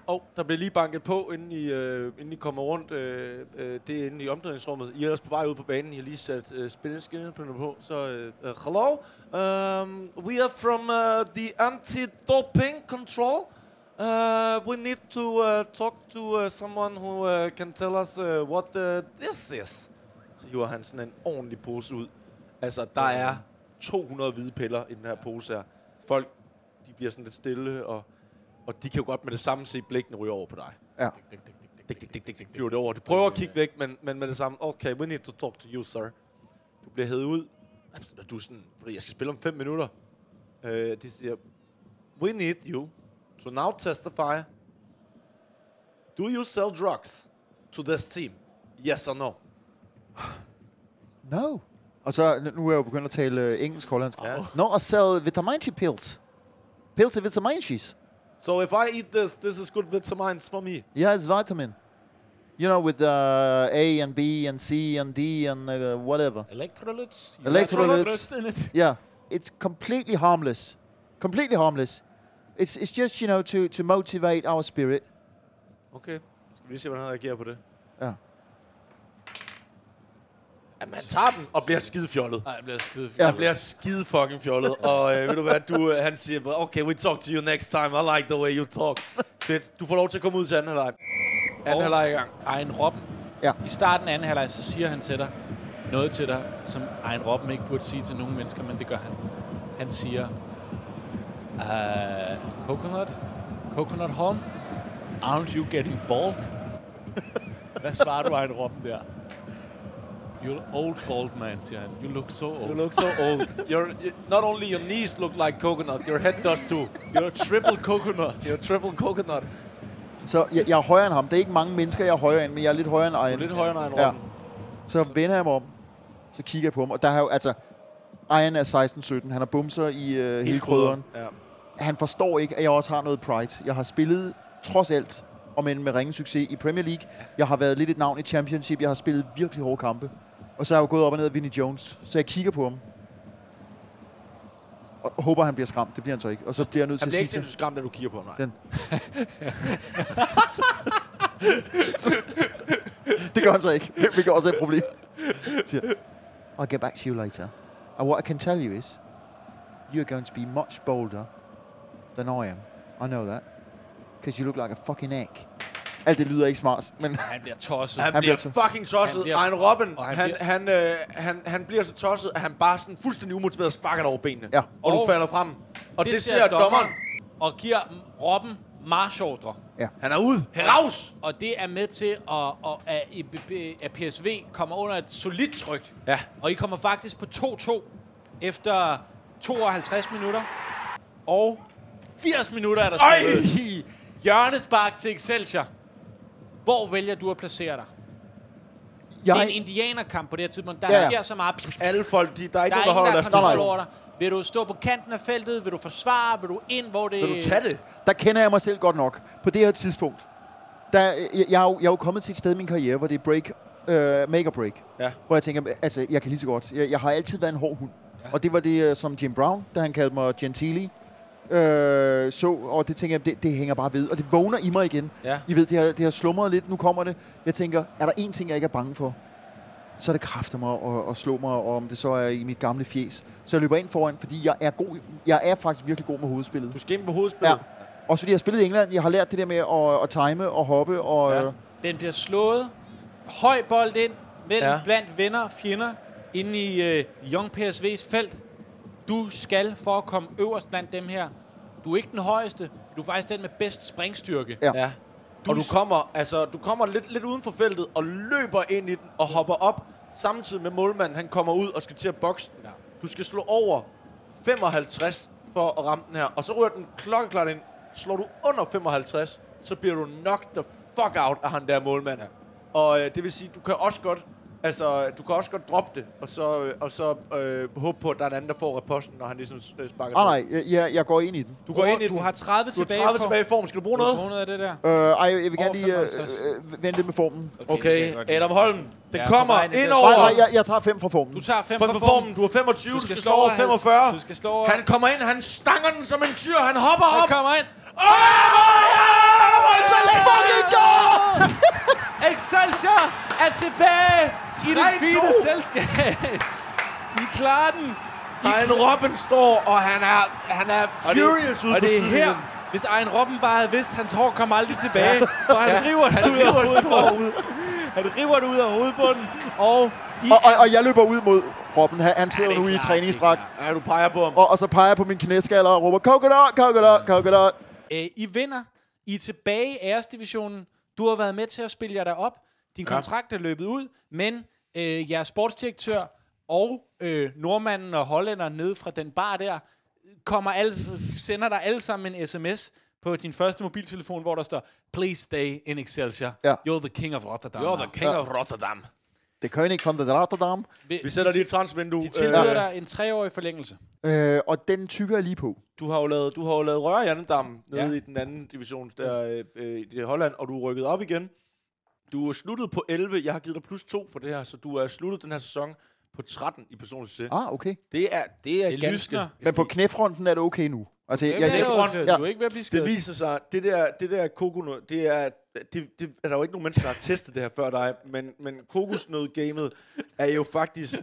Speaker 2: Og der bliver lige banket på, inden I, øh, inden I kommer rundt. Øh, øh, det er inde i omklædningsrummet. I er ellers på vej ud på banen. I har lige sat øh, spilleskillerne på. Så, øh, øh, hello. Um, we are from uh, the anti-doping control. Uh, we need to uh, talk to uh, someone who uh, can tell us uh, what uh, this is. Så hiver han sådan en ordentlig pose ud. Altså, der er 200 hvide piller i den her pose her. Folk, de bliver sådan lidt stille, og, og de kan jo godt med det samme se blikkene ryge over på dig.
Speaker 4: Ja.
Speaker 2: Dik, dik, dik, dik, dik, flyver det over. Du prøver at kigge væk, men, men med det samme. Okay, we need to talk to you, sir. Du bliver hævet ud. Og Du er sådan, "Ved du, jeg skal spille om 5 minutter. Øh, de siger, we need you to now testify. Do you sell drugs to this team? Yes or no?
Speaker 4: No. Og så, nu er jeg jo begyndt at tale øh, engelsk hollandsk. Ja. No, og sell vitaminchi pills. Pills er vitaminchis.
Speaker 2: So if I eat this, this is good vitamins for me.
Speaker 4: Yeah, it's vitamin. You know, with uh, A and B and C and D and uh, whatever.
Speaker 3: Electrolytes.
Speaker 4: Electrolytes. Yeah, it's completely harmless. Completely harmless. It's it's just you know to to motivate our spirit.
Speaker 2: Okay. Skal vi lige se, hvordan han reagerer på det?
Speaker 4: Ja.
Speaker 2: Jamen, han tager den og bliver skide fjollet.
Speaker 3: Nej, jeg bliver skide
Speaker 4: Ja.
Speaker 2: Han bliver skide fucking fjollet. og øh, ved du hvad, du, øh, han siger bare, okay, we talk to you next time. I like the way you talk. Fedt. Du får lov til at komme ud til anden halvleg. Anden halvleg i gang.
Speaker 3: Ejn Robben.
Speaker 4: Ja.
Speaker 3: I starten af anden halvleg, så siger han til dig noget til dig, som Ejn Robben ikke burde sige til nogen mennesker, men det gør han. Han siger, uh, coconut, coconut home, aren't you getting bald? Hvad svarer du Ejn Robben der? You're old bald man, siger han. You look so old.
Speaker 2: You look so old. You're, you- not only your knees look like coconut, your head does too.
Speaker 3: You're a triple coconut.
Speaker 2: You're triple coconut.
Speaker 4: Så jeg, jeg er højere end ham. Det er ikke mange mennesker, jeg er højere end, men jeg er lidt højere end Iron.
Speaker 2: Lidt højere end en
Speaker 4: Ja.
Speaker 2: Robben.
Speaker 4: Så vender jeg mig om, så kigger jeg på ham, og der har jo, altså, Iron er 16-17, han har bumser i øh, hele krydderen.
Speaker 2: Ja.
Speaker 4: Han forstår ikke, at jeg også har noget pride. Jeg har spillet, trods alt, og men med ringen succes i Premier League. Jeg har været lidt et navn i Championship, jeg har spillet virkelig hårde kampe. Og så er jeg jo gået op og ned af Vinnie Jones, så jeg kigger på ham. Og håber, han bliver skræmt. Det bliver han så ikke. Og så bliver jeg nødt
Speaker 2: Han
Speaker 4: til
Speaker 2: bliver
Speaker 4: at
Speaker 2: ikke
Speaker 4: sige
Speaker 2: sindssygt
Speaker 4: til...
Speaker 2: skræmt, da du kigger på ham. nej.
Speaker 4: Den. Det gør han så ikke. Det gør også et problem. Siger, I'll get back to you later. And what I can tell you is, you're going to be much bolder than I am. I know that. Because you look like a fucking egg. Alt det lyder ikke smart, men
Speaker 3: Han bliver tosset.
Speaker 2: Han,
Speaker 4: Han
Speaker 2: bliver,
Speaker 4: bliver
Speaker 2: fucking tosset.
Speaker 3: Han
Speaker 2: Bliver,
Speaker 3: bliver-
Speaker 2: Ejn Robben,
Speaker 3: Og
Speaker 2: han,
Speaker 3: han
Speaker 2: han, han, øh, han, han bliver så tosset, at han bare sådan fuldstændig umotiveret sparker dig over benene.
Speaker 4: Ja.
Speaker 2: Og du
Speaker 3: Og-
Speaker 2: falder frem. Og det, det ser dommeren.
Speaker 3: og giver Robben marchordre.
Speaker 2: Han er ude. Heraus!
Speaker 3: Og det er med til, at, at, at, I- be- at PSV kommer under et solidt tryk.
Speaker 2: Ja.
Speaker 3: Og I kommer faktisk på 2-2 efter 52 minutter. Og 80 minutter er der
Speaker 2: Ej!
Speaker 3: spillet. Hjørnespark til Excelsior. Hvor vælger du at placere dig? Det er en
Speaker 4: jeg...
Speaker 3: indianerkamp på det her tidspunkt. Der
Speaker 4: Ja, ja.
Speaker 3: sker så meget.
Speaker 2: Alle folk, de, der er ikke
Speaker 3: Der er
Speaker 2: nogen, der holder
Speaker 3: ingen, der
Speaker 2: deres
Speaker 3: kontrollerer dig. Vil du stå på kanten af feltet? Vil du forsvare? Vil du ind, hvor det...
Speaker 2: Vil du tage det?
Speaker 4: Der kender jeg mig selv godt nok. På det her tidspunkt. Der, jeg, jeg, er jo, jeg er jo kommet til et sted i min karriere, hvor det er break, øh, make or break.
Speaker 2: Ja.
Speaker 4: Hvor jeg tænker, altså, jeg kan lige så godt. Jeg, jeg har altid været en hård hund. Ja. Og det var det, øh, som Jim Brown, da han kaldte mig Gentili, øh, så. Og det tænker jeg, det, det hænger bare ved. Og det vågner i mig igen.
Speaker 2: Ja.
Speaker 4: I ved, det har, det har slumret lidt. Nu kommer det. Jeg tænker, er der én ting, jeg ikke er bange for? så er det kræfter mig og, og slå mig, og om det så er i mit gamle fjes. Så jeg løber ind foran, fordi jeg er, god, jeg er faktisk virkelig god med hovedspillet.
Speaker 2: Du skal ind på hovedspillet.
Speaker 4: Ja. Også fordi jeg har spillet i England, jeg har lært det der med at, at time og hoppe. Og, øh, ja.
Speaker 3: Den bliver slået. Høj bold ind mellem
Speaker 2: Ja.
Speaker 3: ja. blandt venner og fjender inde i øh, Young PSV's felt. Du skal for at komme øverst blandt dem her. Du er ikke den højeste. Du er faktisk den med bedst springstyrke.
Speaker 4: Ja.
Speaker 2: Ja. Du og du kommer, altså, du kommer lidt, lidt uden for feltet og løber ind i den og hopper op, samtidig med målmanden, han kommer ud og skal til at bokse den. Du skal slå over 55 for at ramme den her, og så rører den klokkeklart ind. Slår du under 55, så bliver du knocked the fuck out af han der målmand. Ja. Og øh, det vil sige, du kan også godt, altså, du kan også godt droppe det, og så, øh, og så øh, håbe på, at der er en anden, der får reposten, når han ligesom øh, sparker
Speaker 4: Ah,
Speaker 2: den.
Speaker 4: nej, jeg- jeg, jeg går ind i den.
Speaker 2: Du går ind i
Speaker 3: du
Speaker 2: den.
Speaker 3: har 30
Speaker 2: du har
Speaker 3: tilbage.
Speaker 2: 30
Speaker 3: for-
Speaker 2: tilbage i form. Skal du bruge
Speaker 3: Du
Speaker 2: noget?
Speaker 3: har noget af det der.
Speaker 4: Øh, ej, jeg vil gerne
Speaker 3: Over
Speaker 4: lige øh,
Speaker 3: 55.
Speaker 4: øh, vente lidt med formen.
Speaker 2: Okay, Adam Holm, den
Speaker 3: Ja,
Speaker 2: kommer
Speaker 3: på vejen, det
Speaker 2: ind
Speaker 3: er
Speaker 4: Nej,
Speaker 2: over.
Speaker 4: nej, jeg, jeg tager fem fra formen.
Speaker 3: Du tager 5
Speaker 2: For, for formen, du er 25, du skal, slå over 45.
Speaker 3: Du skal slå over.
Speaker 2: Han kommer ind, han stanger den som en tyr, han hopper
Speaker 3: Han
Speaker 2: op.
Speaker 3: kommer ind.
Speaker 2: Åh, oh, it's a fucking goal!
Speaker 3: Excelsior er tilbage i det
Speaker 2: 3-2.
Speaker 3: fine selskab. I klarer den.
Speaker 2: Ryan Robben står, og han er, han er furious ude
Speaker 3: og
Speaker 2: på
Speaker 3: det er her,
Speaker 2: sidelinjen.
Speaker 3: hvis Ejn Robben bare havde vidst, hans hår kom aldrig tilbage, og han
Speaker 2: Ja,
Speaker 3: river det
Speaker 2: han
Speaker 3: ud af
Speaker 2: river sit hår
Speaker 3: hovedbunden. Han river det ud af hovedbunden, og i
Speaker 4: Og, og, og jeg løber ud mod Robben. Han, han sidder
Speaker 3: det er
Speaker 4: nu i
Speaker 3: klart,
Speaker 4: træningsdragt.
Speaker 3: det er
Speaker 2: Ja, du peger på ham.
Speaker 4: Og, og så peger jeg på min knæskaller og råber, coconut, coconut, coconut.
Speaker 3: Øh, I vinder. I er tilbage i æresdivisionen. Du har været med til at spille jer derop. Din ja. kontrakt er løbet ud, men øh, jeres sportsdirektør og øh, nordmanden og hollænderen nede fra den bar der, kommer alle, sender dig alle sammen en sms på din første mobiltelefon, hvor der står, please stay in Excelsior.
Speaker 4: Ja.
Speaker 3: You're the king of Rotterdam.
Speaker 2: You're the king of Rotterdam.
Speaker 4: Det kan ikke komme til Rotterdam.
Speaker 3: Vi,
Speaker 2: Vi sætter lige et transvindue.
Speaker 3: de tilbyder
Speaker 2: Øh,
Speaker 3: dig en treårig forlængelse.
Speaker 4: Øh, og den tykker jeg lige på.
Speaker 2: Du har jo lavet, du har jo lavet rør i Annendam nede ja.
Speaker 3: Ja.
Speaker 2: i den anden division der øh, øh, i det Holland, og du er rykket op igen. Du er sluttet på 11. Jeg har givet dig plus 2 for det her, så du er sluttet den her sæson på 13 i personlig succes. Ah.
Speaker 4: Ah, okay.
Speaker 2: Det er, det er
Speaker 3: Det
Speaker 2: ganske...
Speaker 3: lysner.
Speaker 4: Men på knæfronten er det okay nu. Altså, jeg,
Speaker 3: det er
Speaker 4: jeg,
Speaker 2: knæfronten.
Speaker 3: jo-
Speaker 4: ja.
Speaker 3: Du er ikke ved at blive
Speaker 2: Det
Speaker 3: skadet.
Speaker 2: viser sig, det der, det der kokosnød, det er, det, det er der jo ikke nogen mennesker, der har testet det her før dig, men, men kokosnød-gamet er jo faktisk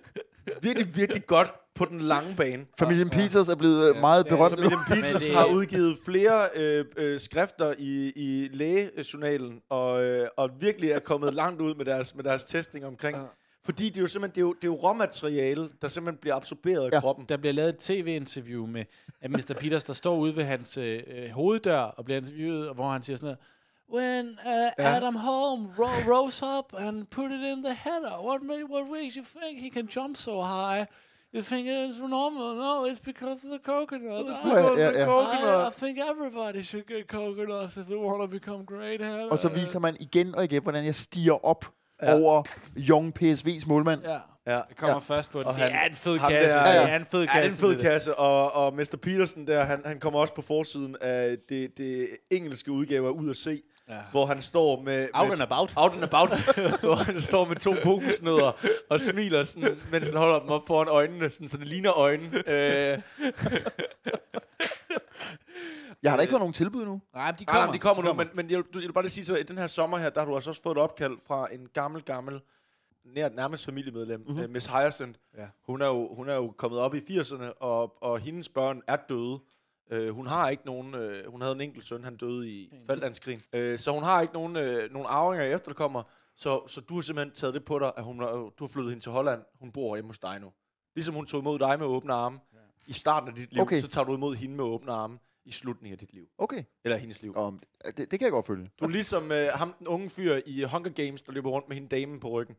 Speaker 2: virkelig, virkelig godt på den lange bane.
Speaker 4: familien Peters er blevet øh, meget berømt. nu.
Speaker 2: William Peters
Speaker 3: det-
Speaker 2: har udgivet flere øh, øh, skrifter i, i lægejournalen, og, øh, og virkelig er kommet langt ud med deres, med deres testing omkring. Fordi det er jo simpelthen det er jo, det er jo råmateriale, der simpelthen bliver absorberet ja.
Speaker 4: Ja.
Speaker 2: af kroppen.
Speaker 3: Der bliver lavet et tv-interview med af Mr. Peters, der står ude ved hans øh, hoveddør og bliver interviewet, og hvor han siger sådan noget, When uh, Adam Holm ro- rose up and put it in the header, what, ma- what makes you think he can jump so high? You think it's normal? No, it's because of the coconut. I,
Speaker 4: because of the
Speaker 3: I, I think everybody should get coconuts if they want to become great header.
Speaker 4: Og så viser man igen og igen, hvordan jeg stiger op over Young PSV's målmand.
Speaker 3: Ja,
Speaker 2: Ja.
Speaker 3: det kommer ja. først på den.
Speaker 2: han-
Speaker 3: det er en fed
Speaker 2: ham
Speaker 3: kasse.
Speaker 2: der-
Speaker 3: det er en fed
Speaker 2: Ja, det er
Speaker 3: kasse.
Speaker 2: en fed
Speaker 3: det der.
Speaker 2: kasse, og, og Mr. Petersen der, han, han kommer også på forsiden af det, det engelske udgave af Ud at Se, ja. hvor han står med...
Speaker 3: Out
Speaker 2: med
Speaker 3: and about.
Speaker 2: Out and about, hvor han står med to kokosnødder og smiler, sådan, mens han holder dem op foran øjnene, sådan, så det ligner øjne. Øh,
Speaker 4: Jeg har da ikke fået nogen tilbud nu.
Speaker 3: Nej, men de
Speaker 2: Nej,
Speaker 3: kommer.
Speaker 2: nej, de kommer nu, men, men jeg, du, jeg vil bare lige sige til dig, at den her sommer her, der har du altså også fået et opkald fra en gammel, gammel, nær, nærmest familiemedlem, mm-hmm. uh, Miss Hyacinth.
Speaker 3: Ja.
Speaker 2: Hun, er jo, hun er jo kommet op i 80'erne, og, og hendes børn er døde. Uh, hun har ikke nogen, uh, hun havde en enkelt søn, han døde i Falklandskrigen. Uh, så hun har ikke nogen, uh, nogen arvinger efter, der kommer. Så, så du har simpelthen taget det på dig, at hun, har- du har flyttet hende til Holland. Hun bor hjemme hos dig nu. Ligesom hun tog imod dig med åbne arme. I starten af dit liv,
Speaker 4: Okay.
Speaker 2: så tager du imod hende med åbne arme i slutningen af dit liv.
Speaker 4: Okay.
Speaker 2: Eller hendes liv.
Speaker 4: Om, det, det kan jeg godt følge.
Speaker 2: Du er ligesom øh, ham, den unge fyr i Hunger Games, der løber rundt med hende damen på ryggen.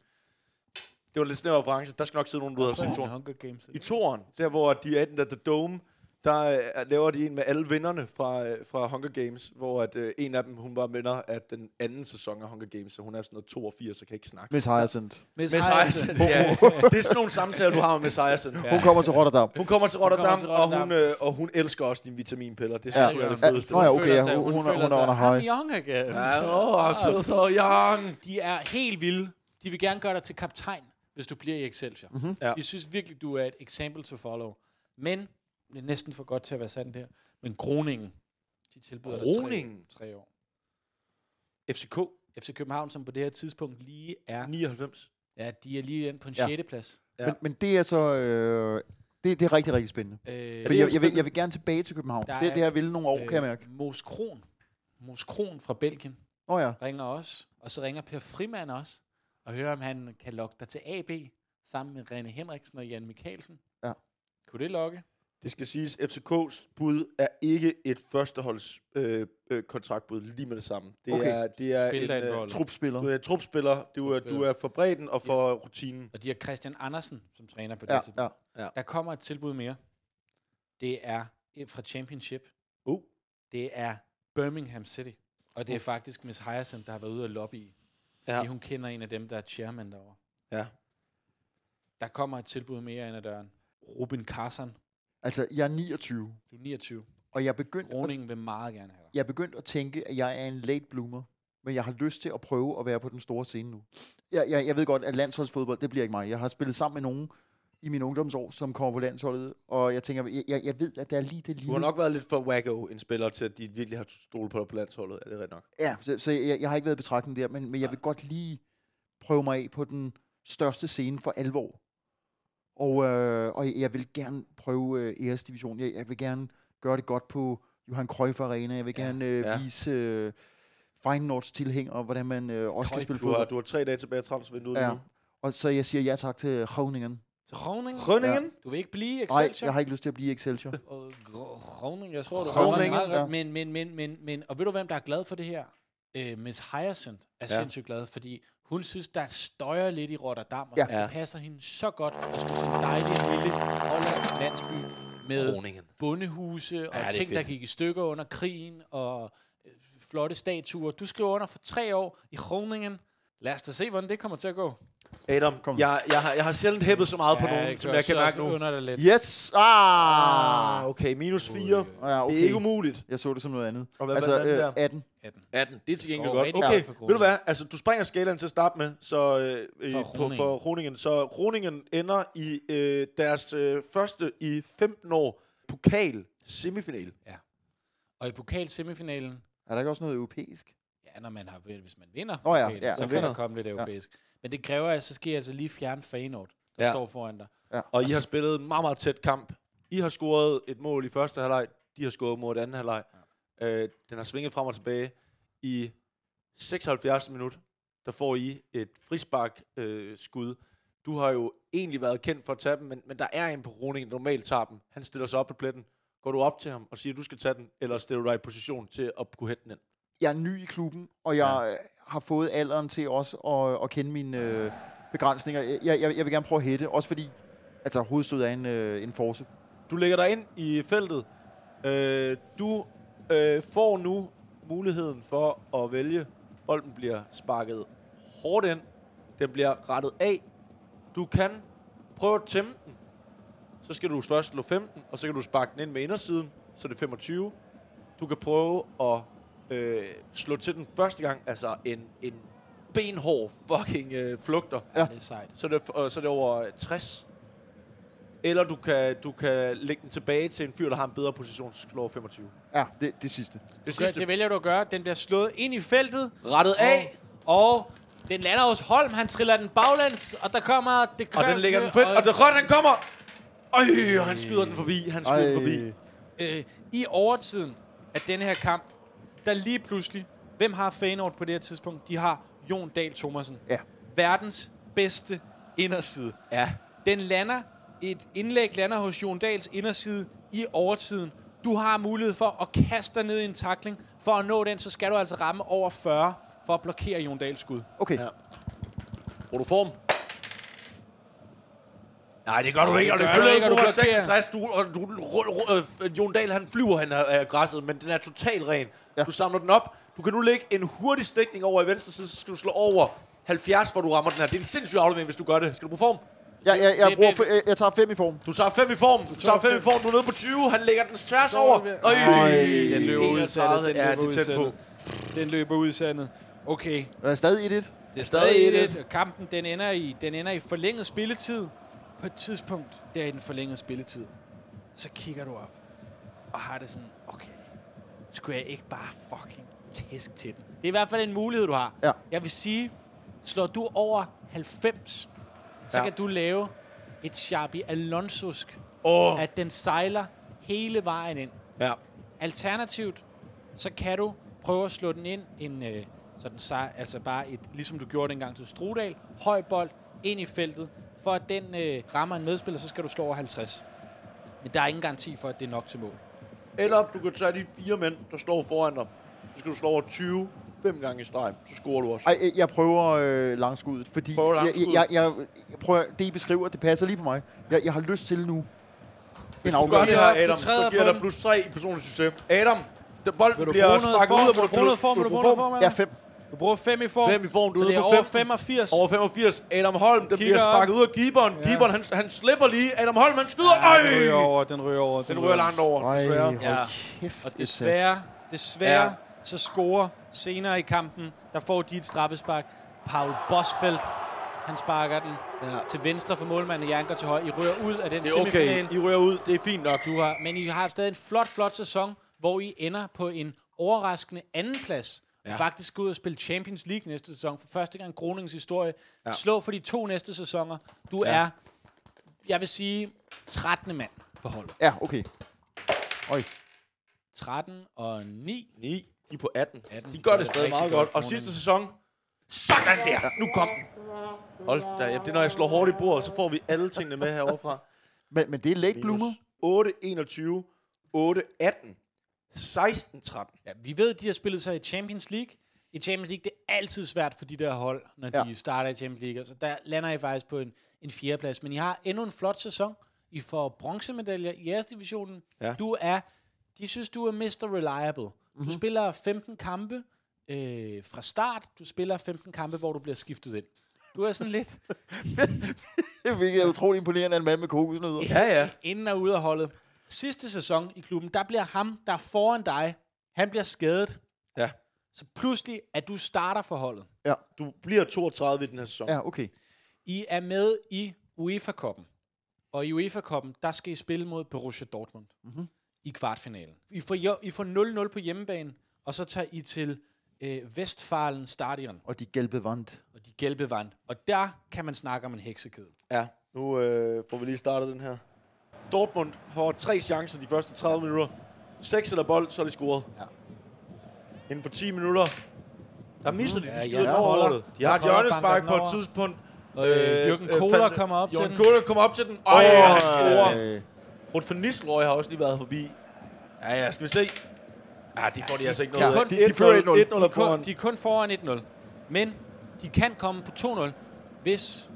Speaker 2: Det var lidt snæver reference. Der skal nok sidde nogen, der har set toren.
Speaker 3: Hunger Games.
Speaker 2: I toren, der hvor de er den der The Dome, der øh, laver de en med alle vinderne fra, øh, fra Hunger Games, hvor at, øh, en af dem, hun var vinder af den anden sæson af Hunger Games, så hun er sådan noget 82 og kan ikke snakke.
Speaker 4: Miss Hyacinth.
Speaker 3: Miss
Speaker 2: Miss
Speaker 3: Heisen.
Speaker 2: Hyacinth. Ja. Det er sådan nogle samtaler, du har med Miss Hyacinth.
Speaker 4: Hun kommer til Rotterdam.
Speaker 2: Hun kommer til Rotterdam,
Speaker 3: kommer til Rotterdam.
Speaker 2: og, hun, øh, og hun elsker også dine vitaminpiller. Det
Speaker 4: Ja.
Speaker 2: synes ja. hun er det
Speaker 4: Ja,
Speaker 2: fedeste.
Speaker 4: nå ja,
Speaker 2: Ja,
Speaker 4: okay.
Speaker 3: føler
Speaker 4: ja,
Speaker 3: sig-
Speaker 4: Hun, hun, er-
Speaker 3: føler
Speaker 4: hun er
Speaker 3: sig
Speaker 4: under high.
Speaker 3: I'm young again.
Speaker 2: oh, I'm so, so young.
Speaker 3: De er helt vilde. De vil gerne gøre dig til kaptajn, hvis du bliver i Excelsior. Mm-hmm.
Speaker 2: Ja.
Speaker 3: De synes virkelig, du er et example to follow. Men, det er næsten for godt til at være sandt her, men Groningen, de tilbyder
Speaker 2: Groningen?
Speaker 3: dig tre, tre år.
Speaker 2: FCK
Speaker 3: FC København, som på det her tidspunkt lige er
Speaker 2: 99.
Speaker 3: Ja, de er lige inde på en
Speaker 2: Ja.
Speaker 3: ja. 6. plads.
Speaker 2: Ja.
Speaker 4: Ja. Men, men det er så... Øh, det, det er rigtig, rigtig spændende.
Speaker 3: Øh,
Speaker 4: Fordi jeg, jeg, vil, jeg vil gerne tilbage til København.
Speaker 3: Der
Speaker 4: det er
Speaker 3: er-
Speaker 4: det, jeg vil nogle år,
Speaker 3: Øh.
Speaker 4: kan jeg mærke.
Speaker 3: Mos Kron. Mos Kron fra Belgien
Speaker 4: Åh oh, ja.
Speaker 3: ringer også. Og så ringer Per Frimand også. Og hører, om han kan lokke dig til AB sammen med René Henriksen og Jan Mikkelsen.
Speaker 4: Ja.
Speaker 3: Kunne det lokke?
Speaker 2: Det skal siges, FCK's bud er ikke et førsteholds øh, øh, kontraktbud lige med det samme. Det
Speaker 4: Okay.
Speaker 2: er, det er
Speaker 3: Spil dig
Speaker 2: en,
Speaker 3: en
Speaker 2: øh,
Speaker 3: rolle.
Speaker 4: Trupspiller.
Speaker 2: du er trupspiller. Du er, du
Speaker 3: Trupspiller.
Speaker 2: er for bredden og for rutinen.
Speaker 3: Og de har Christian Andersen som træner på det
Speaker 4: Ja,
Speaker 3: tidspunkt.
Speaker 4: ja.
Speaker 3: Der kommer et tilbud mere. Det er et fra Championship.
Speaker 2: Uh.
Speaker 3: Det er Birmingham City. Og
Speaker 4: Uh.
Speaker 3: det er faktisk Miss Hyacinth, der har været ude at lobby. Fordi
Speaker 2: Ja.
Speaker 3: ja. hun kender en af dem, der er chairman derovre.
Speaker 2: Ja.
Speaker 3: Der kommer et tilbud mere ind ad døren. Ruben Carson.
Speaker 4: Altså, jeg er 29,
Speaker 3: Du er 29.
Speaker 4: og jeg er begyndt at
Speaker 3: Groningen vil meget gerne have dig.
Speaker 4: jeg er begyndt at tænke, at jeg er en late bloomer, men jeg har lyst til at prøve at være på den store scene nu. Jeg, jeg, jeg ved godt, at landsholdsfodbold, det bliver ikke mig. Jeg har spillet sammen med nogen i mine ungdomsår, som kommer på landsholdet, og jeg tænker, jeg, jeg, jeg ved, at der er lige det
Speaker 2: Du
Speaker 4: lille...
Speaker 2: har nok været lidt for wacko en spiller til, at de virkelig har stole på dig på landsholdet. Er det rigtigt nok?
Speaker 4: Ja, så, så jeg, jeg har ikke været i betragtning der, men, men jeg vil godt lige prøve mig af på den største scene for alvor. Og, øh, og jeg vil gerne prøve øh, æresdivision. Jeg, jeg vil gerne gøre det godt på Johan Cruyff Arena. Jeg vil
Speaker 3: Ja,
Speaker 4: gerne øh,
Speaker 2: ja.
Speaker 4: vise øh, Feyenoords tilhængere, hvordan man øh, også skal
Speaker 3: Cruyff,
Speaker 4: spille
Speaker 2: Du har,
Speaker 4: fodbold.
Speaker 2: du har tre dage tilbage af transfervinduet ja.
Speaker 4: Ja.
Speaker 2: nu.
Speaker 4: Og så jeg siger ja tak til Groningen.
Speaker 3: Til Groningen?
Speaker 2: Grønningen?
Speaker 4: Ja.
Speaker 3: Du vil ikke blive
Speaker 4: Nej,
Speaker 3: Excelsior?
Speaker 4: jeg har ikke lyst til at blive i Excelsior.
Speaker 3: Og Gro- Groningen, jeg tror, det
Speaker 4: Groningen,
Speaker 3: var meget
Speaker 4: ja.
Speaker 3: godt. Men, men, men, men, men, og ved du, hvem der er glad for det her? Øh, Miss Hyacinth er
Speaker 2: Ja.
Speaker 3: ja. sindssygt glad, fordi hun synes, der støjer lidt i Rotterdam, og
Speaker 4: Ja.
Speaker 3: ja. det passer hende så godt at skulle sådan en dejlig lille hollandsk landsby med
Speaker 2: Groningen.
Speaker 3: bondehuse og
Speaker 2: Ja, det er
Speaker 3: ja, ting, der
Speaker 2: fedt.
Speaker 3: gik i stykker under krigen og øh, flotte statuer. Du skriver under for tre år i Groningen. Lad os da se, hvordan det kommer til at gå.
Speaker 2: Adam,
Speaker 4: Kom.
Speaker 2: jeg, jeg, har, jeg har sjældent hæppet så meget ja, på nogen, som jeg kan mærke nu.
Speaker 3: Under det lidt.
Speaker 4: Yes! Ah!
Speaker 2: Ah, okay, minus 4.
Speaker 4: Ja,
Speaker 2: Det er ikke
Speaker 4: okay.
Speaker 2: umuligt.
Speaker 4: Jeg så det som noget andet.
Speaker 2: Og hvad-
Speaker 4: altså,
Speaker 2: hvad er det der?
Speaker 4: 18.
Speaker 2: 18, det er til gengæld
Speaker 3: Åh,
Speaker 2: godt.
Speaker 3: rigtig
Speaker 2: Okay,
Speaker 3: godt for
Speaker 2: ved du
Speaker 3: Groningen.
Speaker 2: hvad? Altså, du springer skalaen til at starte med, så øh, øh,
Speaker 3: For
Speaker 2: på, for
Speaker 3: Groningen.
Speaker 2: Roningen. Så Roningen ender i øh, deres øh, første i 15 år pokal semifinal.
Speaker 3: Og i pokalsemifinalen,
Speaker 4: Er der ikke også noget europæisk?
Speaker 3: Ja, når man har, vind- hvis man vinder,
Speaker 4: Nå ja,
Speaker 3: pokalen,
Speaker 4: ja,
Speaker 3: så
Speaker 4: man
Speaker 3: kan
Speaker 2: vinder.
Speaker 3: der komme lidt europæisk. Ja. Men det kræver, at så skal jeg altså lige fjerne Feyenoord, der
Speaker 2: Ja.
Speaker 3: ja. står foran dig.
Speaker 2: Og I har spillet en meget, meget tæt kamp. I har scoret et mål i første halvleg. De har scoret mod anden halvleg. Øh, den har svinget frem og tilbage. I 76 minut, der får I et frispark øh, skud. Du har jo egentlig været kendt for at tage dem, men, men der er en på Roning, der normalt tager dem. Han stiller sig op på pletten. Går du op til ham og siger, at du skal tage den, eller stiller du dig i position til at kunne hætte den ind?
Speaker 4: jeg er ny i klubben, og jeg ja. har fået alderen til også at, at kende mine øh, begrænsninger. Jeg, jeg, jeg vil gerne prøve at hætte, også fordi altså, hovedstød er en, øh, en force.
Speaker 2: Du lægger dig ind i feltet. Øh, du øh, får nu muligheden for at vælge. Bolden bliver sparket hårdt ind. Den bliver rettet af. Du kan prøve at tæmme den. Så skal du først slå 15, og så kan du sparke den ind med indersiden, så det er 25. Du kan prøve at øh, slå til den første gang, altså en, en benhård fucking øh, flugter
Speaker 3: Ja. Det er sejt.
Speaker 2: så er det, og så er det over 60. Eller du kan, du kan lægge den tilbage til en fyr, der har en bedre position, så slår 25.
Speaker 4: Ja, det, det sidste.
Speaker 2: Det
Speaker 3: Gør,
Speaker 2: sidste,
Speaker 3: det vælger du at gøre. Den bliver slået ind i feltet.
Speaker 2: rettet af,
Speaker 3: Og, og den lander hos Holm. Han triller den baglæns, og der kommer det
Speaker 2: og den ligger den fedt, og det rødt, han kommer. Øj, og han skyder den forbi, han skyder den forbi.
Speaker 3: øh, I overtiden af den her kamp, der lige pludselig... Hvem har Feyenoord på det her tidspunkt? De har Jon Dahl Thomasen.
Speaker 4: Ja.
Speaker 3: Verdens bedste inderside.
Speaker 2: Ja.
Speaker 3: Den lander, et indlæg lander hos Jon Dahls inderside i overtiden. Du har mulighed for at kaste dig ned i en takling. For at nå den, så skal du altså ramme over 40 for at blokere Jon Dahls skud.
Speaker 4: Okay,
Speaker 3: Ja.
Speaker 4: ja.
Speaker 2: Bruger du form? Nej, det gør du ikke, og det
Speaker 3: gør
Speaker 2: følger
Speaker 3: du
Speaker 2: ikke,
Speaker 3: ikke, og
Speaker 2: du
Speaker 3: du
Speaker 2: var
Speaker 3: blokerer.
Speaker 2: 66, du, og du, ru- ru- øh, Jon Dahl, han flyver hen af af græsset, men den er totalt ren. Ja.
Speaker 4: Ja.
Speaker 2: Du samler den op, du kan nu lægge en hurtig stikning over i venstre side, så skal du slå over 70, hvor du rammer den her. Det er en sindssyg aflevering, hvis du gør det. Skal du bruge form?
Speaker 4: jeg, jeg, jeg,
Speaker 3: Men-
Speaker 4: bruger,
Speaker 3: men-
Speaker 4: fe- jeg, jeg tager fem i form.
Speaker 2: Du tager 5 i form, du tager 5 i form, du er nede på 20, han lægger den tværs over. Øj,
Speaker 3: den løber ud i sandet, den
Speaker 2: ja,
Speaker 3: løber
Speaker 2: det
Speaker 3: ud
Speaker 2: er
Speaker 3: i
Speaker 2: tæt på.
Speaker 3: sandet. Den løber ud i sandet. Okay,
Speaker 4: Jeg er stadig i det.
Speaker 3: Det er
Speaker 2: Stadig
Speaker 3: stadig 1-1. Kampen den ender, i, den ender i forlænget spilletid. På et tidspunkt, der i den forlængede spilletid, så kigger du op og har det sådan, okay, skulle jeg ikke bare fucking tæsk til den? Det er i hvert fald en mulighed, du har.
Speaker 4: Ja.
Speaker 3: Jeg vil sige, Slår du over 90, så
Speaker 2: Ja.
Speaker 3: ja. kan du lave et Xabi Alonsosk,
Speaker 2: Åh.
Speaker 3: at den sejler hele vejen ind.
Speaker 2: Ja.
Speaker 3: Alternativt, så kan du prøve at slå den ind en øh, sådan sej, altså bare et, ligesom du gjorde dengang til Strudal, høj bold ind i feltet, for at den øh, rammer en medspiller, så skal du slå over 50. Men der er ingen garanti for, at det er nok til mål.
Speaker 2: Eller du kan tage de fire mænd, der står foran dig. Så skal du slå over 20 fem gange i streg. Så scorer du også.
Speaker 4: Ej, øh, jeg prøver øh, langskuddet, fordi
Speaker 2: Prøver
Speaker 4: jeg,
Speaker 2: langskuddet?
Speaker 4: jeg, jeg, jeg prøver, det, I beskriver, det passer lige på mig. Jeg, jeg har lyst til nu en
Speaker 2: Gør
Speaker 4: afgørelse.
Speaker 2: det her,
Speaker 3: Ja, du
Speaker 2: Adam. Så
Speaker 3: træder
Speaker 2: giver
Speaker 3: på
Speaker 2: der
Speaker 3: den.
Speaker 2: plus 3 i personligt system. Adam, den bold
Speaker 3: du
Speaker 2: bliver
Speaker 3: bruge noget
Speaker 2: sparket
Speaker 3: form?
Speaker 2: ud. og
Speaker 3: Vil du bruge noget form? Vil du bruge noget form,
Speaker 4: Ja, fem.
Speaker 3: Du bruger 5 i form,
Speaker 2: Fem i form, du er
Speaker 3: så
Speaker 2: ude
Speaker 3: det er
Speaker 2: på
Speaker 3: over
Speaker 2: fem.
Speaker 3: 85.
Speaker 2: Over 85. Adam Holm, den bliver
Speaker 3: Kigger op.
Speaker 2: sparket ud af keeperen. Ja. Keeperen, han, han slipper lige. Adam Holm, han skyder. Ej!
Speaker 3: Den ryger over, den ryger over.
Speaker 2: Den rører langt over,
Speaker 4: Ej,
Speaker 2: desværre.
Speaker 4: hold
Speaker 3: Ja.
Speaker 4: kæft.
Speaker 3: Og
Speaker 4: det er sats.
Speaker 3: desværre, desværre,
Speaker 2: Ja.
Speaker 3: ja. så scorer senere i kampen, der får de et straffespark. Paul Bosfeldt, han sparker den
Speaker 2: Ja.
Speaker 3: ja. til venstre for målmanden, Janker til højre. I rører ud af den
Speaker 2: Det er
Speaker 3: semifinal.
Speaker 2: okay. I rører ud. Det er fint nok.
Speaker 3: Du har, men I har stadig en flot, flot sæson, hvor I ender på en overraskende andenplads. Ja. Og faktisk gå ud og spille Champions League næste sæson. For første gang i Groningens historie. Ja. Slå for de to næste sæsoner. Du ja. er, jeg vil sige, 13. mand på holdet.
Speaker 4: Ja, okay. Øj.
Speaker 3: 13 og 9.
Speaker 2: 9. De er på 18.
Speaker 3: 18.
Speaker 2: De gør det
Speaker 3: Det er
Speaker 2: stadig
Speaker 3: rigtig
Speaker 2: meget
Speaker 3: godt,
Speaker 2: godt. Og
Speaker 3: Morten.
Speaker 2: sidste sæson. Sådan der! Nu kom den. Hold da. Ja, det er, når jeg slår hårdt i bordet, så får vi alle tingene med herovre fra.
Speaker 4: Men, men det er late bloomer.
Speaker 2: 8, 21, 8, 18, 16, 13.
Speaker 3: Ja, vi ved, at de har spillet sig i Champions League. I Champions League, det er altid svært for de der hold, når ja.
Speaker 4: Ja.
Speaker 3: de starter i Champions League. Så der lander I faktisk på en, en fjerdeplads. Men I har endnu en flot sæson. I får bronzemedaljer i jeres divisionen.
Speaker 2: Ja.
Speaker 3: Du er, de synes, du er Mr. Reliable. Mm-hmm. Du spiller 15 kampe øh, fra start. Du spiller 15 kampe, hvor du bliver skiftet ind. Du er sådan lidt
Speaker 4: Hvilket er utrolig imponerende af en mand med kokosnødder.
Speaker 2: Ja, ja.
Speaker 3: inden og ude af holdet. Sidste sæson i klubben, der bliver ham, der er foran dig, han bliver skadet.
Speaker 2: ja.
Speaker 3: Så pludselig er du starter for holdet.
Speaker 4: Ja,
Speaker 2: Du bliver 32 i den her sæson. Ja.
Speaker 4: ja okay.
Speaker 3: I er med i UEFA-koppen. Og i UEFA-koppen, der skal I spille mod Borussia Dortmund mm-hmm. i kvartfinalen. I får, jo- I får 0-0 på hjemmebane, og så tager I til øh, Vestfalen Stadion,
Speaker 4: Og de gælpe vandt.
Speaker 3: og de gælpe vand. Og der kan man snakke om en heksekedel.
Speaker 2: ja. Nu øh, får vi lige startet den her. Dortmund har tre chancer de første 30 minutter. 6 eller bold, så er de scoret.
Speaker 3: Ja.
Speaker 2: Inden for 10 minutter, der misser de, de
Speaker 3: Mhm. Ja,
Speaker 2: skyder
Speaker 3: ja,
Speaker 2: den over
Speaker 3: holder.
Speaker 2: målet. De
Speaker 3: Der
Speaker 2: har et
Speaker 3: holder,
Speaker 2: hjørnespark
Speaker 3: banker
Speaker 2: på
Speaker 3: den
Speaker 2: et
Speaker 3: over.
Speaker 2: tidspunkt.
Speaker 3: Og, øh, Jürgen Kohler
Speaker 2: fandme-
Speaker 3: kommer op til
Speaker 2: Jürgen
Speaker 3: den.
Speaker 2: Kohler kommer op til den. Øj, oh, han scorer.
Speaker 4: Øh,
Speaker 2: Ruth van Nistelrooy har også lige været forbi. Ja, ja, skal vi se. Ja, de får de altså ikke
Speaker 4: kan
Speaker 2: noget.
Speaker 4: kun- de- de fører 1-0.
Speaker 2: De
Speaker 3: De er,
Speaker 2: foran.
Speaker 3: kun, de er kun foran 1-0. Men de kan komme på 2-0, hvis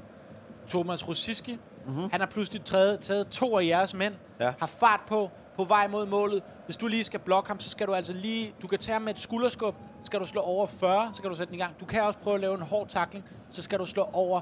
Speaker 3: Thomas Rosiski, mm-hmm. han har pludselig taget, taget to af jeres mænd,
Speaker 2: Ja.
Speaker 3: ja. har fart på, på vej mod målet. Hvis du lige skal blokke ham, så skal du altså lige... Du kan tage ham med et skulderskub, så skal du slå over 40, så kan du sætte den i gang. Du kan også prøve at lave en hård takling, så skal du slå over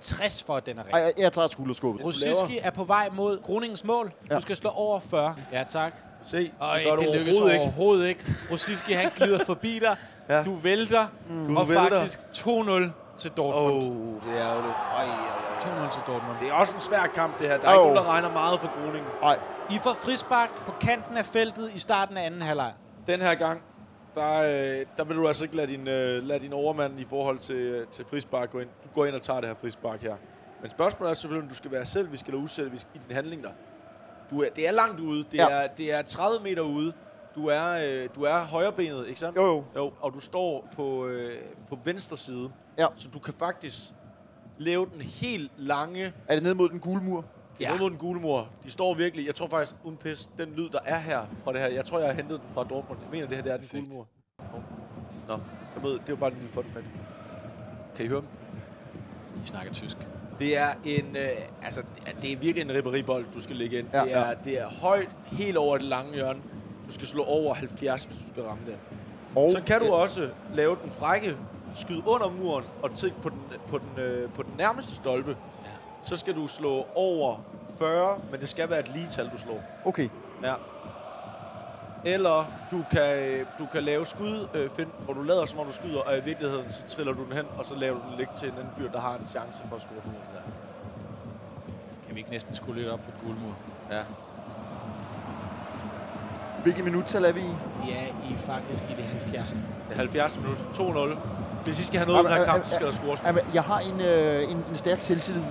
Speaker 3: 60 for, at den er rigtig.
Speaker 4: Ej, jeg- jeg tager skulderskåbet.
Speaker 3: Rosiski er på vej mod Groningens mål. Ja.
Speaker 4: Ja.
Speaker 3: Du skal slå over 40. Ja, tak.
Speaker 2: Se,
Speaker 3: Ej,
Speaker 2: det gør det,
Speaker 3: det lykkes
Speaker 2: overhovedet ikke.
Speaker 3: overhovedet ikke. Rosiski, han glider forbi dig.
Speaker 2: Ja.
Speaker 3: ja. Du vælter. Mm. Og
Speaker 2: Du vælter.
Speaker 3: faktisk 2-0 til
Speaker 2: Åh, oh,
Speaker 3: Dortmund.
Speaker 2: det er ærgerligt. Ej, ej, ej.
Speaker 3: 2-0 til Dortmund.
Speaker 2: Det er også en svær kamp, det her. Der er oh.
Speaker 4: Åh.
Speaker 2: ikke nogen, der regner meget for Groning.
Speaker 4: Nej,
Speaker 3: I får frispark på kanten af feltet i starten af anden halvleg.
Speaker 2: Den her gang, der, øh, der vil du altså ikke lade din, øh, lade din overmand i forhold til, øh, til frispark gå ind. Du går ind og tager det her frispark her. Men spørgsmålet er selvfølgelig, om du skal være selvvisk eller uselvisk i din handling der. Du er, det er langt ude. Det,
Speaker 4: Ja.
Speaker 2: ja. er, det er 30 meter ude. Du er, øh, du er højrebenet, ikke sandt?
Speaker 4: Jo, jo.
Speaker 2: jo og du står på, øh, på venstre side.
Speaker 4: Ja.
Speaker 2: Så du kan faktisk lave den helt lange
Speaker 4: er det ned mod den gule mur?
Speaker 2: Ja.
Speaker 3: Ja.
Speaker 2: Nede mod den gule mur. De står virkelig. Jeg tror faktisk, uden pis, den lyd, der er her fra det her. Jeg tror, jeg har hentet den fra Dortmund. Jeg mener, det her det er den
Speaker 3: Perfekt.
Speaker 2: gule mur. Hov. Nå, jeg ved, det var bare en lille fun fact. Kan I høre dem?
Speaker 3: De snakker tysk.
Speaker 2: Det er en, øh, altså, det er- det er virkelig en ribberibold, du skal lægge ind.
Speaker 4: Ja,
Speaker 2: det, er, det er højt, helt over det lange hjørne. Du skal slå over 70, hvis du skal ramme den.
Speaker 4: Og
Speaker 2: Så kan du også lave den frække, skyde under muren og tænke på den, på den, øh, på den nærmeste stolpe.
Speaker 3: Ja.
Speaker 2: Så skal du slå over 40, men det skal være et lige tal, du slår.
Speaker 4: Okay,
Speaker 2: Ja. Eller du kan, øh, du kan lave skud, øh, find, hvor du lader, som om du skyder, og i virkeligheden, så triller du den hen, og så laver du den ligge til en anden fyr, der har en chance for at score den ud der.
Speaker 3: Kan vi ikke næsten skrue lidt op for den gule mur?
Speaker 2: Ja.
Speaker 4: hvilket minuttal er vi i?
Speaker 3: Ja, I er faktisk i det 70.
Speaker 2: Det er 70 minutter. 2-0.
Speaker 3: Hvis I skal have noget ud af den her
Speaker 4: Jamen,
Speaker 3: kamp, så
Speaker 4: øh,
Speaker 3: skal der scores.
Speaker 4: Jamen, jeg har en, øh, en, en stærk selvtillid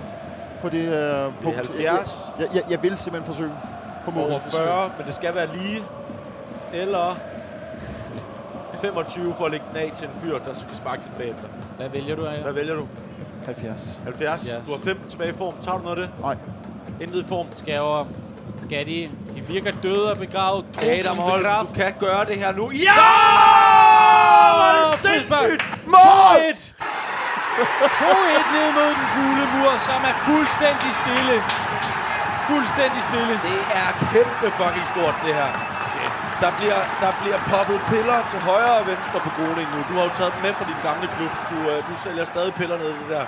Speaker 4: på det øh, punkt.
Speaker 2: 70.
Speaker 4: Jeg, jeg, jeg vil simpelthen forsøge på målet.
Speaker 2: Over 40, men det skal være lige. Eller 25 for at lægge den af til en fyr, der skal sparke tilbage efter.
Speaker 3: Hvad vælger du,
Speaker 2: Hvad
Speaker 3: Adam?
Speaker 2: vælger du?
Speaker 4: 70.
Speaker 2: 70?
Speaker 3: Yes.
Speaker 2: Du har 15 tilbage i form. Tager du noget af det?
Speaker 4: Nej.
Speaker 2: Intet i form.
Speaker 3: Skal jeg over? Skal de? De virker døde og begravet.
Speaker 2: Adam Holm, du kan gøre det her nu. Ja! Var det sindssygt!
Speaker 3: Mål! 2-1 ned mod den gule mur, som er fuldstændig stille. Fuldstændig stille.
Speaker 2: Det er kæmpe fucking stort, det her. Der bliver, der bliver poppet piller til højre og venstre på Groning nu. Du har jo taget dem med fra din gamle klub. Du, øh, du sælger stadig piller ned i det der.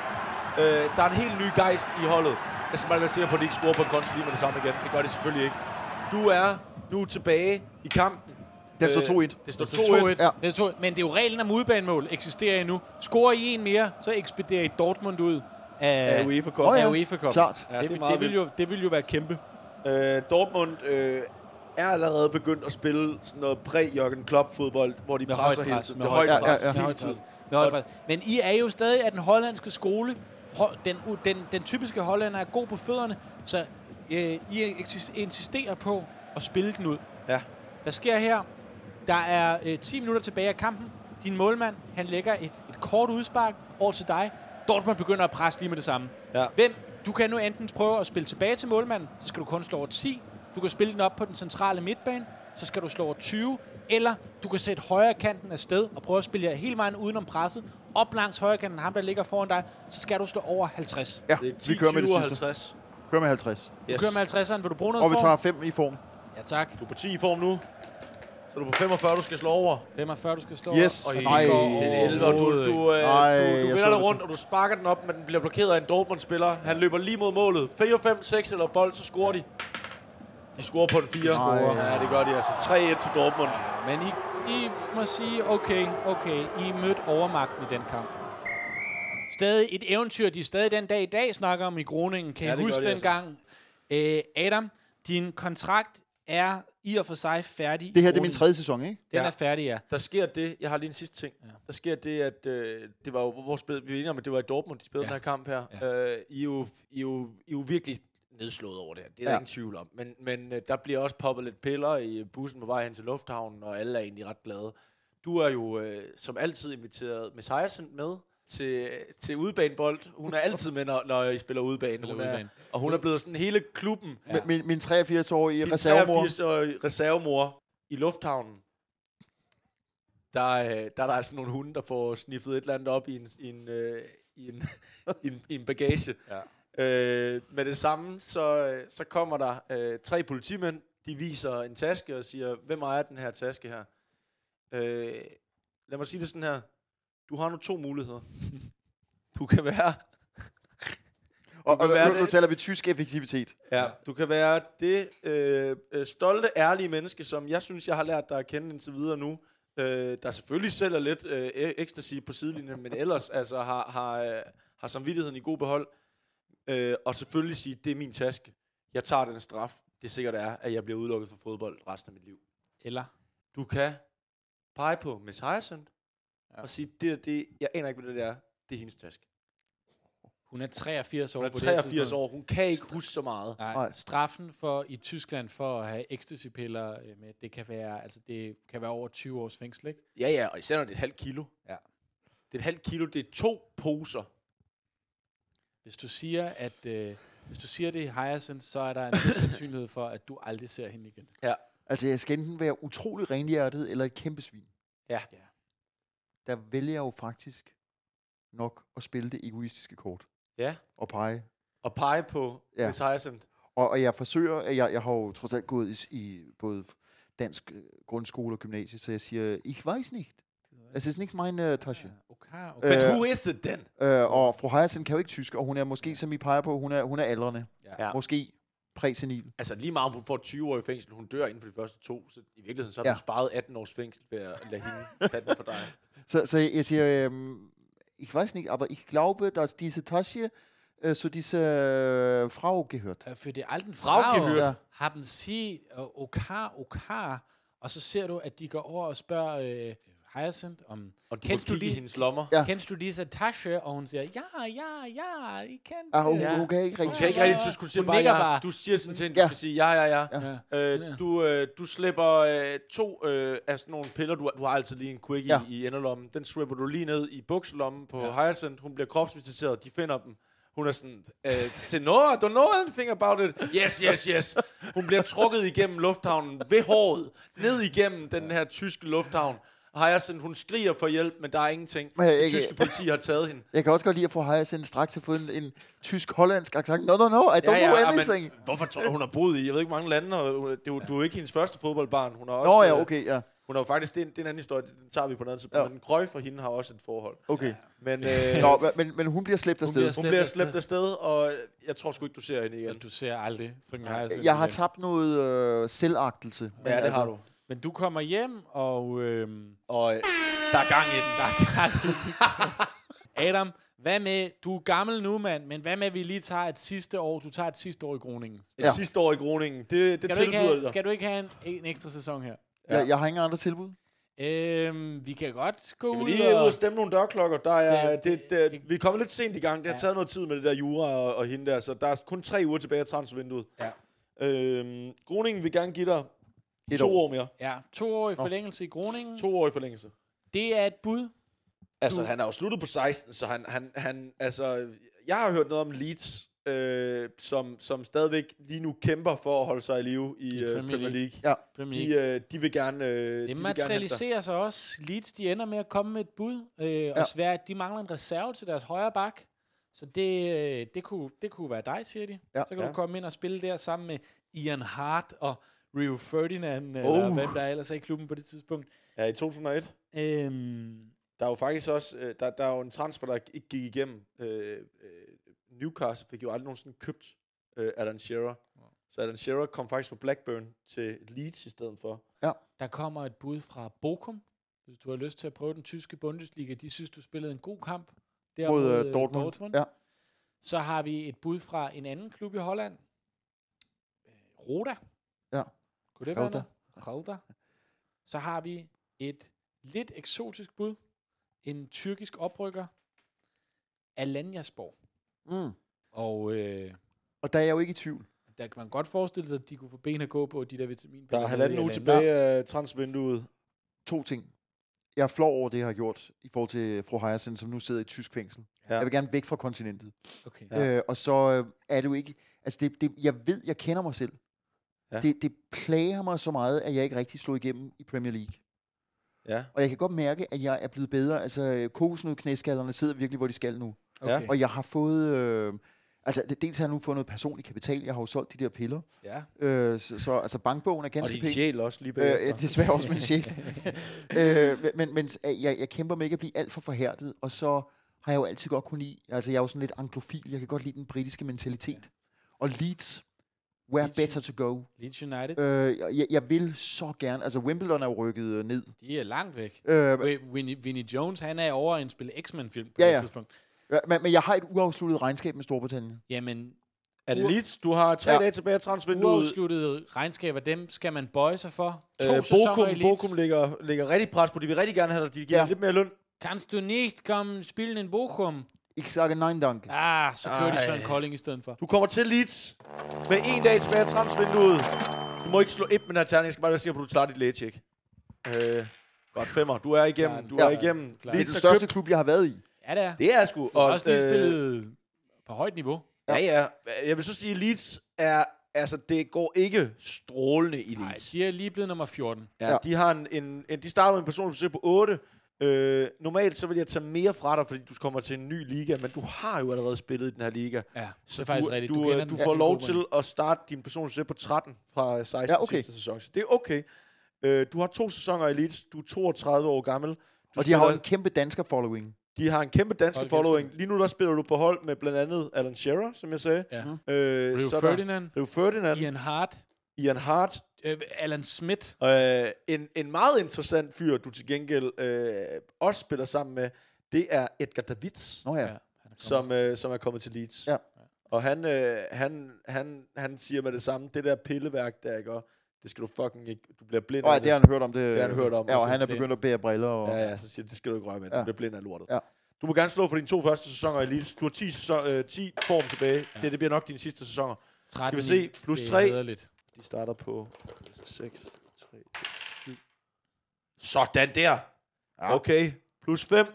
Speaker 2: Øh, der er en helt ny gejst i holdet. Jeg skal bare være sikker på, at de ikke scorer på en konto lige med det samme igen. Det gør de selvfølgelig ikke. Du er nu tilbage i kampen.
Speaker 4: Der står 2-1.
Speaker 2: Øh, Det står 2-1.
Speaker 3: 2-1.
Speaker 4: Ja.
Speaker 3: Det er to- Men det er jo reglen om udbanemål eksisterer endnu. Scorer I en mere, så ekspederer I Dortmund ud af,
Speaker 2: Af UEFA Cup.
Speaker 3: Cup.
Speaker 4: Nå
Speaker 3: Af
Speaker 4: ja,
Speaker 3: UEFA Cup.
Speaker 4: klart.
Speaker 2: Ja,
Speaker 3: det,
Speaker 2: det er
Speaker 3: det,
Speaker 2: meget
Speaker 3: det, vil jo, det vil jo være kæmpe.
Speaker 2: Øh, Dortmund øh, er allerede begyndt at spille sådan noget præ-Jørgen Klopp-fodbold, hvor de
Speaker 3: Med
Speaker 2: presser
Speaker 3: højt
Speaker 2: hele
Speaker 3: pres,
Speaker 2: tiden.
Speaker 3: med
Speaker 2: Med højt
Speaker 3: højt
Speaker 4: pres,
Speaker 2: pres
Speaker 4: ja, ja.
Speaker 2: hele
Speaker 3: Med højt
Speaker 2: tiden.
Speaker 3: pres. Med højt pres. Men I er jo stadig af den hollandske skole. Ho- Den, u- den, den typiske hollander er god på fødderne, så øh, I eksis- insisterer på at spille den ud.
Speaker 2: Ja.
Speaker 3: Hvad sker her? Der er øh, 10 minutter tilbage af kampen. Din målmand, han lægger et, et kort udspark over til dig. Dortmund begynder at presse lige med det samme.
Speaker 2: Ja.
Speaker 3: Hvem? Du kan nu enten prøve at spille tilbage til målmanden, så skal du kun slå over 10. Du kan spille den op på den centrale midtbane, så skal du slå over 20. Eller du kan sætte højre kanten af sted og prøve at spille jer hele vejen udenom presset. Op langs højre kanten, ham der ligger foran dig, så skal du slå over 50.
Speaker 4: Ja,
Speaker 2: Det er 10,
Speaker 4: vi kører med det
Speaker 2: 20 og
Speaker 4: sidste.
Speaker 2: 50.
Speaker 4: Kører med 50.
Speaker 3: Du kører med 50'eren, vil du bruge noget
Speaker 4: Og vi
Speaker 3: form?
Speaker 4: tager 5 i form.
Speaker 3: Ja tak.
Speaker 2: Du er på 10 i form nu. Så er du på 45, du skal slå over.
Speaker 3: 45, du skal slå
Speaker 4: Yes.
Speaker 3: over. Og
Speaker 4: Ej,
Speaker 3: det går
Speaker 4: det
Speaker 2: Det er 11, og du,
Speaker 3: overhovedet ikke.
Speaker 2: du, øh,
Speaker 4: Ej,
Speaker 2: du,
Speaker 4: jeg
Speaker 2: du
Speaker 4: så
Speaker 2: vender dig
Speaker 4: det
Speaker 2: rundt, og du sparker den op, men den bliver blokeret af en Dortmund-spiller. Han løber lige mod målet. 4, 5, 6 eller bold, så scorer de. De scorer på en 4. De
Speaker 4: scorer.
Speaker 2: Ja, det gør de altså. 3-1 til Dortmund.
Speaker 3: Men I, I må sige, okay, okay, I mødte overmagten i den kamp. Stadig et eventyr, de stadig den dag i dag snakker om i Groningen. Kan
Speaker 2: Ja,
Speaker 3: ja, I
Speaker 2: det gør
Speaker 3: huske
Speaker 2: de
Speaker 3: den
Speaker 2: altså.
Speaker 3: altså. gang? Øh, Adam, din kontrakt er i og for sig færdig. i
Speaker 4: Det her det er min
Speaker 3: Groningen.
Speaker 4: tredje sæson, ikke?
Speaker 3: Den
Speaker 2: Ja.
Speaker 3: er færdig, ja.
Speaker 2: Der sker det, jeg har lige en sidste ting. Ja. Der sker det, at øh, det var jo, hvor spil, vi var enige om, at det var i Dortmund, de spillede ja. den her kamp her. Ja. Øh, I, er jo, I, er jo, I er jo virkelig nedslået over det her. Det er ja. der
Speaker 4: Ja.
Speaker 2: ingen tvivl om. Men, men øh, der bliver også poppet lidt piller i bussen på vej hen til lufthavnen, og alle er egentlig ret glade. Du er jo øh, som altid inviteret Miss Hyacinth med til, til udbanebold. Hun er altid med, når, når I spiller udbane. Hun er,
Speaker 3: udebane.
Speaker 2: og hun er blevet sådan hele klubben.
Speaker 3: Ja.
Speaker 4: Ja. Min, min 83-årige
Speaker 2: Din
Speaker 4: reservemor.
Speaker 2: 83-årige reservemor i lufthavnen. Der, øh, der er der altså nogle hunde, der får sniffet et eller andet op i en, i en, øh, i en, i en, i en bagage. Ja. Øh, med det samme, så, øh, så kommer der øh, tre politimænd. De viser en taske og siger, hvem ejer den her taske her? Øh, lad mig sige det sådan her. Du har nu to muligheder. Du kan være
Speaker 4: Og, og
Speaker 2: Det kan være
Speaker 4: nu, nu
Speaker 2: det.
Speaker 4: taler vi tysk effektivitet.
Speaker 2: Ja, du kan være det øh, øh, stolte, ærlige menneske, som jeg synes, jeg har lært dig at kende indtil videre nu. Øh, der selvfølgelig sælger lidt øh, e- ecstasy på sidelinjen, men ellers altså, har, har, øh, har samvittigheden i god behold. Øh, og selvfølgelig sige, det er min taske. Jeg tager den straf. Det sikkert er, at jeg bliver udelukket fra fodbold resten af mit liv.
Speaker 3: Eller?
Speaker 2: Du kan pege på Miss Hyacinth ja.
Speaker 3: Ja.
Speaker 2: og sige, det er det, jeg aner ikke, hvad det er. Det er hendes taske.
Speaker 3: Hun er 83 år
Speaker 2: Hun er
Speaker 3: på det her
Speaker 2: 83
Speaker 3: tidspunkt.
Speaker 2: år. Hun kan ikke huske så meget.
Speaker 3: Nej,
Speaker 4: Nej.
Speaker 3: straffen for i Tyskland for at have ecstasy-piller øh, med, det kan være, altså det kan være over 20 års fængsel, ikke?
Speaker 2: Ja, ja, og især når det er et halvt kilo.
Speaker 3: Ja.
Speaker 2: Det er et halvt kilo, det er to poser.
Speaker 3: Hvis du siger, at øh, hvis du siger det i Hyacinth, så er der en vis sandsynlighed for, at du aldrig ser hende igen.
Speaker 4: Altså, jeg skal enten være utrolig renhjertet eller et kæmpe svin.
Speaker 2: Ja.
Speaker 3: Ja.
Speaker 4: Der vælger jeg jo faktisk nok at spille det egoistiske kort.
Speaker 2: Ja.
Speaker 4: Og pege.
Speaker 2: Og pege på ja.
Speaker 4: Ja.
Speaker 2: Miss Hyacinth.
Speaker 4: Og, og jeg forsøger, jeg, jeg har jo trods alt gået i, s- i både dansk øh, grundskole og gymnasie, så jeg siger, ich weiß nicht. Altså, det er ikke min uh, Tasche.
Speaker 3: Okay, okay.
Speaker 2: Men
Speaker 4: Øh,
Speaker 2: who is it then?
Speaker 4: Øh, og fru Hyacinth kan jo ikke tysk, og hun er måske, som I peger på, hun er, hun er aldrende.
Speaker 2: Ja. Ja.
Speaker 4: Måske præsenil.
Speaker 2: Altså lige meget om hun får 20 år i fængsel, hun dør inden for de første to, så i virkeligheden så har ja.
Speaker 4: Ja.
Speaker 2: du sparet 18 års fængsel ved at lade hende tage den for dig.
Speaker 4: Så, så jeg siger, øhm, ich weiß nicht, aber ich glaube, dass diese Tasche äh, zu dieser Frau gehört.
Speaker 3: Øh, Für die alten
Speaker 2: Frau
Speaker 3: Frauen
Speaker 2: gehört.
Speaker 3: ja. haben sie øh, okay, okay, og så ser du, at de går over og spørger øh, Hyacinth, om
Speaker 2: Og du
Speaker 3: Kender
Speaker 2: kan
Speaker 3: du
Speaker 2: kigge i
Speaker 3: de-
Speaker 2: hendes lommer.
Speaker 4: Ja.
Speaker 3: Kender du disse Tasche? Og hun siger, ja, ja, ja, I kan
Speaker 4: Ah, hun,
Speaker 3: ja.
Speaker 4: hun kan ikke
Speaker 2: Du
Speaker 4: rigtig...
Speaker 2: kan ikke
Speaker 3: Ja,
Speaker 2: rigtig
Speaker 3: ja.
Speaker 2: tysk, du siger
Speaker 3: Hun
Speaker 2: bare,
Speaker 3: nikker
Speaker 2: ja.
Speaker 3: bare.
Speaker 2: Du siger sådan til hende, du
Speaker 4: Ja.
Speaker 2: skal sige ja, ja, ja.
Speaker 3: Ja.
Speaker 2: Øh, du, øh, du slipper øh, to øh, af sådan nogle piller. Du, du har altid lige en quickie ja.
Speaker 4: Ja.
Speaker 2: i enderlommen. Den slipper du lige ned i bukselommen på
Speaker 3: Ja.
Speaker 2: ja. Hyacinth. Hun bliver kropsvisiteret. De finder dem. Hun er sådan, øh, Senora, don't know anything about it. Yes, yes, yes. Hun bliver trukket igennem lufthavnen ved håret. Ned igennem den her tyske lufthavn. Hyacinth, hun skriger for hjælp, men der er ingenting.
Speaker 4: Men jeg
Speaker 2: Det
Speaker 4: ikke-
Speaker 2: tyske politi har taget hende.
Speaker 4: Jeg kan også godt lide at få Hyacinth straks at få en, en tysk-hollandsk accent. No, no, no, I don't ja, know anything.
Speaker 2: ah, Men, hvorfor tror du, hun har boet i, jeg ved ikke, mange lande, og det er jo, du er jo ikke hendes første fodboldbarn. Hun har også,
Speaker 4: Nå ja,
Speaker 2: øh,
Speaker 4: okay, ja.
Speaker 2: Hun har jo faktisk, det er en, det er en anden historie, den tager vi på noget tidspunkt,
Speaker 4: Ja.
Speaker 2: ja. men Krøj for hende har også et forhold.
Speaker 4: okay.
Speaker 2: Men øh,
Speaker 4: Nå, men- men, men hun bliver slæbt afsted.
Speaker 3: bliver
Speaker 2: hun bliver slæbt afsted, og jeg tror sgu ikke, du ser hende igen.
Speaker 3: Du ser aldrig frøken Hyacinth.
Speaker 4: Jeg har
Speaker 3: igen.
Speaker 4: tabt noget øh, selvagtelse. Altså, Men
Speaker 2: Ja, det
Speaker 3: altså.
Speaker 2: har du.
Speaker 3: Men du kommer hjem, og øhm,
Speaker 2: Og øh, der er gang i den. Der er gang.
Speaker 3: Adam, hvad med, du er gammel nu, mand, men hvad med, at vi lige tager et sidste år, du tager et sidste år i Groningen.
Speaker 2: Et
Speaker 4: Ja.
Speaker 2: sidste år i Groningen, det, det
Speaker 3: Skal, du ikke
Speaker 2: tilbyder
Speaker 3: have,
Speaker 2: dig.
Speaker 3: skal du ikke have en, en ekstra sæson her?
Speaker 4: Jeg, jeg har ingen andre tilbud.
Speaker 3: Øhm, vi kan godt gå
Speaker 2: Vi
Speaker 3: ud
Speaker 2: er lige ude
Speaker 3: og...
Speaker 2: og stemme nogle dørklokker. Der er,
Speaker 3: Det-
Speaker 2: det, det, vi er kommet lidt sent i gang. Det har taget noget tid med det der jura og, og hende der, så der er kun tre uger tilbage af transfervinduet.
Speaker 3: Ja.
Speaker 2: Øhm, Groningen vil gerne give dig
Speaker 4: Et
Speaker 2: to
Speaker 4: år.
Speaker 2: år mere.
Speaker 3: Ja, to år i forlængelse i Groningen.
Speaker 2: To år i forlængelse.
Speaker 3: Det er et bud.
Speaker 2: Altså, han er jo sluttet på 16, så han, han, han altså, jeg har hørt noget om Leeds, øh, som, som stadigvæk lige nu kæmper for at holde sig i live i, øh,
Speaker 3: Premier
Speaker 2: Premier League.
Speaker 4: Ja.
Speaker 3: Premier League.
Speaker 2: De, øh, de vil gerne... Øh, de vil
Speaker 3: Det
Speaker 2: gerne hente dig.
Speaker 3: materialiserer sig også. Leeds, de ender med at komme med et bud, øh, ja. og Sverige, de mangler en reserve til deres højre bak. Så det, øh, det, kunne, det kunne være dig, siger de.
Speaker 4: Ja.
Speaker 3: så kan ja. du
Speaker 4: Ja.
Speaker 3: komme ind og spille der sammen med Ian Hart og Rio Ferdinand, oh.
Speaker 4: Oh.
Speaker 3: eller hvem der ellers er i klubben på det tidspunkt.
Speaker 2: Ja, i 2001.
Speaker 3: Øhm,
Speaker 2: Der er jo faktisk også... Øh, der, der er jo en transfer, der ikke gik igennem. Øh, øh, Newcastle fik jo aldrig nogensinde købt øh, Alan Shearer. Så Alan Shearer kom faktisk fra Blackburn til Leeds i stedet for.
Speaker 3: der kommer et bud fra Bochum. Hvis du har lyst til at prøve den tyske Bundesliga, de synes, du spillede en god kamp. Der
Speaker 4: Mod øh,
Speaker 3: øh,
Speaker 4: Dortmund. Ja.
Speaker 3: Så har vi et bud fra en anden klub i Holland. Øh, Roda.
Speaker 4: Ja.
Speaker 3: Kunne det være
Speaker 4: Roda.
Speaker 3: noget? Roda. Så har vi et lidt eksotisk bud. En tyrkisk oprykker. Alanyaspor.
Speaker 4: Mm.
Speaker 3: Og øh,
Speaker 4: Og der er jeg jo ikke i tvivl.
Speaker 3: der kan man godt forestille sig, at de kunne få ben at gå på, de der
Speaker 2: Der
Speaker 3: vitaminpiller.
Speaker 2: er halvanden uge tilbage af øh, transfervinduet.
Speaker 4: To ting. Jeg er flov over det, jeg har gjort i forhold til øh, fru Hyacinth, som nu sidder i et tysk fængsel.
Speaker 2: Ja.
Speaker 4: Ja. Jeg vil gerne væk fra kontinentet.
Speaker 3: Okay.
Speaker 4: Ja. Øh, og så øh, er det jo ikke... Altså, det, det, jeg ved, jeg kender mig selv.
Speaker 2: Ja.
Speaker 4: Ja. Det, det plager mig så meget, at jeg ikke rigtig slog igennem i Premier League.
Speaker 2: Ja.
Speaker 4: Og jeg kan godt mærke, at jeg er blevet bedre. Altså, øh, kokosnød-knæskallerne sidder virkelig, hvor de skal nu.
Speaker 3: okay.
Speaker 4: Og jeg har fået... Øh, altså, det- dels har jeg nu fået noget personlig kapital. Jeg har jo solgt de der piller.
Speaker 3: Ja.
Speaker 4: Øh, så, så altså, bankbogen er
Speaker 2: Og
Speaker 4: ganske
Speaker 2: din
Speaker 4: pæn.
Speaker 2: sjæl også lige bagefter.
Speaker 4: Øh, øh, desværre også min sjæl. øh, men- men men s- øh, jeg, jeg kæmper med ikke at blive alt for forhærdet, og så har jeg jo altid godt kunne lide, altså jeg er jo sådan lidt anglofil, jeg kan godt lide den britiske mentalitet. Og Leeds, where
Speaker 3: Leeds,
Speaker 4: Leeds. better to go.
Speaker 3: Leeds United,
Speaker 4: Øh, jeg- jeg, jeg vil så gerne, altså Wimbledon er jo rykket øh, ned.
Speaker 3: de er langt væk.
Speaker 4: Øh,
Speaker 3: Wait, Winnie, Winnie Jones, han er over i en spille X-Men-film på
Speaker 4: Ja,
Speaker 3: det
Speaker 4: ja.
Speaker 3: tidspunkt.
Speaker 4: men, men jeg har et uafsluttet regnskab med Storbritannien.
Speaker 3: Jamen,
Speaker 2: Er det Leeds? Du har tre ja.
Speaker 4: Ja.
Speaker 2: dage tilbage af transfervinduet.
Speaker 3: uafsluttede regnskaber, dem skal man bøje sig for. To
Speaker 2: Øh,
Speaker 3: sæsoner i
Speaker 2: Bokum,
Speaker 3: Leeds.
Speaker 2: Bokum ligger, ligger rigtig pres på. De vil rigtig gerne have dig. De giver
Speaker 4: Ja.
Speaker 2: ja. lidt mere løn.
Speaker 3: Kanst du nicht komme spille en Bokum?
Speaker 4: Ikke sagt nej, dank.
Speaker 3: Ah, så kører Ej. de
Speaker 2: Ej.
Speaker 3: Søren Kolding i stedet for.
Speaker 2: Du kommer til Leeds med en dag tilbage af transfervinduet. Du må ikke slå et med den her terning. Jeg skal bare være sikker på, at du klarer dit lægetjek. Øh, godt femmer. Du er igennem. Du
Speaker 4: Ja.
Speaker 2: er igennem.
Speaker 3: Klar.
Speaker 4: Det er den
Speaker 2: Leeds har
Speaker 4: største
Speaker 2: købt.
Speaker 4: klub, jeg har været i.
Speaker 3: Ja, det er. Det
Speaker 2: Det er sgu.
Speaker 3: er også lige
Speaker 2: øh,
Speaker 3: spillet på højt niveau.
Speaker 2: Ja, ja. Jeg vil så sige, Leeds er... Altså, det går ikke strålende i
Speaker 3: Nej,
Speaker 2: Leeds.
Speaker 3: de er lige blevet nummer 14.
Speaker 2: Ja,
Speaker 4: Ja.
Speaker 2: De, har en, en, en, de starter med en personlig besøg på 8. Øh, normalt så vil jeg tage mere fra dig, fordi du kommer til en ny liga, men du har jo allerede spillet i den her liga.
Speaker 3: Ja, så det
Speaker 2: Så
Speaker 3: er faktisk
Speaker 2: du,
Speaker 3: rigtigt.
Speaker 2: Du, øh,
Speaker 3: kender
Speaker 2: du
Speaker 3: den.
Speaker 2: får
Speaker 3: Ja,
Speaker 2: lov
Speaker 3: Bokum.
Speaker 2: til at starte din personlige besøg på 13 fra 16
Speaker 4: Ja, okay.
Speaker 2: sidste sæson. Så det er okay. Øh, du har to sæsoner i Elites. Du er 32 år gammel. Du
Speaker 4: Og de har jo
Speaker 2: spiller-
Speaker 4: en kæmpe dansker following.
Speaker 2: de har en kæmpe dansk
Speaker 3: Hold
Speaker 2: following. Lige nu der spiller du på hold med blandt andet Alan Shearer, som jeg sagde.
Speaker 3: Ja.
Speaker 2: Øh,
Speaker 3: Rio
Speaker 2: så er der
Speaker 3: Ferdinand,
Speaker 2: Rio Ferdinand.
Speaker 3: Ian Hart,
Speaker 2: Ian Hart.
Speaker 3: øh, Alan Smith.
Speaker 2: Øh, en, en meget interessant fyr, du til gengæld øh, også spiller sammen med, det er Edgar Davids,
Speaker 4: Nå ja.
Speaker 3: Ja.
Speaker 4: ja.
Speaker 2: som, øh, som er kommet til Leeds.
Speaker 4: Ja.
Speaker 2: Og han, øh, han, han, han siger med det samme, det der pilleværk, der jeg gør, det skal du fucking ikke, du bliver blind.
Speaker 4: Nej,
Speaker 2: af
Speaker 4: det har han hørt om. Det,
Speaker 2: Det har han hørt om,
Speaker 4: Ja,
Speaker 2: og
Speaker 4: og
Speaker 2: så
Speaker 4: han er
Speaker 2: det-
Speaker 4: begyndt at bære briller. Og...
Speaker 2: Ja, ja, så siger de, det skal du ikke røre med, ja.
Speaker 4: Ja.
Speaker 2: du bliver blind af lortet.
Speaker 4: Ja.
Speaker 2: Du må gerne slå for dine to første sæsoner i Elite. Du har 10, sæson, øh, 10 form tilbage. Ja. Det, det bliver nok dine sidste sæsoner.
Speaker 3: 13
Speaker 2: Skal vi se, plus tre.
Speaker 3: Lidt.
Speaker 2: De starter på 6, 3, 7. Sådan der. Ja. Okay. Plus 5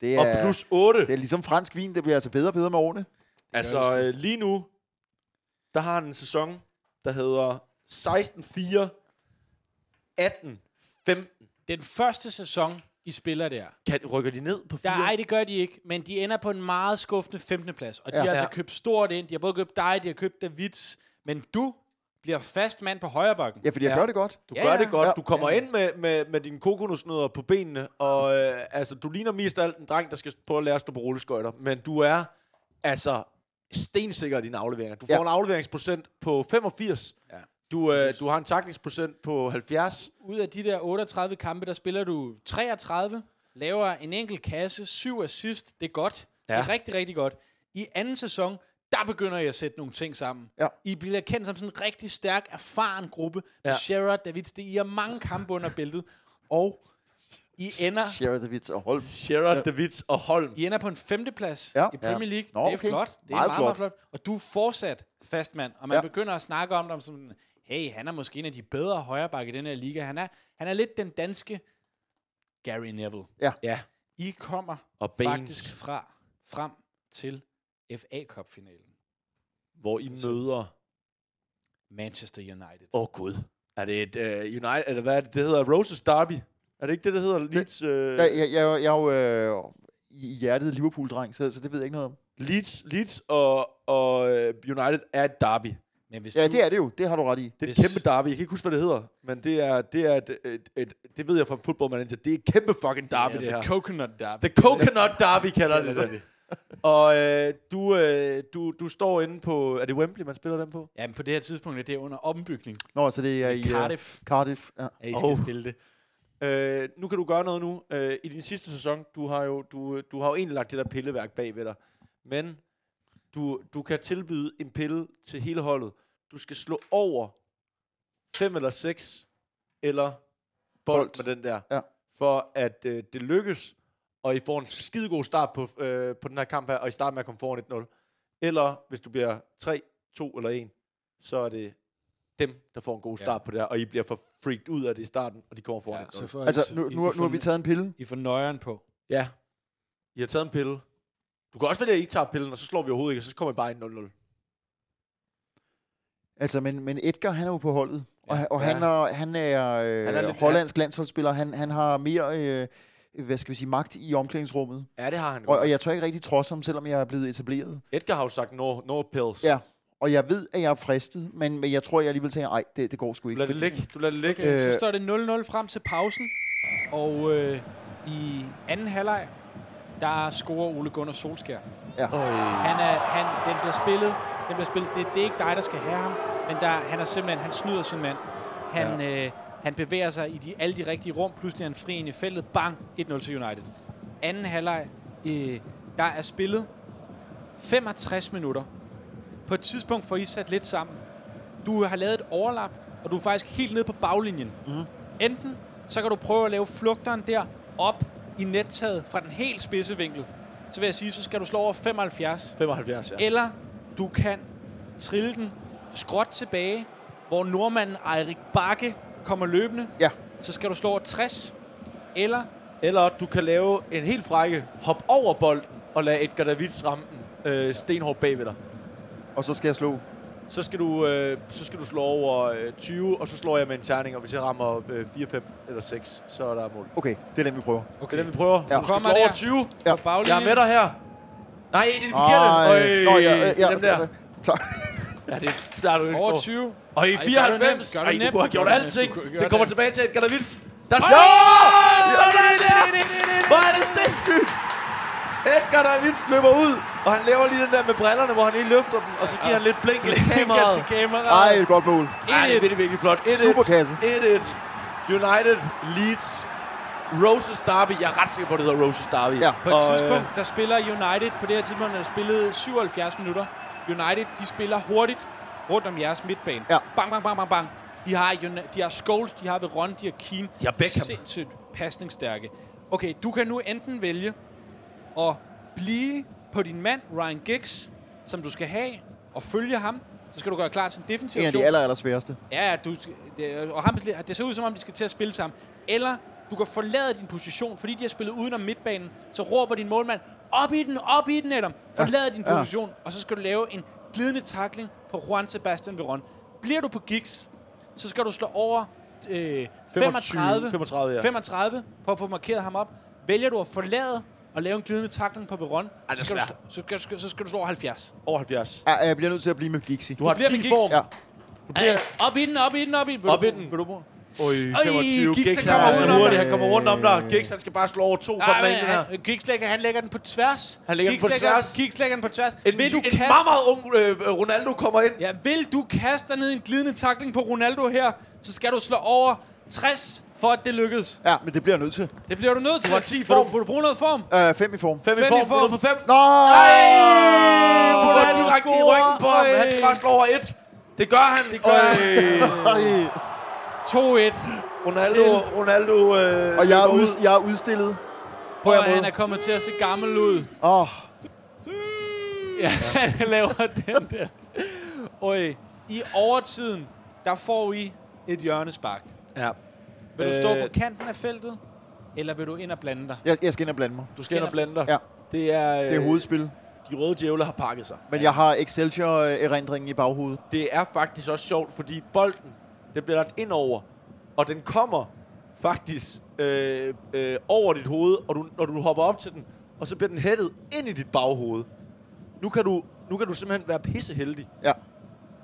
Speaker 4: Det,
Speaker 2: ja.
Speaker 4: er,
Speaker 2: og plus 8.
Speaker 4: det er ligesom fransk vin, det bliver altså bedre og bedre med årene.
Speaker 2: Altså, øh, lige nu, der har han en sæson, der hedder 16-4, 18-15.
Speaker 3: Den første sæson, I spiller der,
Speaker 2: Kan, rykker de ned på 4?
Speaker 3: der ej, det gør de ikke, men de ender på en meget skuffende 15. plads. Og de
Speaker 4: Ja.
Speaker 3: ja, har altså
Speaker 2: Ja.
Speaker 3: købt stort ind. De har både købt dig, de har købt Davids, men du bliver fast mand på højre bakken.
Speaker 4: Ja, fordi jeg ja. gør det godt.
Speaker 2: Du
Speaker 3: Ja,
Speaker 2: ja, gør
Speaker 3: ja.
Speaker 2: det godt.
Speaker 4: Ja.
Speaker 2: Ja. Du kommer ja. ind med, med, med dine kokonusnødder på benene, og øh, altså, du ligner mest af alt en dreng, der skal prøve at lære at stå på rulleskøjter. Men du er altså stensikker i dine afleveringer. Du får
Speaker 4: Ja.
Speaker 2: ja. en afleveringsprocent på 85. Ja. Du, øh, du har en takningsprocent på 70.
Speaker 3: Ud af de der 38 kampe, der spiller du 33, laver en enkelt kasse, syv assist. Det er godt. Ja. Det er rigtig, rigtig godt. I anden sæson, der begynder jeg at sætte nogle ting sammen.
Speaker 4: Ja.
Speaker 3: I bliver kendt som sådan en rigtig stærk, erfaren gruppe. Ja. Sherrod, Davids, det I har mange kampe under bæltet. Og I ender,
Speaker 4: Sherrod Davids og Holm.
Speaker 2: Gerard ja. Davids og Holm.
Speaker 3: I ender på en femteplads
Speaker 4: Ja.
Speaker 3: ja. i Premier League.
Speaker 4: Nå,
Speaker 3: det er
Speaker 4: okay.
Speaker 3: flot. Det er
Speaker 4: Meget
Speaker 3: meget, meget, meget flot. Og du er fortsat fastmand. Og man
Speaker 4: Ja.
Speaker 3: ja. begynder at snakke om dem som, hey, han er måske en af de bedre højrebakke i den her liga. Han er, han er lidt den danske Gary Neville.
Speaker 4: Ja.
Speaker 2: Ja.
Speaker 3: I kommer
Speaker 2: Og Baines.
Speaker 3: faktisk fra, frem til FA Cup-finalen.
Speaker 2: Hvor I møder...
Speaker 3: Manchester United.
Speaker 2: Åh oh, gud. Er det et uh, United... Eller hvad er det? Det hedder Roses Derby. Er det ikke det, der hedder Leeds... Øh,
Speaker 4: Ja, jeg, jeg, jeg er jo øh, i hjertet Liverpool-dreng, så, så det ved jeg ikke noget om.
Speaker 2: Leeds, Leeds og, og øh, United er et derby.
Speaker 3: Men hvis
Speaker 4: Ja,
Speaker 3: du,
Speaker 4: det er det jo. Det har du ret i.
Speaker 2: Det er et
Speaker 3: Hvis-
Speaker 2: kæmpe derby. Jeg kan ikke huske, hvad det hedder. Men det er, det er et, et, et, det ved jeg fra Football Manager. Det er et kæmpe fucking derby,
Speaker 3: ja,
Speaker 2: det her.
Speaker 3: The Coconut Derby.
Speaker 2: The Coconut Derby kalder det det. Og øh, du, øh, du, du står inde på... Er det Wembley, man spiller den på?
Speaker 3: Ja, men på det her tidspunkt er det under ombygning.
Speaker 4: Nå, så det er i...
Speaker 3: I
Speaker 4: øh,
Speaker 3: Cardiff,
Speaker 4: Cardiff, ja.
Speaker 3: at I skal
Speaker 2: Oh.
Speaker 3: oh. spille det.
Speaker 2: Øh, nu kan du gøre noget nu. Øh, I din sidste sæson, du har jo, du, du har jo egentlig lagt det der pilleværk bag ved dig. Men du, du kan tilbyde en pille til hele holdet. Du skal slå over fem eller seks eller bold,
Speaker 4: Bold.
Speaker 2: med den der,
Speaker 4: Ja.
Speaker 2: for at øh, det lykkes, og I får en skidegod start på, øh, på den her kamp her, og I starter med at komme foran 1-0. Eller hvis du bliver 3, 2 eller 1, så er det dem, der får en god start ja. på det her, og I bliver for freaked ud af det i starten, og de kommer foran 1-0.
Speaker 3: får
Speaker 4: Altså, nu, nu, nu har vi taget en pille.
Speaker 3: I får nøjeren på.
Speaker 2: Ja. I har taget en pille. Du kan også vælge, at I ikke tager pillen, og så slår vi overhovedet ikke, og så kommer I bare ind 0-0.
Speaker 4: Altså, men, men Edgar, han er jo på holdet. Og, og han,
Speaker 2: Ja.
Speaker 4: er, han er, øh, han
Speaker 2: Han
Speaker 4: er
Speaker 2: er lidt-
Speaker 4: hollandsk landsholdsspiller. Han, han har mere, øh, hvad skal vi sige, magt i omklædningsrummet.
Speaker 2: Ja, det har han
Speaker 4: Og,
Speaker 2: godt.
Speaker 4: og jeg tør ikke rigtig trods ham, selvom jeg er blevet etableret.
Speaker 2: Edgar har jo sagt, no, no pills.
Speaker 4: Ja, og jeg ved, at jeg er fristet, men, men jeg tror, jeg alligevel tænker, nej, det, det går sgu
Speaker 2: Du
Speaker 4: ikke.
Speaker 2: lader det ligge. Du lader det ligge.
Speaker 4: Øh,
Speaker 3: Så står det 0-0 frem til pausen. Og øh, i anden halvleg, der scorer Ole Gunnar Solskjær.
Speaker 2: Øj.
Speaker 3: Han er, han, den bliver spillet. Den bliver spillet. Det, det er ikke dig, der skal have ham. Men der, han er simpelthen, han snyder sin mand. Han, ja. øh, han bevæger sig i de, alle de rigtige rum. Pludselig er han fri ind i feltet. Bang! 1-0 til United. Anden halvleg, øh, der er spillet 65 minutter. På et tidspunkt får I sat lidt sammen. Du har lavet et overlap, og du er faktisk helt nede på baglinjen.
Speaker 4: Mhm.
Speaker 3: Mm. Enten så kan du prøve at lave flugteren der op i nettaget fra den helt spidse vinkel. Så vil jeg sige, så skal du slå over 75.
Speaker 2: 75, ja.
Speaker 3: Eller du kan trille den skråt tilbage, hvor nordmanden Erik Bakke kommer løbende.
Speaker 4: Ja,
Speaker 3: Så skal du slå over 60. Eller
Speaker 2: Eller du kan lave en helt frække hop over bolden og lade Edgar Davids ramme den øh, stenhårdt bagved dig.
Speaker 4: og så skal jeg slå.
Speaker 2: Så skal du, øh, så skal du slå over øh, 20, og så slår jeg med en terning, og hvis jeg rammer øh, 4, 5 eller 6, så er der mål. Okay.
Speaker 4: Okay, det er den, vi prøver.
Speaker 2: Det er det, vi prøver. Ja. Du skal
Speaker 3: Kommer
Speaker 2: slå over
Speaker 3: der.
Speaker 2: 20.
Speaker 4: Ja.
Speaker 3: ja. på baglinjen.
Speaker 2: Jeg er med dig her. Nej, det er det forkerte.
Speaker 4: Ej,
Speaker 2: Øj,
Speaker 4: nå, ja, ja,
Speaker 2: det er dem der.
Speaker 4: Tak.
Speaker 2: Ja, det starter jo ikke
Speaker 3: Over
Speaker 2: stor.
Speaker 3: 20.
Speaker 2: Og i
Speaker 3: Ej, gør det
Speaker 2: 94,
Speaker 3: nemt, gør
Speaker 2: ej,
Speaker 3: det
Speaker 2: du
Speaker 3: nemt.
Speaker 2: kunne have gjort
Speaker 3: Gør det
Speaker 2: alting.
Speaker 3: nemt, du kunne gøre
Speaker 2: Det kommer
Speaker 3: det.
Speaker 2: tilbage til Edgar Davids. Der slår! Oh! Sådan der! Hvor er det sindssygt! Edgar Davids løber ud, og han laver lige den der med brillerne, hvor han lige løfter dem, og så giver han lidt blink i kameraet.
Speaker 3: Kameraet. til kameraet.
Speaker 4: Ej, et godt mål.
Speaker 2: Ej, det er virkelig, virkelig flot. 1-1.
Speaker 4: Superkasse.
Speaker 2: 1-1. United Leeds. Roses Derby. Jeg er ret sikker på, at det hedder Roses Derby.
Speaker 4: Ja.
Speaker 3: På et
Speaker 2: Og, øh,
Speaker 3: tidspunkt, der spiller United, på det her tidspunkt, der spillet 77 minutter. United, de spiller hurtigt rundt om jeres midtbane.
Speaker 4: Ja.
Speaker 3: Bang, bang, bang, bang, bang. De har, Jona- de har Scholes, de har Veron, de har Keane.
Speaker 2: Ja, Beckham.
Speaker 3: Sindssygt pasningsstærke. Okay, du kan nu enten vælge at blive på din mand, Ryan Giggs, som du skal have, og følge ham. Så skal du gøre klar til en defensiv
Speaker 4: En af
Speaker 3: aktion.
Speaker 4: de aller, aller sværeste.
Speaker 3: Ja, ja, du, skal- det, og ham, det ser ud som om, de skal til at spille sammen. Eller du kan forlade din position, fordi de har spillet udenom midtbanen. Så råber din målmand, op i den, op i den, Adam. Forlad din
Speaker 4: ja.
Speaker 3: position, og så skal du lave en glidende takling på Juan Sebastian Veron. Bliver du på Giggs, så skal du slå over øh, 35,
Speaker 2: 35, ja.
Speaker 3: 35 på at få markeret ham op. Vælger du at forlade og lave en glidende takling på Veron, så, skal du, slå- så, skal, så, så skal du slå over 70.
Speaker 2: Over 70.
Speaker 4: Ja, jeg bliver nødt til at blive med Gixi.
Speaker 2: Du har
Speaker 3: bliver
Speaker 2: 10 i
Speaker 3: med
Speaker 2: form.
Speaker 4: Ja.
Speaker 3: Ja. Op i den, op i den, op i den. Vil
Speaker 2: Op
Speaker 3: du-
Speaker 2: i den.
Speaker 3: Vil du bruge?
Speaker 2: Øj, 25.
Speaker 3: Giggs,
Speaker 2: Giggs,
Speaker 3: han
Speaker 2: han er
Speaker 4: kommer
Speaker 2: så
Speaker 4: udenom
Speaker 2: hurtig.
Speaker 4: dig.
Speaker 2: Han kommer rundt om dig. Giggs, han skal bare slå over to for
Speaker 3: Nej,
Speaker 2: den
Speaker 3: men
Speaker 2: ene her.
Speaker 3: han, Giggs lægger, han lægger den på tværs.
Speaker 2: Han lægger den
Speaker 3: Giggs
Speaker 2: på
Speaker 3: lægger,
Speaker 2: tværs.
Speaker 3: Giggs lægger den på tværs.
Speaker 2: En,
Speaker 3: vil du
Speaker 2: en
Speaker 3: kaste,
Speaker 2: meget, meget ung øh, Ronaldo kommer ind.
Speaker 3: ja, vil du kaste dig ned i en glidende takling på Ronaldo her, så skal du slå over 60, for at det lykkes.
Speaker 4: ja, men det bliver jeg nødt til.
Speaker 3: Det bliver du nødt til.
Speaker 2: har 10
Speaker 3: Vil
Speaker 2: form.
Speaker 3: du- Vil du bruge noget form?
Speaker 4: Øh, fem i form.
Speaker 2: 5 i
Speaker 3: Fem i
Speaker 2: form. Nede
Speaker 3: form.
Speaker 2: på 5.
Speaker 4: Nå!
Speaker 2: Ronaldo
Speaker 3: Ronaldo
Speaker 2: direkte i
Speaker 3: scorer.
Speaker 2: ryggen på ham.
Speaker 3: Øj.
Speaker 2: Han skal bare slå over 1. Det gør han. Det
Speaker 3: gør han.
Speaker 4: Ej.
Speaker 3: 2-1.
Speaker 2: Ronaldo, Ronaldo... Øh,
Speaker 4: Og jeg er,
Speaker 2: løber
Speaker 4: ud, jeg er udstillet. På
Speaker 3: Og
Speaker 4: jer
Speaker 3: han
Speaker 4: måde.
Speaker 3: er kommet til at se gammel ud.
Speaker 4: Åh,
Speaker 3: Ja, han laver den der. Og i overtiden, der får I et hjørnespark.
Speaker 2: Ja.
Speaker 3: Vil du stå
Speaker 2: Øh.
Speaker 3: på kanten af feltet, eller vil du ind og blande dig?
Speaker 4: jeg, jeg skal ind og blande mig.
Speaker 2: Du skal ind og blande dig.
Speaker 4: Ja.
Speaker 2: Det er, øh,
Speaker 4: Det er hovedspil.
Speaker 2: de røde djævle har pakket sig.
Speaker 4: Men jeg har Excelsior-erindringen i baghovedet.
Speaker 2: Det er faktisk også sjovt, fordi bolden, den bliver lagt ind over, og den kommer faktisk øh, øh, over dit hoved, og du, når du hopper op til den, og så bliver den hættet ind i dit baghoved. Nu kan du, nu kan du simpelthen være pisseheldig
Speaker 4: Ja.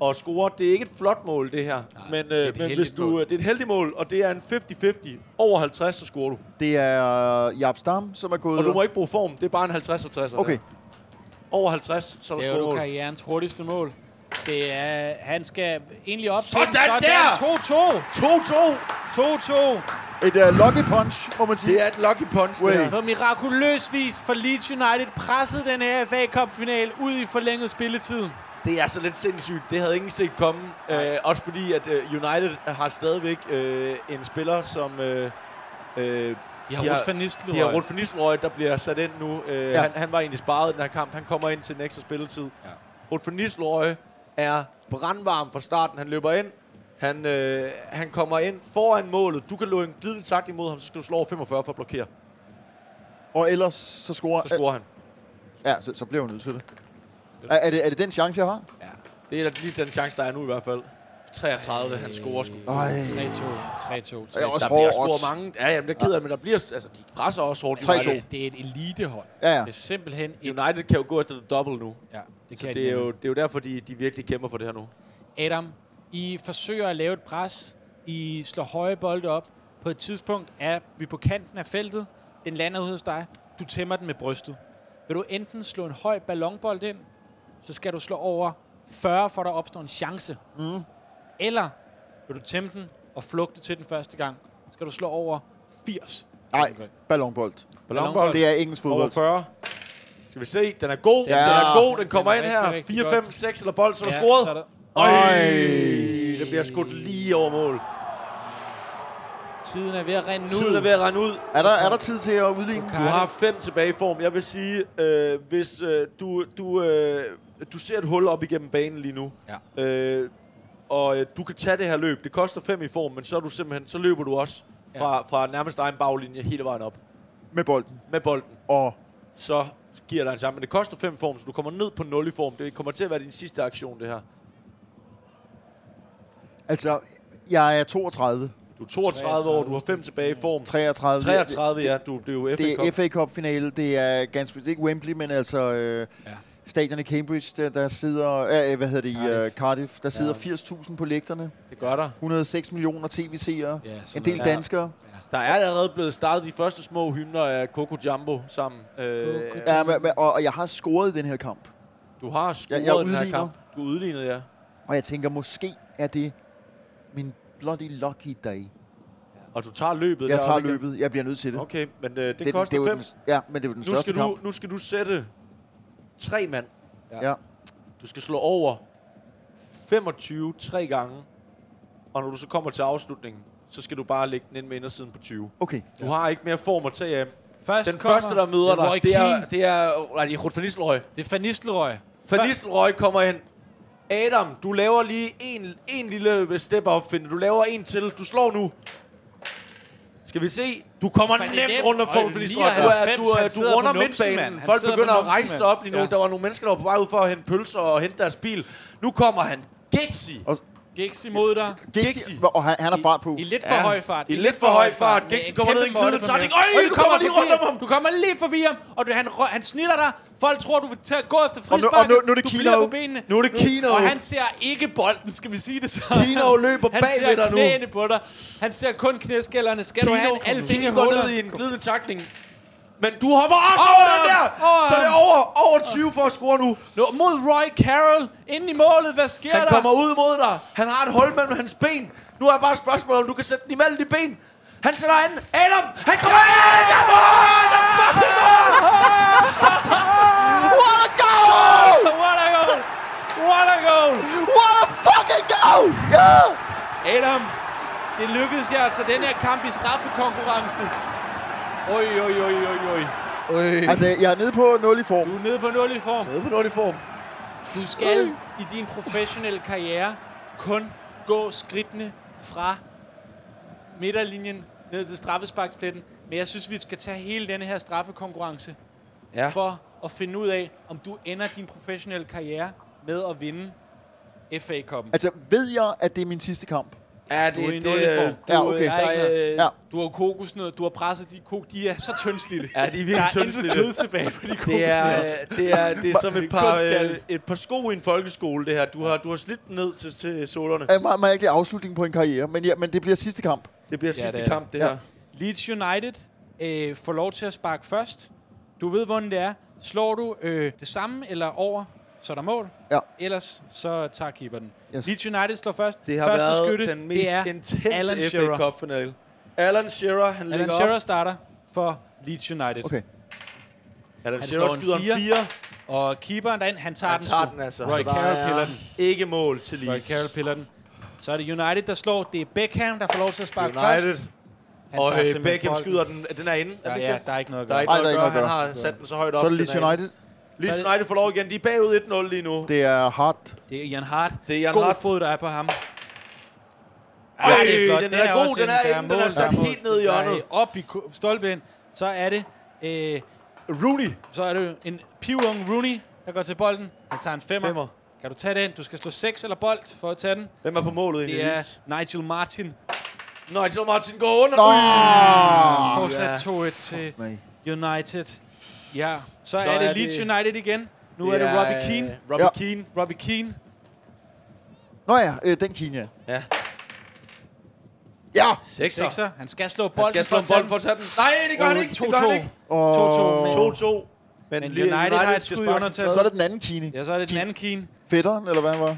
Speaker 2: og score. Det er ikke et flot mål, det her. Nej, men
Speaker 5: det er et
Speaker 2: øh, men hvis
Speaker 5: heldigt
Speaker 2: du,
Speaker 5: mål.
Speaker 2: øh, det er et heldigt mål, og det er en 50-50. Over 50, så scorer du.
Speaker 4: Det er Jaap Stam, som er gået...
Speaker 2: Og du må ikke bruge form. Det er bare en 50-50.
Speaker 4: Okay.
Speaker 2: Over 50, så er
Speaker 3: Det
Speaker 2: der
Speaker 3: er jo
Speaker 2: scoremål.
Speaker 3: karrierens hurtigste mål. Det er, han skal egentlig op
Speaker 2: Sådan
Speaker 3: til den.
Speaker 2: der!
Speaker 3: 2-2!
Speaker 2: 2-2!
Speaker 3: 2-2!
Speaker 4: Et uh, lucky punch, må man sige.
Speaker 2: Det er et lucky punch, det
Speaker 4: Wait.
Speaker 2: her.
Speaker 3: På mirakuløs vis for Leeds United pressede den her FA Cup final ud i forlænget spilletid.
Speaker 2: Det er så lidt sindssygt. Det havde ingen set komme. Øh, også fordi, at øh, United har stadigvæk øh, en spiller, som... Øh, øh,
Speaker 3: De har
Speaker 2: De har-
Speaker 3: Ruth van
Speaker 2: de har
Speaker 3: Nistelrooy.
Speaker 2: Rolf Nistelrooy, der bliver sat ind nu. Øh,
Speaker 4: Ja.
Speaker 2: ja. han, han var egentlig sparet i den her kamp. Han kommer ind til den ekstra spilletid.
Speaker 3: Ja.
Speaker 2: Ja. Rolf Nistelrooy er brandvarm fra starten. Han løber ind. Han, øh, han kommer ind foran målet. Du kan løbe en glidende takling mod ham, så skal du slå over 45 for at blokere.
Speaker 4: Og ellers, så scorer...
Speaker 2: Så scorer han.
Speaker 4: Ja, så, så bliver jeg nødt til det. Er, er, det, er det den chance, jeg har?
Speaker 2: Ja. Det er da lige den chance, der er nu i hvert fald. 33, han scorer sgu.
Speaker 4: Ej.
Speaker 3: 3-2. 3-2.
Speaker 4: Jeg er også
Speaker 2: Øh, Der bliver
Speaker 4: hårde
Speaker 2: scoret
Speaker 4: odds.
Speaker 2: mange. Ja, jamen, det keder ja. men der bliver... Altså, de presser også hårdt.
Speaker 4: 3-2.
Speaker 2: United.
Speaker 3: Det er et elitehold.
Speaker 4: Ja, ja.
Speaker 3: Det er simpelthen et...
Speaker 2: United kan jo gå efter det dobbelt nu.
Speaker 3: Ja, det
Speaker 2: Så
Speaker 3: kan
Speaker 2: det er, jo, det er jo derfor, de, de virkelig kæmper for det her nu.
Speaker 3: Adam, I forsøger at lave et pres. I slår høje bolde op. På et tidspunkt er vi på kanten af feltet. Den lander ude hos dig. Du tæmmer den med brystet. Vil du enten slå en høj ballonbold ind, så skal du slå over 40, for at der opstår en chance. Mm. Eller vil du tæmme den og flugte til den første gang, så skal du slå over 80.
Speaker 4: Nej, ballonbold.
Speaker 3: Ballonbold.
Speaker 4: Det er engelsk
Speaker 2: Over
Speaker 4: fodbold.
Speaker 2: 40. Skal vi se? Den er god.
Speaker 3: Ja.
Speaker 2: Ja. Den er god. Den
Speaker 3: Den
Speaker 2: kommer
Speaker 3: er
Speaker 2: ind
Speaker 3: rigtig,
Speaker 2: her.
Speaker 3: rigtig
Speaker 2: 4,
Speaker 3: godt.
Speaker 2: 5, 6 eller bold, så er der
Speaker 3: så er
Speaker 2: scoret.
Speaker 3: der
Speaker 2: Øj, det bliver skudt lige over mål.
Speaker 3: tiden er ved at rende
Speaker 2: Tiden er ved at
Speaker 3: ud.
Speaker 2: rende ud.
Speaker 4: Er der, er der tid til at udligne?
Speaker 2: Du har fem tilbage i form. Jeg vil sige, øh, hvis øh, du, du, øh, du ser et hul op igennem banen lige nu, ja. øh, og øh, du kan tage det her løb. Det koster fem i form, men så, er du simpelthen, så løber du også fra, fra nærmest egen baglinje hele vejen op
Speaker 4: Med bolden.
Speaker 2: med bolden.
Speaker 4: Og
Speaker 2: Så giver dig en sammen. Men det koster fem i form, så du kommer ned på 0 i form. Det kommer til at være din sidste aktion, det her.
Speaker 4: altså, jeg er 32.
Speaker 2: Du er 32 år, du har fem tilbage i form.
Speaker 4: 33.
Speaker 2: 33, ja. Du blev jo
Speaker 4: Det
Speaker 2: FA
Speaker 4: er
Speaker 2: Cup.
Speaker 4: FA Cup-finale. Det er ganske... Det er ikke Wembley, men altså... Øh, ja. Stadion i Cambridge, der, der sidder... Øh, hvad hedder det? Cardiff. Øh, Cardiff der sidder 80.000 på lægterne.
Speaker 2: Det gør der.
Speaker 4: 106 millioner tv-seere.
Speaker 3: Ja,
Speaker 4: en
Speaker 3: sådan
Speaker 4: del
Speaker 3: noget.
Speaker 4: danskere.
Speaker 2: Der er allerede blevet startet de første små hymner af Coco Jumbo sammen. Øh,
Speaker 3: Coco
Speaker 4: Ja, men- men- og, og jeg har scoret i den her kamp.
Speaker 2: Du har scoret
Speaker 4: Jeg- jeg
Speaker 2: den her
Speaker 4: udligner.
Speaker 2: kamp. Du udlignede, ja.
Speaker 4: Og jeg tænker, måske er det min bloody lucky day.
Speaker 2: Og du tager løbet.
Speaker 4: Jeg
Speaker 2: der,
Speaker 4: tager
Speaker 2: ikke?
Speaker 4: løbet. Jeg bliver nødt til det.
Speaker 2: Okay, men øh, det,
Speaker 4: er den-
Speaker 2: det koster
Speaker 4: det er jo
Speaker 2: fem.
Speaker 4: den, Ja, men det er jo den
Speaker 2: Nu
Speaker 4: største
Speaker 2: skal, du,
Speaker 4: kamp.
Speaker 2: nu skal du sætte tre mand.
Speaker 4: Ja.
Speaker 2: Du skal slå over 25 tre gange. Og når du så kommer til afslutningen, så skal du bare lægge den ind med indersiden på 20.
Speaker 4: Okay.
Speaker 2: Du har ikke mere form at tage af.
Speaker 3: Først
Speaker 2: Den første, der møder dig, det er,
Speaker 3: Det,
Speaker 2: det er, nej, det er Ruth van Nistelrooy.
Speaker 3: det er Fanistelrøg.
Speaker 2: Van Nistelrooy kommer hen. Adam, du laver lige en, en lille step op, Finde. Du laver en til. Du slår nu. Skal vi se? Du kommer
Speaker 3: Van
Speaker 2: nemt
Speaker 3: Nep.
Speaker 2: rundt om
Speaker 3: Øj,
Speaker 2: Van Nistelrooy. Du, er,
Speaker 3: 99,
Speaker 2: du, er,
Speaker 3: han
Speaker 2: du
Speaker 3: sidder på
Speaker 2: runder
Speaker 3: numsen,
Speaker 2: midtbanen.
Speaker 3: mand. Han
Speaker 2: Folk
Speaker 3: sidder
Speaker 2: begynder
Speaker 3: på
Speaker 2: at rejse
Speaker 3: numsen,
Speaker 2: sig op lige nu.
Speaker 3: mand.
Speaker 2: Der var nogle mennesker, der var på vej ud for at hente pølser og hente deres bil. Nu kommer han. Gexi.
Speaker 3: Gix imod dig.
Speaker 2: Gexi.
Speaker 4: Og han, han har fart på.
Speaker 3: I lidt for
Speaker 2: Ja.
Speaker 3: høj fart.
Speaker 2: I lidt for høj fart.
Speaker 3: med
Speaker 2: Gexi
Speaker 3: en
Speaker 2: kommer ned i
Speaker 3: kæmpe
Speaker 2: en glidende
Speaker 3: måtte på
Speaker 2: tackling.
Speaker 3: ham.
Speaker 2: Øj, du kommer lige rundt
Speaker 3: forbi
Speaker 2: om ham.
Speaker 3: Du kommer lige forbi ham, og du, han, rø- han snitter dig. Folk tror, du vil tage, gå efter
Speaker 4: Og nu-
Speaker 3: frisparket.
Speaker 4: og nu- nu er det
Speaker 3: du
Speaker 4: Kino.
Speaker 3: bliver på benene.
Speaker 2: Nu er det Kino.
Speaker 3: Og han ser ikke bolden, skal vi sige det så.
Speaker 2: Kino løber
Speaker 3: han
Speaker 2: bagved dig
Speaker 3: ser
Speaker 2: nu.
Speaker 3: knæene på dig. Han ser kun knæskællerne. Skal du have en alfinge
Speaker 2: Kino går ned i en glidende takling. Men du hopper også over
Speaker 3: Over
Speaker 2: den
Speaker 3: ham.
Speaker 2: der!
Speaker 3: Over
Speaker 2: Så det er
Speaker 3: ham.
Speaker 2: over, over 20 for at score nu.
Speaker 3: Nå, mod Roy Carroll. Ind i målet. Hvad sker
Speaker 2: Han
Speaker 3: der?
Speaker 2: kommer ud mod dig. Han har et hul mellem hans ben. Nu er bare spørgsmålet, om du kan sætte den imellem de ben. Han sætter anden. Adam! Han kommer ja! ind! Ja! Der er fucking mål!
Speaker 4: What a goal!
Speaker 3: What a goal! What a goal!
Speaker 4: What a fucking goal! Yeah!
Speaker 3: Adam, det lykkedes jer altså den her kamp i straffekonkurrence. Oj, oj, oj, oj, oj.
Speaker 4: Altså, jeg er nede på 0 i form.
Speaker 3: Du er nede på nul i form.
Speaker 2: Nede på en uniform.
Speaker 3: Du skal i din professionelle karriere kun gå skridtene fra midterlinjen ned til straffesparkspletten. Men jeg synes, vi skal tage hele denne her straffekonkurrence
Speaker 2: Ja.
Speaker 3: for at finde ud af, om du ender din professionelle karriere med at vinde FA-koppen.
Speaker 4: Altså, ved jeg, at det er min sidste kamp?
Speaker 2: Ja,
Speaker 3: Du er i en
Speaker 2: det,
Speaker 3: dårlig form.
Speaker 2: øh,
Speaker 3: Du,
Speaker 4: Ja,
Speaker 3: øh,
Speaker 4: okay.
Speaker 3: der er ikke noget.
Speaker 2: øh,
Speaker 4: Ja.
Speaker 3: Du har kokosnød, du har presset de kok, de er så tyndslidte.
Speaker 2: Ja, de er virkelig
Speaker 3: Der er
Speaker 2: tyndslidte.
Speaker 3: intet kød tilbage på de kokosnød.
Speaker 2: Det er, øh, det er, det er som et par, øh,
Speaker 3: Kunstskalle.
Speaker 2: et par sko i en folkeskole, det her. Du har, du har slidt dem ned til, til solerne.
Speaker 4: Jeg må, må ikke lige afslutningen på en karriere, men, ja, men det bliver sidste kamp.
Speaker 2: Det bliver
Speaker 3: det
Speaker 2: sidste
Speaker 3: er
Speaker 2: ja,
Speaker 3: det.
Speaker 2: kamp, det
Speaker 4: Ja.
Speaker 2: her.
Speaker 3: Leeds United øh, får lov til at sparke først. Du ved, hvordan det er. Slår du øh, det samme eller over, så er der mål.
Speaker 4: Ja.
Speaker 3: Ellers så tager keeperen.
Speaker 4: Yes.
Speaker 3: Yes. Leeds United slår først.
Speaker 2: Det har
Speaker 3: Første
Speaker 2: været
Speaker 3: skytte,
Speaker 2: den mest
Speaker 3: det er Alan
Speaker 2: intense FA
Speaker 3: Shearer.
Speaker 2: Cup finale. Alan Shearer, han
Speaker 3: Alan
Speaker 2: ligger
Speaker 3: Shearer
Speaker 2: op.
Speaker 3: starter for Leeds United.
Speaker 4: Okay.
Speaker 2: Alan
Speaker 3: Han
Speaker 2: Shearer
Speaker 3: slår en
Speaker 2: skyder en
Speaker 3: fire.
Speaker 2: 4.
Speaker 3: Og keeperen derind, han tager
Speaker 2: Han
Speaker 3: den
Speaker 2: tager
Speaker 3: sgu.
Speaker 2: den altså.
Speaker 3: Roy
Speaker 2: Så der
Speaker 3: Carroll
Speaker 2: er-
Speaker 3: piller den.
Speaker 2: Ikke mål til
Speaker 3: Roy
Speaker 2: Leeds.
Speaker 3: Carroll piller den. Så er det United, der slår. Det er Beckham, der får lov til at sparke
Speaker 2: United.
Speaker 3: først. Han
Speaker 2: Og
Speaker 3: tager
Speaker 2: øh,
Speaker 3: simpelthen
Speaker 2: Beckham
Speaker 3: bolden.
Speaker 2: skyder den. Den er inde.
Speaker 3: Ja, ja, der er ikke noget at
Speaker 2: Der
Speaker 3: gøre.
Speaker 2: er ikke
Speaker 4: Ej,
Speaker 2: noget at
Speaker 4: der er
Speaker 2: gøre.
Speaker 4: ikke
Speaker 2: Han
Speaker 4: noget at
Speaker 2: har sat den så højt op.
Speaker 4: Så er det
Speaker 2: den
Speaker 4: Leeds
Speaker 2: inde.
Speaker 4: United.
Speaker 2: Leeds
Speaker 3: Så er det-
Speaker 2: United får lov igen. De er bagud 1-0 lige nu.
Speaker 4: Det er hardt.
Speaker 3: Det er Ian Hart.
Speaker 2: Det er Ian
Speaker 3: God
Speaker 2: Hart.
Speaker 3: fod, der er på ham.
Speaker 2: Ej,
Speaker 3: Ja, det er flot.
Speaker 2: den er god,
Speaker 3: også
Speaker 2: den er
Speaker 3: en-
Speaker 2: inde, den er
Speaker 3: mål,
Speaker 2: sat
Speaker 3: mål.
Speaker 2: helt ned i
Speaker 3: Der er
Speaker 2: hjørnet.
Speaker 3: Op i ku- stolpen. Så er det... Øh,
Speaker 2: Rooney.
Speaker 3: så er det en pivung Rooney, der går til bolden. Han tager en femmer.
Speaker 2: Femmer.
Speaker 3: Kan du tage den? Du skal slå 6 eller bold for at tage den.
Speaker 2: Hvem er på målet egentlig?
Speaker 3: Det
Speaker 2: Leeds?
Speaker 3: er Nigel Martin.
Speaker 2: Nigel Martin går under.
Speaker 4: Nå!
Speaker 3: Oh, Fortsat 2-1 til
Speaker 4: Nej.
Speaker 3: United. Ja, så,
Speaker 2: Så
Speaker 3: er
Speaker 2: er
Speaker 3: det Leeds
Speaker 2: det-
Speaker 3: United igen. Nu er det Robbie
Speaker 2: øh,
Speaker 3: Keane.
Speaker 2: Robbie
Speaker 4: Ja.
Speaker 2: Keane.
Speaker 3: Robbie Keane.
Speaker 4: Nå ja, øh, den Kina.
Speaker 2: Ja.
Speaker 4: Ja!
Speaker 2: Sekser.
Speaker 3: Sekser. Han skal slå bolden
Speaker 2: Han skal slå en
Speaker 3: for at
Speaker 2: bold
Speaker 3: tage
Speaker 2: for
Speaker 3: den.
Speaker 2: at tage den. Nej, det gør han ikke. Det gør han ikke.
Speaker 4: Og...
Speaker 3: 2-2.
Speaker 2: 2-2. Men,
Speaker 3: Men
Speaker 2: Leeds
Speaker 3: United har et
Speaker 2: skal
Speaker 3: skud i
Speaker 2: sparke
Speaker 3: undertal.
Speaker 2: sin tredje.
Speaker 4: Så er det den anden Kine.
Speaker 3: Ja, så er det den anden Keane.
Speaker 4: Fætteren, eller hvad han var?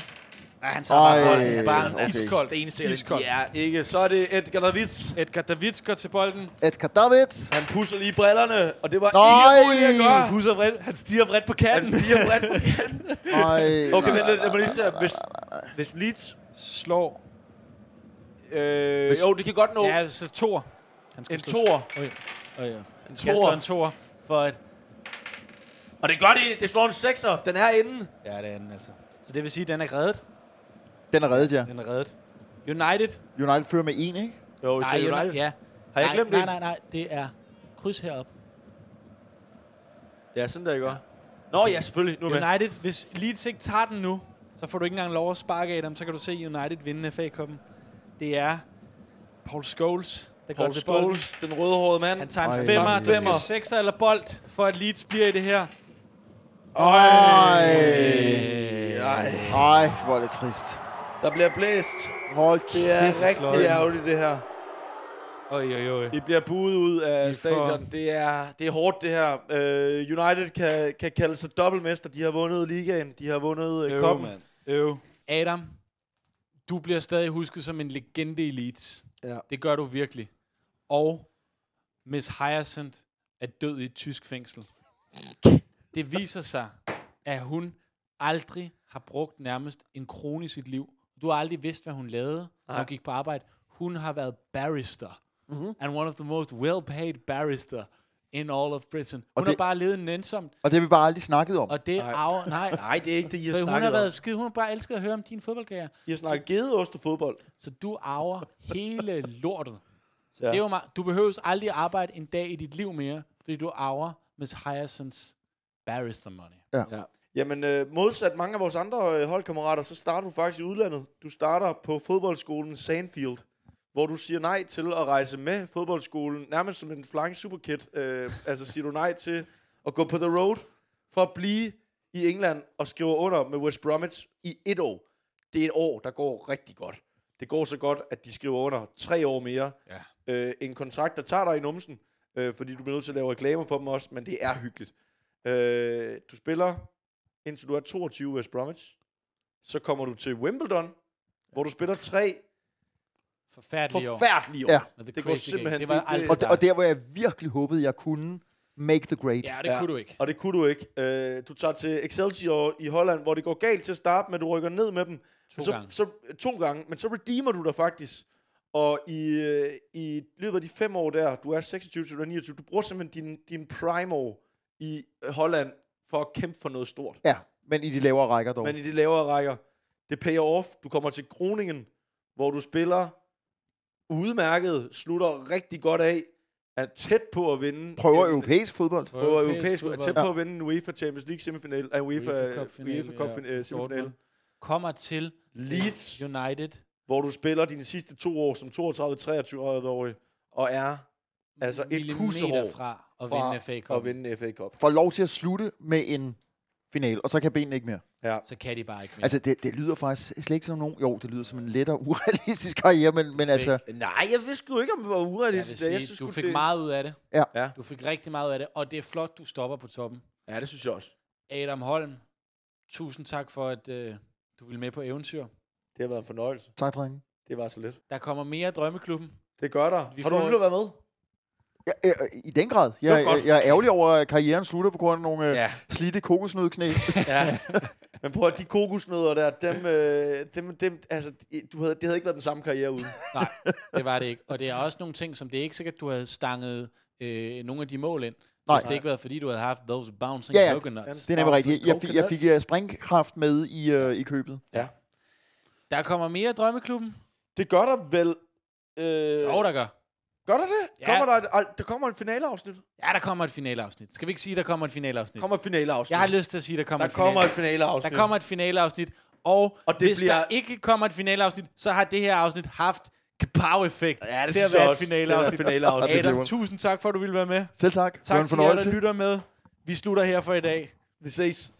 Speaker 3: Ej, han tager bare
Speaker 4: Ej,
Speaker 3: bolden. Det er bare
Speaker 4: okay.
Speaker 3: okay. iskoldt.
Speaker 2: Stensikker.
Speaker 3: Iskold.
Speaker 2: De er ikke. Så er det Edgar Davids.
Speaker 3: Edgar Davids går til bolden.
Speaker 4: Edgar Davids.
Speaker 2: Han pusser lige brillerne, og det var
Speaker 4: Nej!
Speaker 2: ikke roligt at gøre.
Speaker 3: Pusser vredt. Han stiger vredt på
Speaker 2: Han
Speaker 3: kanten.
Speaker 2: stiger bredt på kanten.
Speaker 4: Ej,
Speaker 2: Okay, vent lidt. Lad mig lige se. Hvis, hvis Leeds...
Speaker 3: Slår.
Speaker 2: Øh, jo, det kan godt nå.
Speaker 3: Ja, så toer. Han skal
Speaker 2: En
Speaker 3: slå-
Speaker 2: toer.
Speaker 3: Øj, øj, øj.
Speaker 2: En
Speaker 3: Jeg slår
Speaker 2: toer.
Speaker 3: en toer for et...
Speaker 2: Og det gør det. Det slår en sekser. Den er inde.
Speaker 3: Ja, det er den altså. Så det vil sige, at den er reddet.
Speaker 4: Den er reddet, ja.
Speaker 3: Den er reddet. United.
Speaker 4: United fører med en, ikke?
Speaker 2: Jo, til United.
Speaker 3: Ja.
Speaker 2: Har jeg glemt
Speaker 3: nej,
Speaker 2: en?
Speaker 3: nej, nej, nej. Det er kryds herop.
Speaker 2: Ja, sådan der, ikke også? Nå ja, selvfølgelig. Nu er jeg med.
Speaker 3: United, hvis Leeds ikke tager den nu, så får du ikke engang lov at sparke af dem. Så kan du se United vinde FA-koppen. Det er Paul Scholes, der går
Speaker 2: Paul
Speaker 3: til bolden.
Speaker 2: Scholes, den rødhårede mand.
Speaker 3: Han tager
Speaker 4: Ej,
Speaker 3: en femmer.
Speaker 4: tager en
Speaker 3: Du skal
Speaker 2: femmer.
Speaker 3: sekser eller bold, for at Leeds bliver i det her.
Speaker 4: Ej,
Speaker 2: Ej,
Speaker 4: Ej hvor er det trist.
Speaker 2: der bliver blæst.
Speaker 4: Hold
Speaker 2: Det er
Speaker 4: kæft.
Speaker 2: rigtig
Speaker 3: fløjten.
Speaker 2: ærgerligt, det her.
Speaker 3: Oj, oj, oj.
Speaker 2: Vi bliver buet ud af
Speaker 3: Vi
Speaker 2: stadion.
Speaker 3: får-
Speaker 2: Det er, det er hårdt, det her. Øh, United kan, kan kalde sig dobbeltmester. De har vundet ligaen. De har vundet øh, koppen.
Speaker 3: Øv. Adam, du bliver stadig husket som en legende i Leeds.
Speaker 2: Ja.
Speaker 3: Det gør du virkelig. Og Miss Hyacinth er død i et tysk fængsel. Det viser sig, at hun aldrig har brugt nærmest en krone i sit liv Du har aldrig vidst, hvad hun lavede, når
Speaker 6: Nej.
Speaker 3: hun gik på arbejde. Hun har været barrister. Mm-hmm. And one of the most well-paid barrister in all of Britain. Hun det, har
Speaker 4: det-
Speaker 3: bare levet en ensomt,
Speaker 4: Og det har vi bare aldrig snakket om.
Speaker 3: og det
Speaker 6: Nej.
Speaker 3: arver... Nej,
Speaker 6: Nej, det er ikke det, I har
Speaker 3: for hun
Speaker 6: snakket
Speaker 3: har
Speaker 6: om.
Speaker 3: været skide... Hun har bare elsket at høre om din fodboldkarriere.
Speaker 2: I har snakket gedeost og fodbold.
Speaker 3: Så du arver hele lortet. Så ja. det er jo meget, du behøves aldrig arbejde en dag i dit liv mere, fordi du arver Miss Hyacinths barrister money.
Speaker 2: Jamen, øh, modsat mange af vores andre øh, holdkammerater, så starter du faktisk i udlandet. Du starter på fodboldskolen Sandfield, hvor du siger nej til at rejse med fodboldskolen, nærmest som en flying superkid. Øh, altså siger du nej til at gå på the road for at blive i England og skrive under med West Bromwich i et år. Det er et år, der går rigtig godt. Det går så godt, at de skriver under tre år mere. Ja. Øh, en kontrakt, der tager dig i numsen, øh, fordi du bliver nødt til at lave reklamer for dem også, men det er hyggeligt. Øh, du spiller indtil du er 22 West Bromwich. Så kommer du til Wimbledon, hvor du spiller tre
Speaker 3: Forfærdelige år.
Speaker 2: forfærdelige år.
Speaker 4: Ja.
Speaker 3: Men
Speaker 2: Det går
Speaker 3: crazy game.
Speaker 2: simpelthen-
Speaker 3: Det var
Speaker 2: det- det-
Speaker 3: aldrig
Speaker 4: Og,
Speaker 3: dig.
Speaker 4: og der, hvor jeg virkelig håbede, jeg kunne make the great.
Speaker 3: Ja, det ja. kunne du ikke.
Speaker 2: Og det kunne du ikke. Øh, du tager til Excelsior i Holland, hvor det går galt til at starte med, du rykker ned med dem. To så,
Speaker 3: gange.
Speaker 2: Så, to gange, men så redeemer du dig faktisk. Og i, øh, i løbet af de fem år der, du er 26 til du er 29, du bruger simpelthen din, din prime år i øh, Holland for at kæmpe for noget stort.
Speaker 4: Ja, men i de lavere rækker dog.
Speaker 2: Men i de lavere rækker, det payer off. Du kommer til Groningen, hvor du spiller udmærket, slutter rigtig godt af, er tæt på at vinde.
Speaker 4: Prøver
Speaker 2: en-
Speaker 4: europæisk fodbold.
Speaker 2: Prøver europæisk, er tæt
Speaker 3: fodbold.
Speaker 2: på at vinde en UEFA Champions League semifinal, af UEFA,
Speaker 3: UEFA
Speaker 2: UEFA Cup,
Speaker 3: Cup-finale,
Speaker 2: UEFA Cup
Speaker 3: ja.
Speaker 2: ja, semifinal.
Speaker 3: Dortmund. Kommer til
Speaker 2: Leeds,
Speaker 3: United.
Speaker 2: hvor du spiller dine sidste to år som 32-23-årig, og er altså et
Speaker 3: millimeter
Speaker 2: kusehår
Speaker 3: fra at
Speaker 2: fra
Speaker 3: vinde FA
Speaker 2: at
Speaker 3: Cup.
Speaker 2: vinde en FA Cup.
Speaker 4: Får lov til at slutte med en final, og så kan benene ikke mere.
Speaker 3: Så kan de bare ikke mere.
Speaker 4: Altså, det, det lyder faktisk slet ikke som nogen... Jo, det lyder som en lettere urealistisk karriere, men, men altså...
Speaker 2: Nej, jeg vidste jo ikke, om det var
Speaker 3: jeg
Speaker 2: urealistisk.
Speaker 3: vil sige,
Speaker 2: jeg synes,
Speaker 3: du
Speaker 2: sgu,
Speaker 3: fik
Speaker 2: det...
Speaker 3: meget ud af det.
Speaker 4: Ja.
Speaker 2: Ja.
Speaker 3: Du fik rigtig meget ud af det, og det er flot, du stopper på toppen.
Speaker 2: Ja, det synes jeg også.
Speaker 3: Adam Holm, tusind tak for, at øh, du ville med på eventyr.
Speaker 2: Det har været en fornøjelse.
Speaker 4: Tak, drenge.
Speaker 2: Det var så lidt.
Speaker 3: Der kommer mere af Drømmeklubben.
Speaker 2: Det gør der.
Speaker 3: Vi
Speaker 2: har du
Speaker 3: får-
Speaker 2: lyst til at være med?
Speaker 4: Ja, øh, I den grad. Jeg,
Speaker 2: godt.
Speaker 4: jeg, jeg er ærgerlig over, at karrieren slutter på grund af nogle øh, ja.
Speaker 2: Ja.
Speaker 4: slidte kokosnødknæ.
Speaker 2: Øh, Ja. Men prøv at de kokosnødder der, dem, øh, dem, dem altså, du havde, det havde ikke været den samme karriere uden.
Speaker 3: Nej, det var det ikke. Og det er også nogle ting, som det er ikke sikkert, du havde stanget øh, nogle af de mål ind,
Speaker 4: Nej.
Speaker 3: hvis det ikke havde været, fordi du havde haft those bouncing
Speaker 4: Ja, ja.
Speaker 3: coconuts.
Speaker 4: det er nemlig rigtigt. Jeg, fik, jeg fik øh, springkraft med i, øh, i købet.
Speaker 3: Der kommer mere af Drømmeklubben.
Speaker 2: Det gør der vel... Øh,
Speaker 3: Jo, der gør.
Speaker 2: Gør der det?
Speaker 3: Ja.
Speaker 2: Ja. Kommer der, et, al- der kommer et finaleafsnit.
Speaker 3: Ja, der kommer et finaleafsnit. Skal vi ikke sige, der kommer et finaleafsnit?
Speaker 2: Kommer et finaleafsnit.
Speaker 3: Jeg har lyst til at sige, der kommer
Speaker 2: der
Speaker 3: et
Speaker 2: kommer et
Speaker 3: finaleafsnit.
Speaker 2: finaleafsnit.
Speaker 3: Der kommer et finaleafsnit. Og, og
Speaker 2: Og
Speaker 3: det
Speaker 2: det
Speaker 3: hvis bliver... der
Speaker 2: bliver-
Speaker 3: ikke kommer et finaleafsnit, så har det her afsnit haft kapow-effekt
Speaker 2: Ja, det
Speaker 3: til
Speaker 2: synes jeg
Speaker 3: at være et
Speaker 2: også. Til at være
Speaker 3: finaleafsnit.
Speaker 2: et finaleafsnit.
Speaker 3: Adam,
Speaker 4: Det bliver-
Speaker 3: tusind tak for, at du ville være med.
Speaker 4: Selv tak. Det var
Speaker 3: Tak
Speaker 4: en
Speaker 3: til jer,
Speaker 4: fornøjelse.
Speaker 3: der lytter med. Vi slutter her for i dag.
Speaker 2: Vi ses.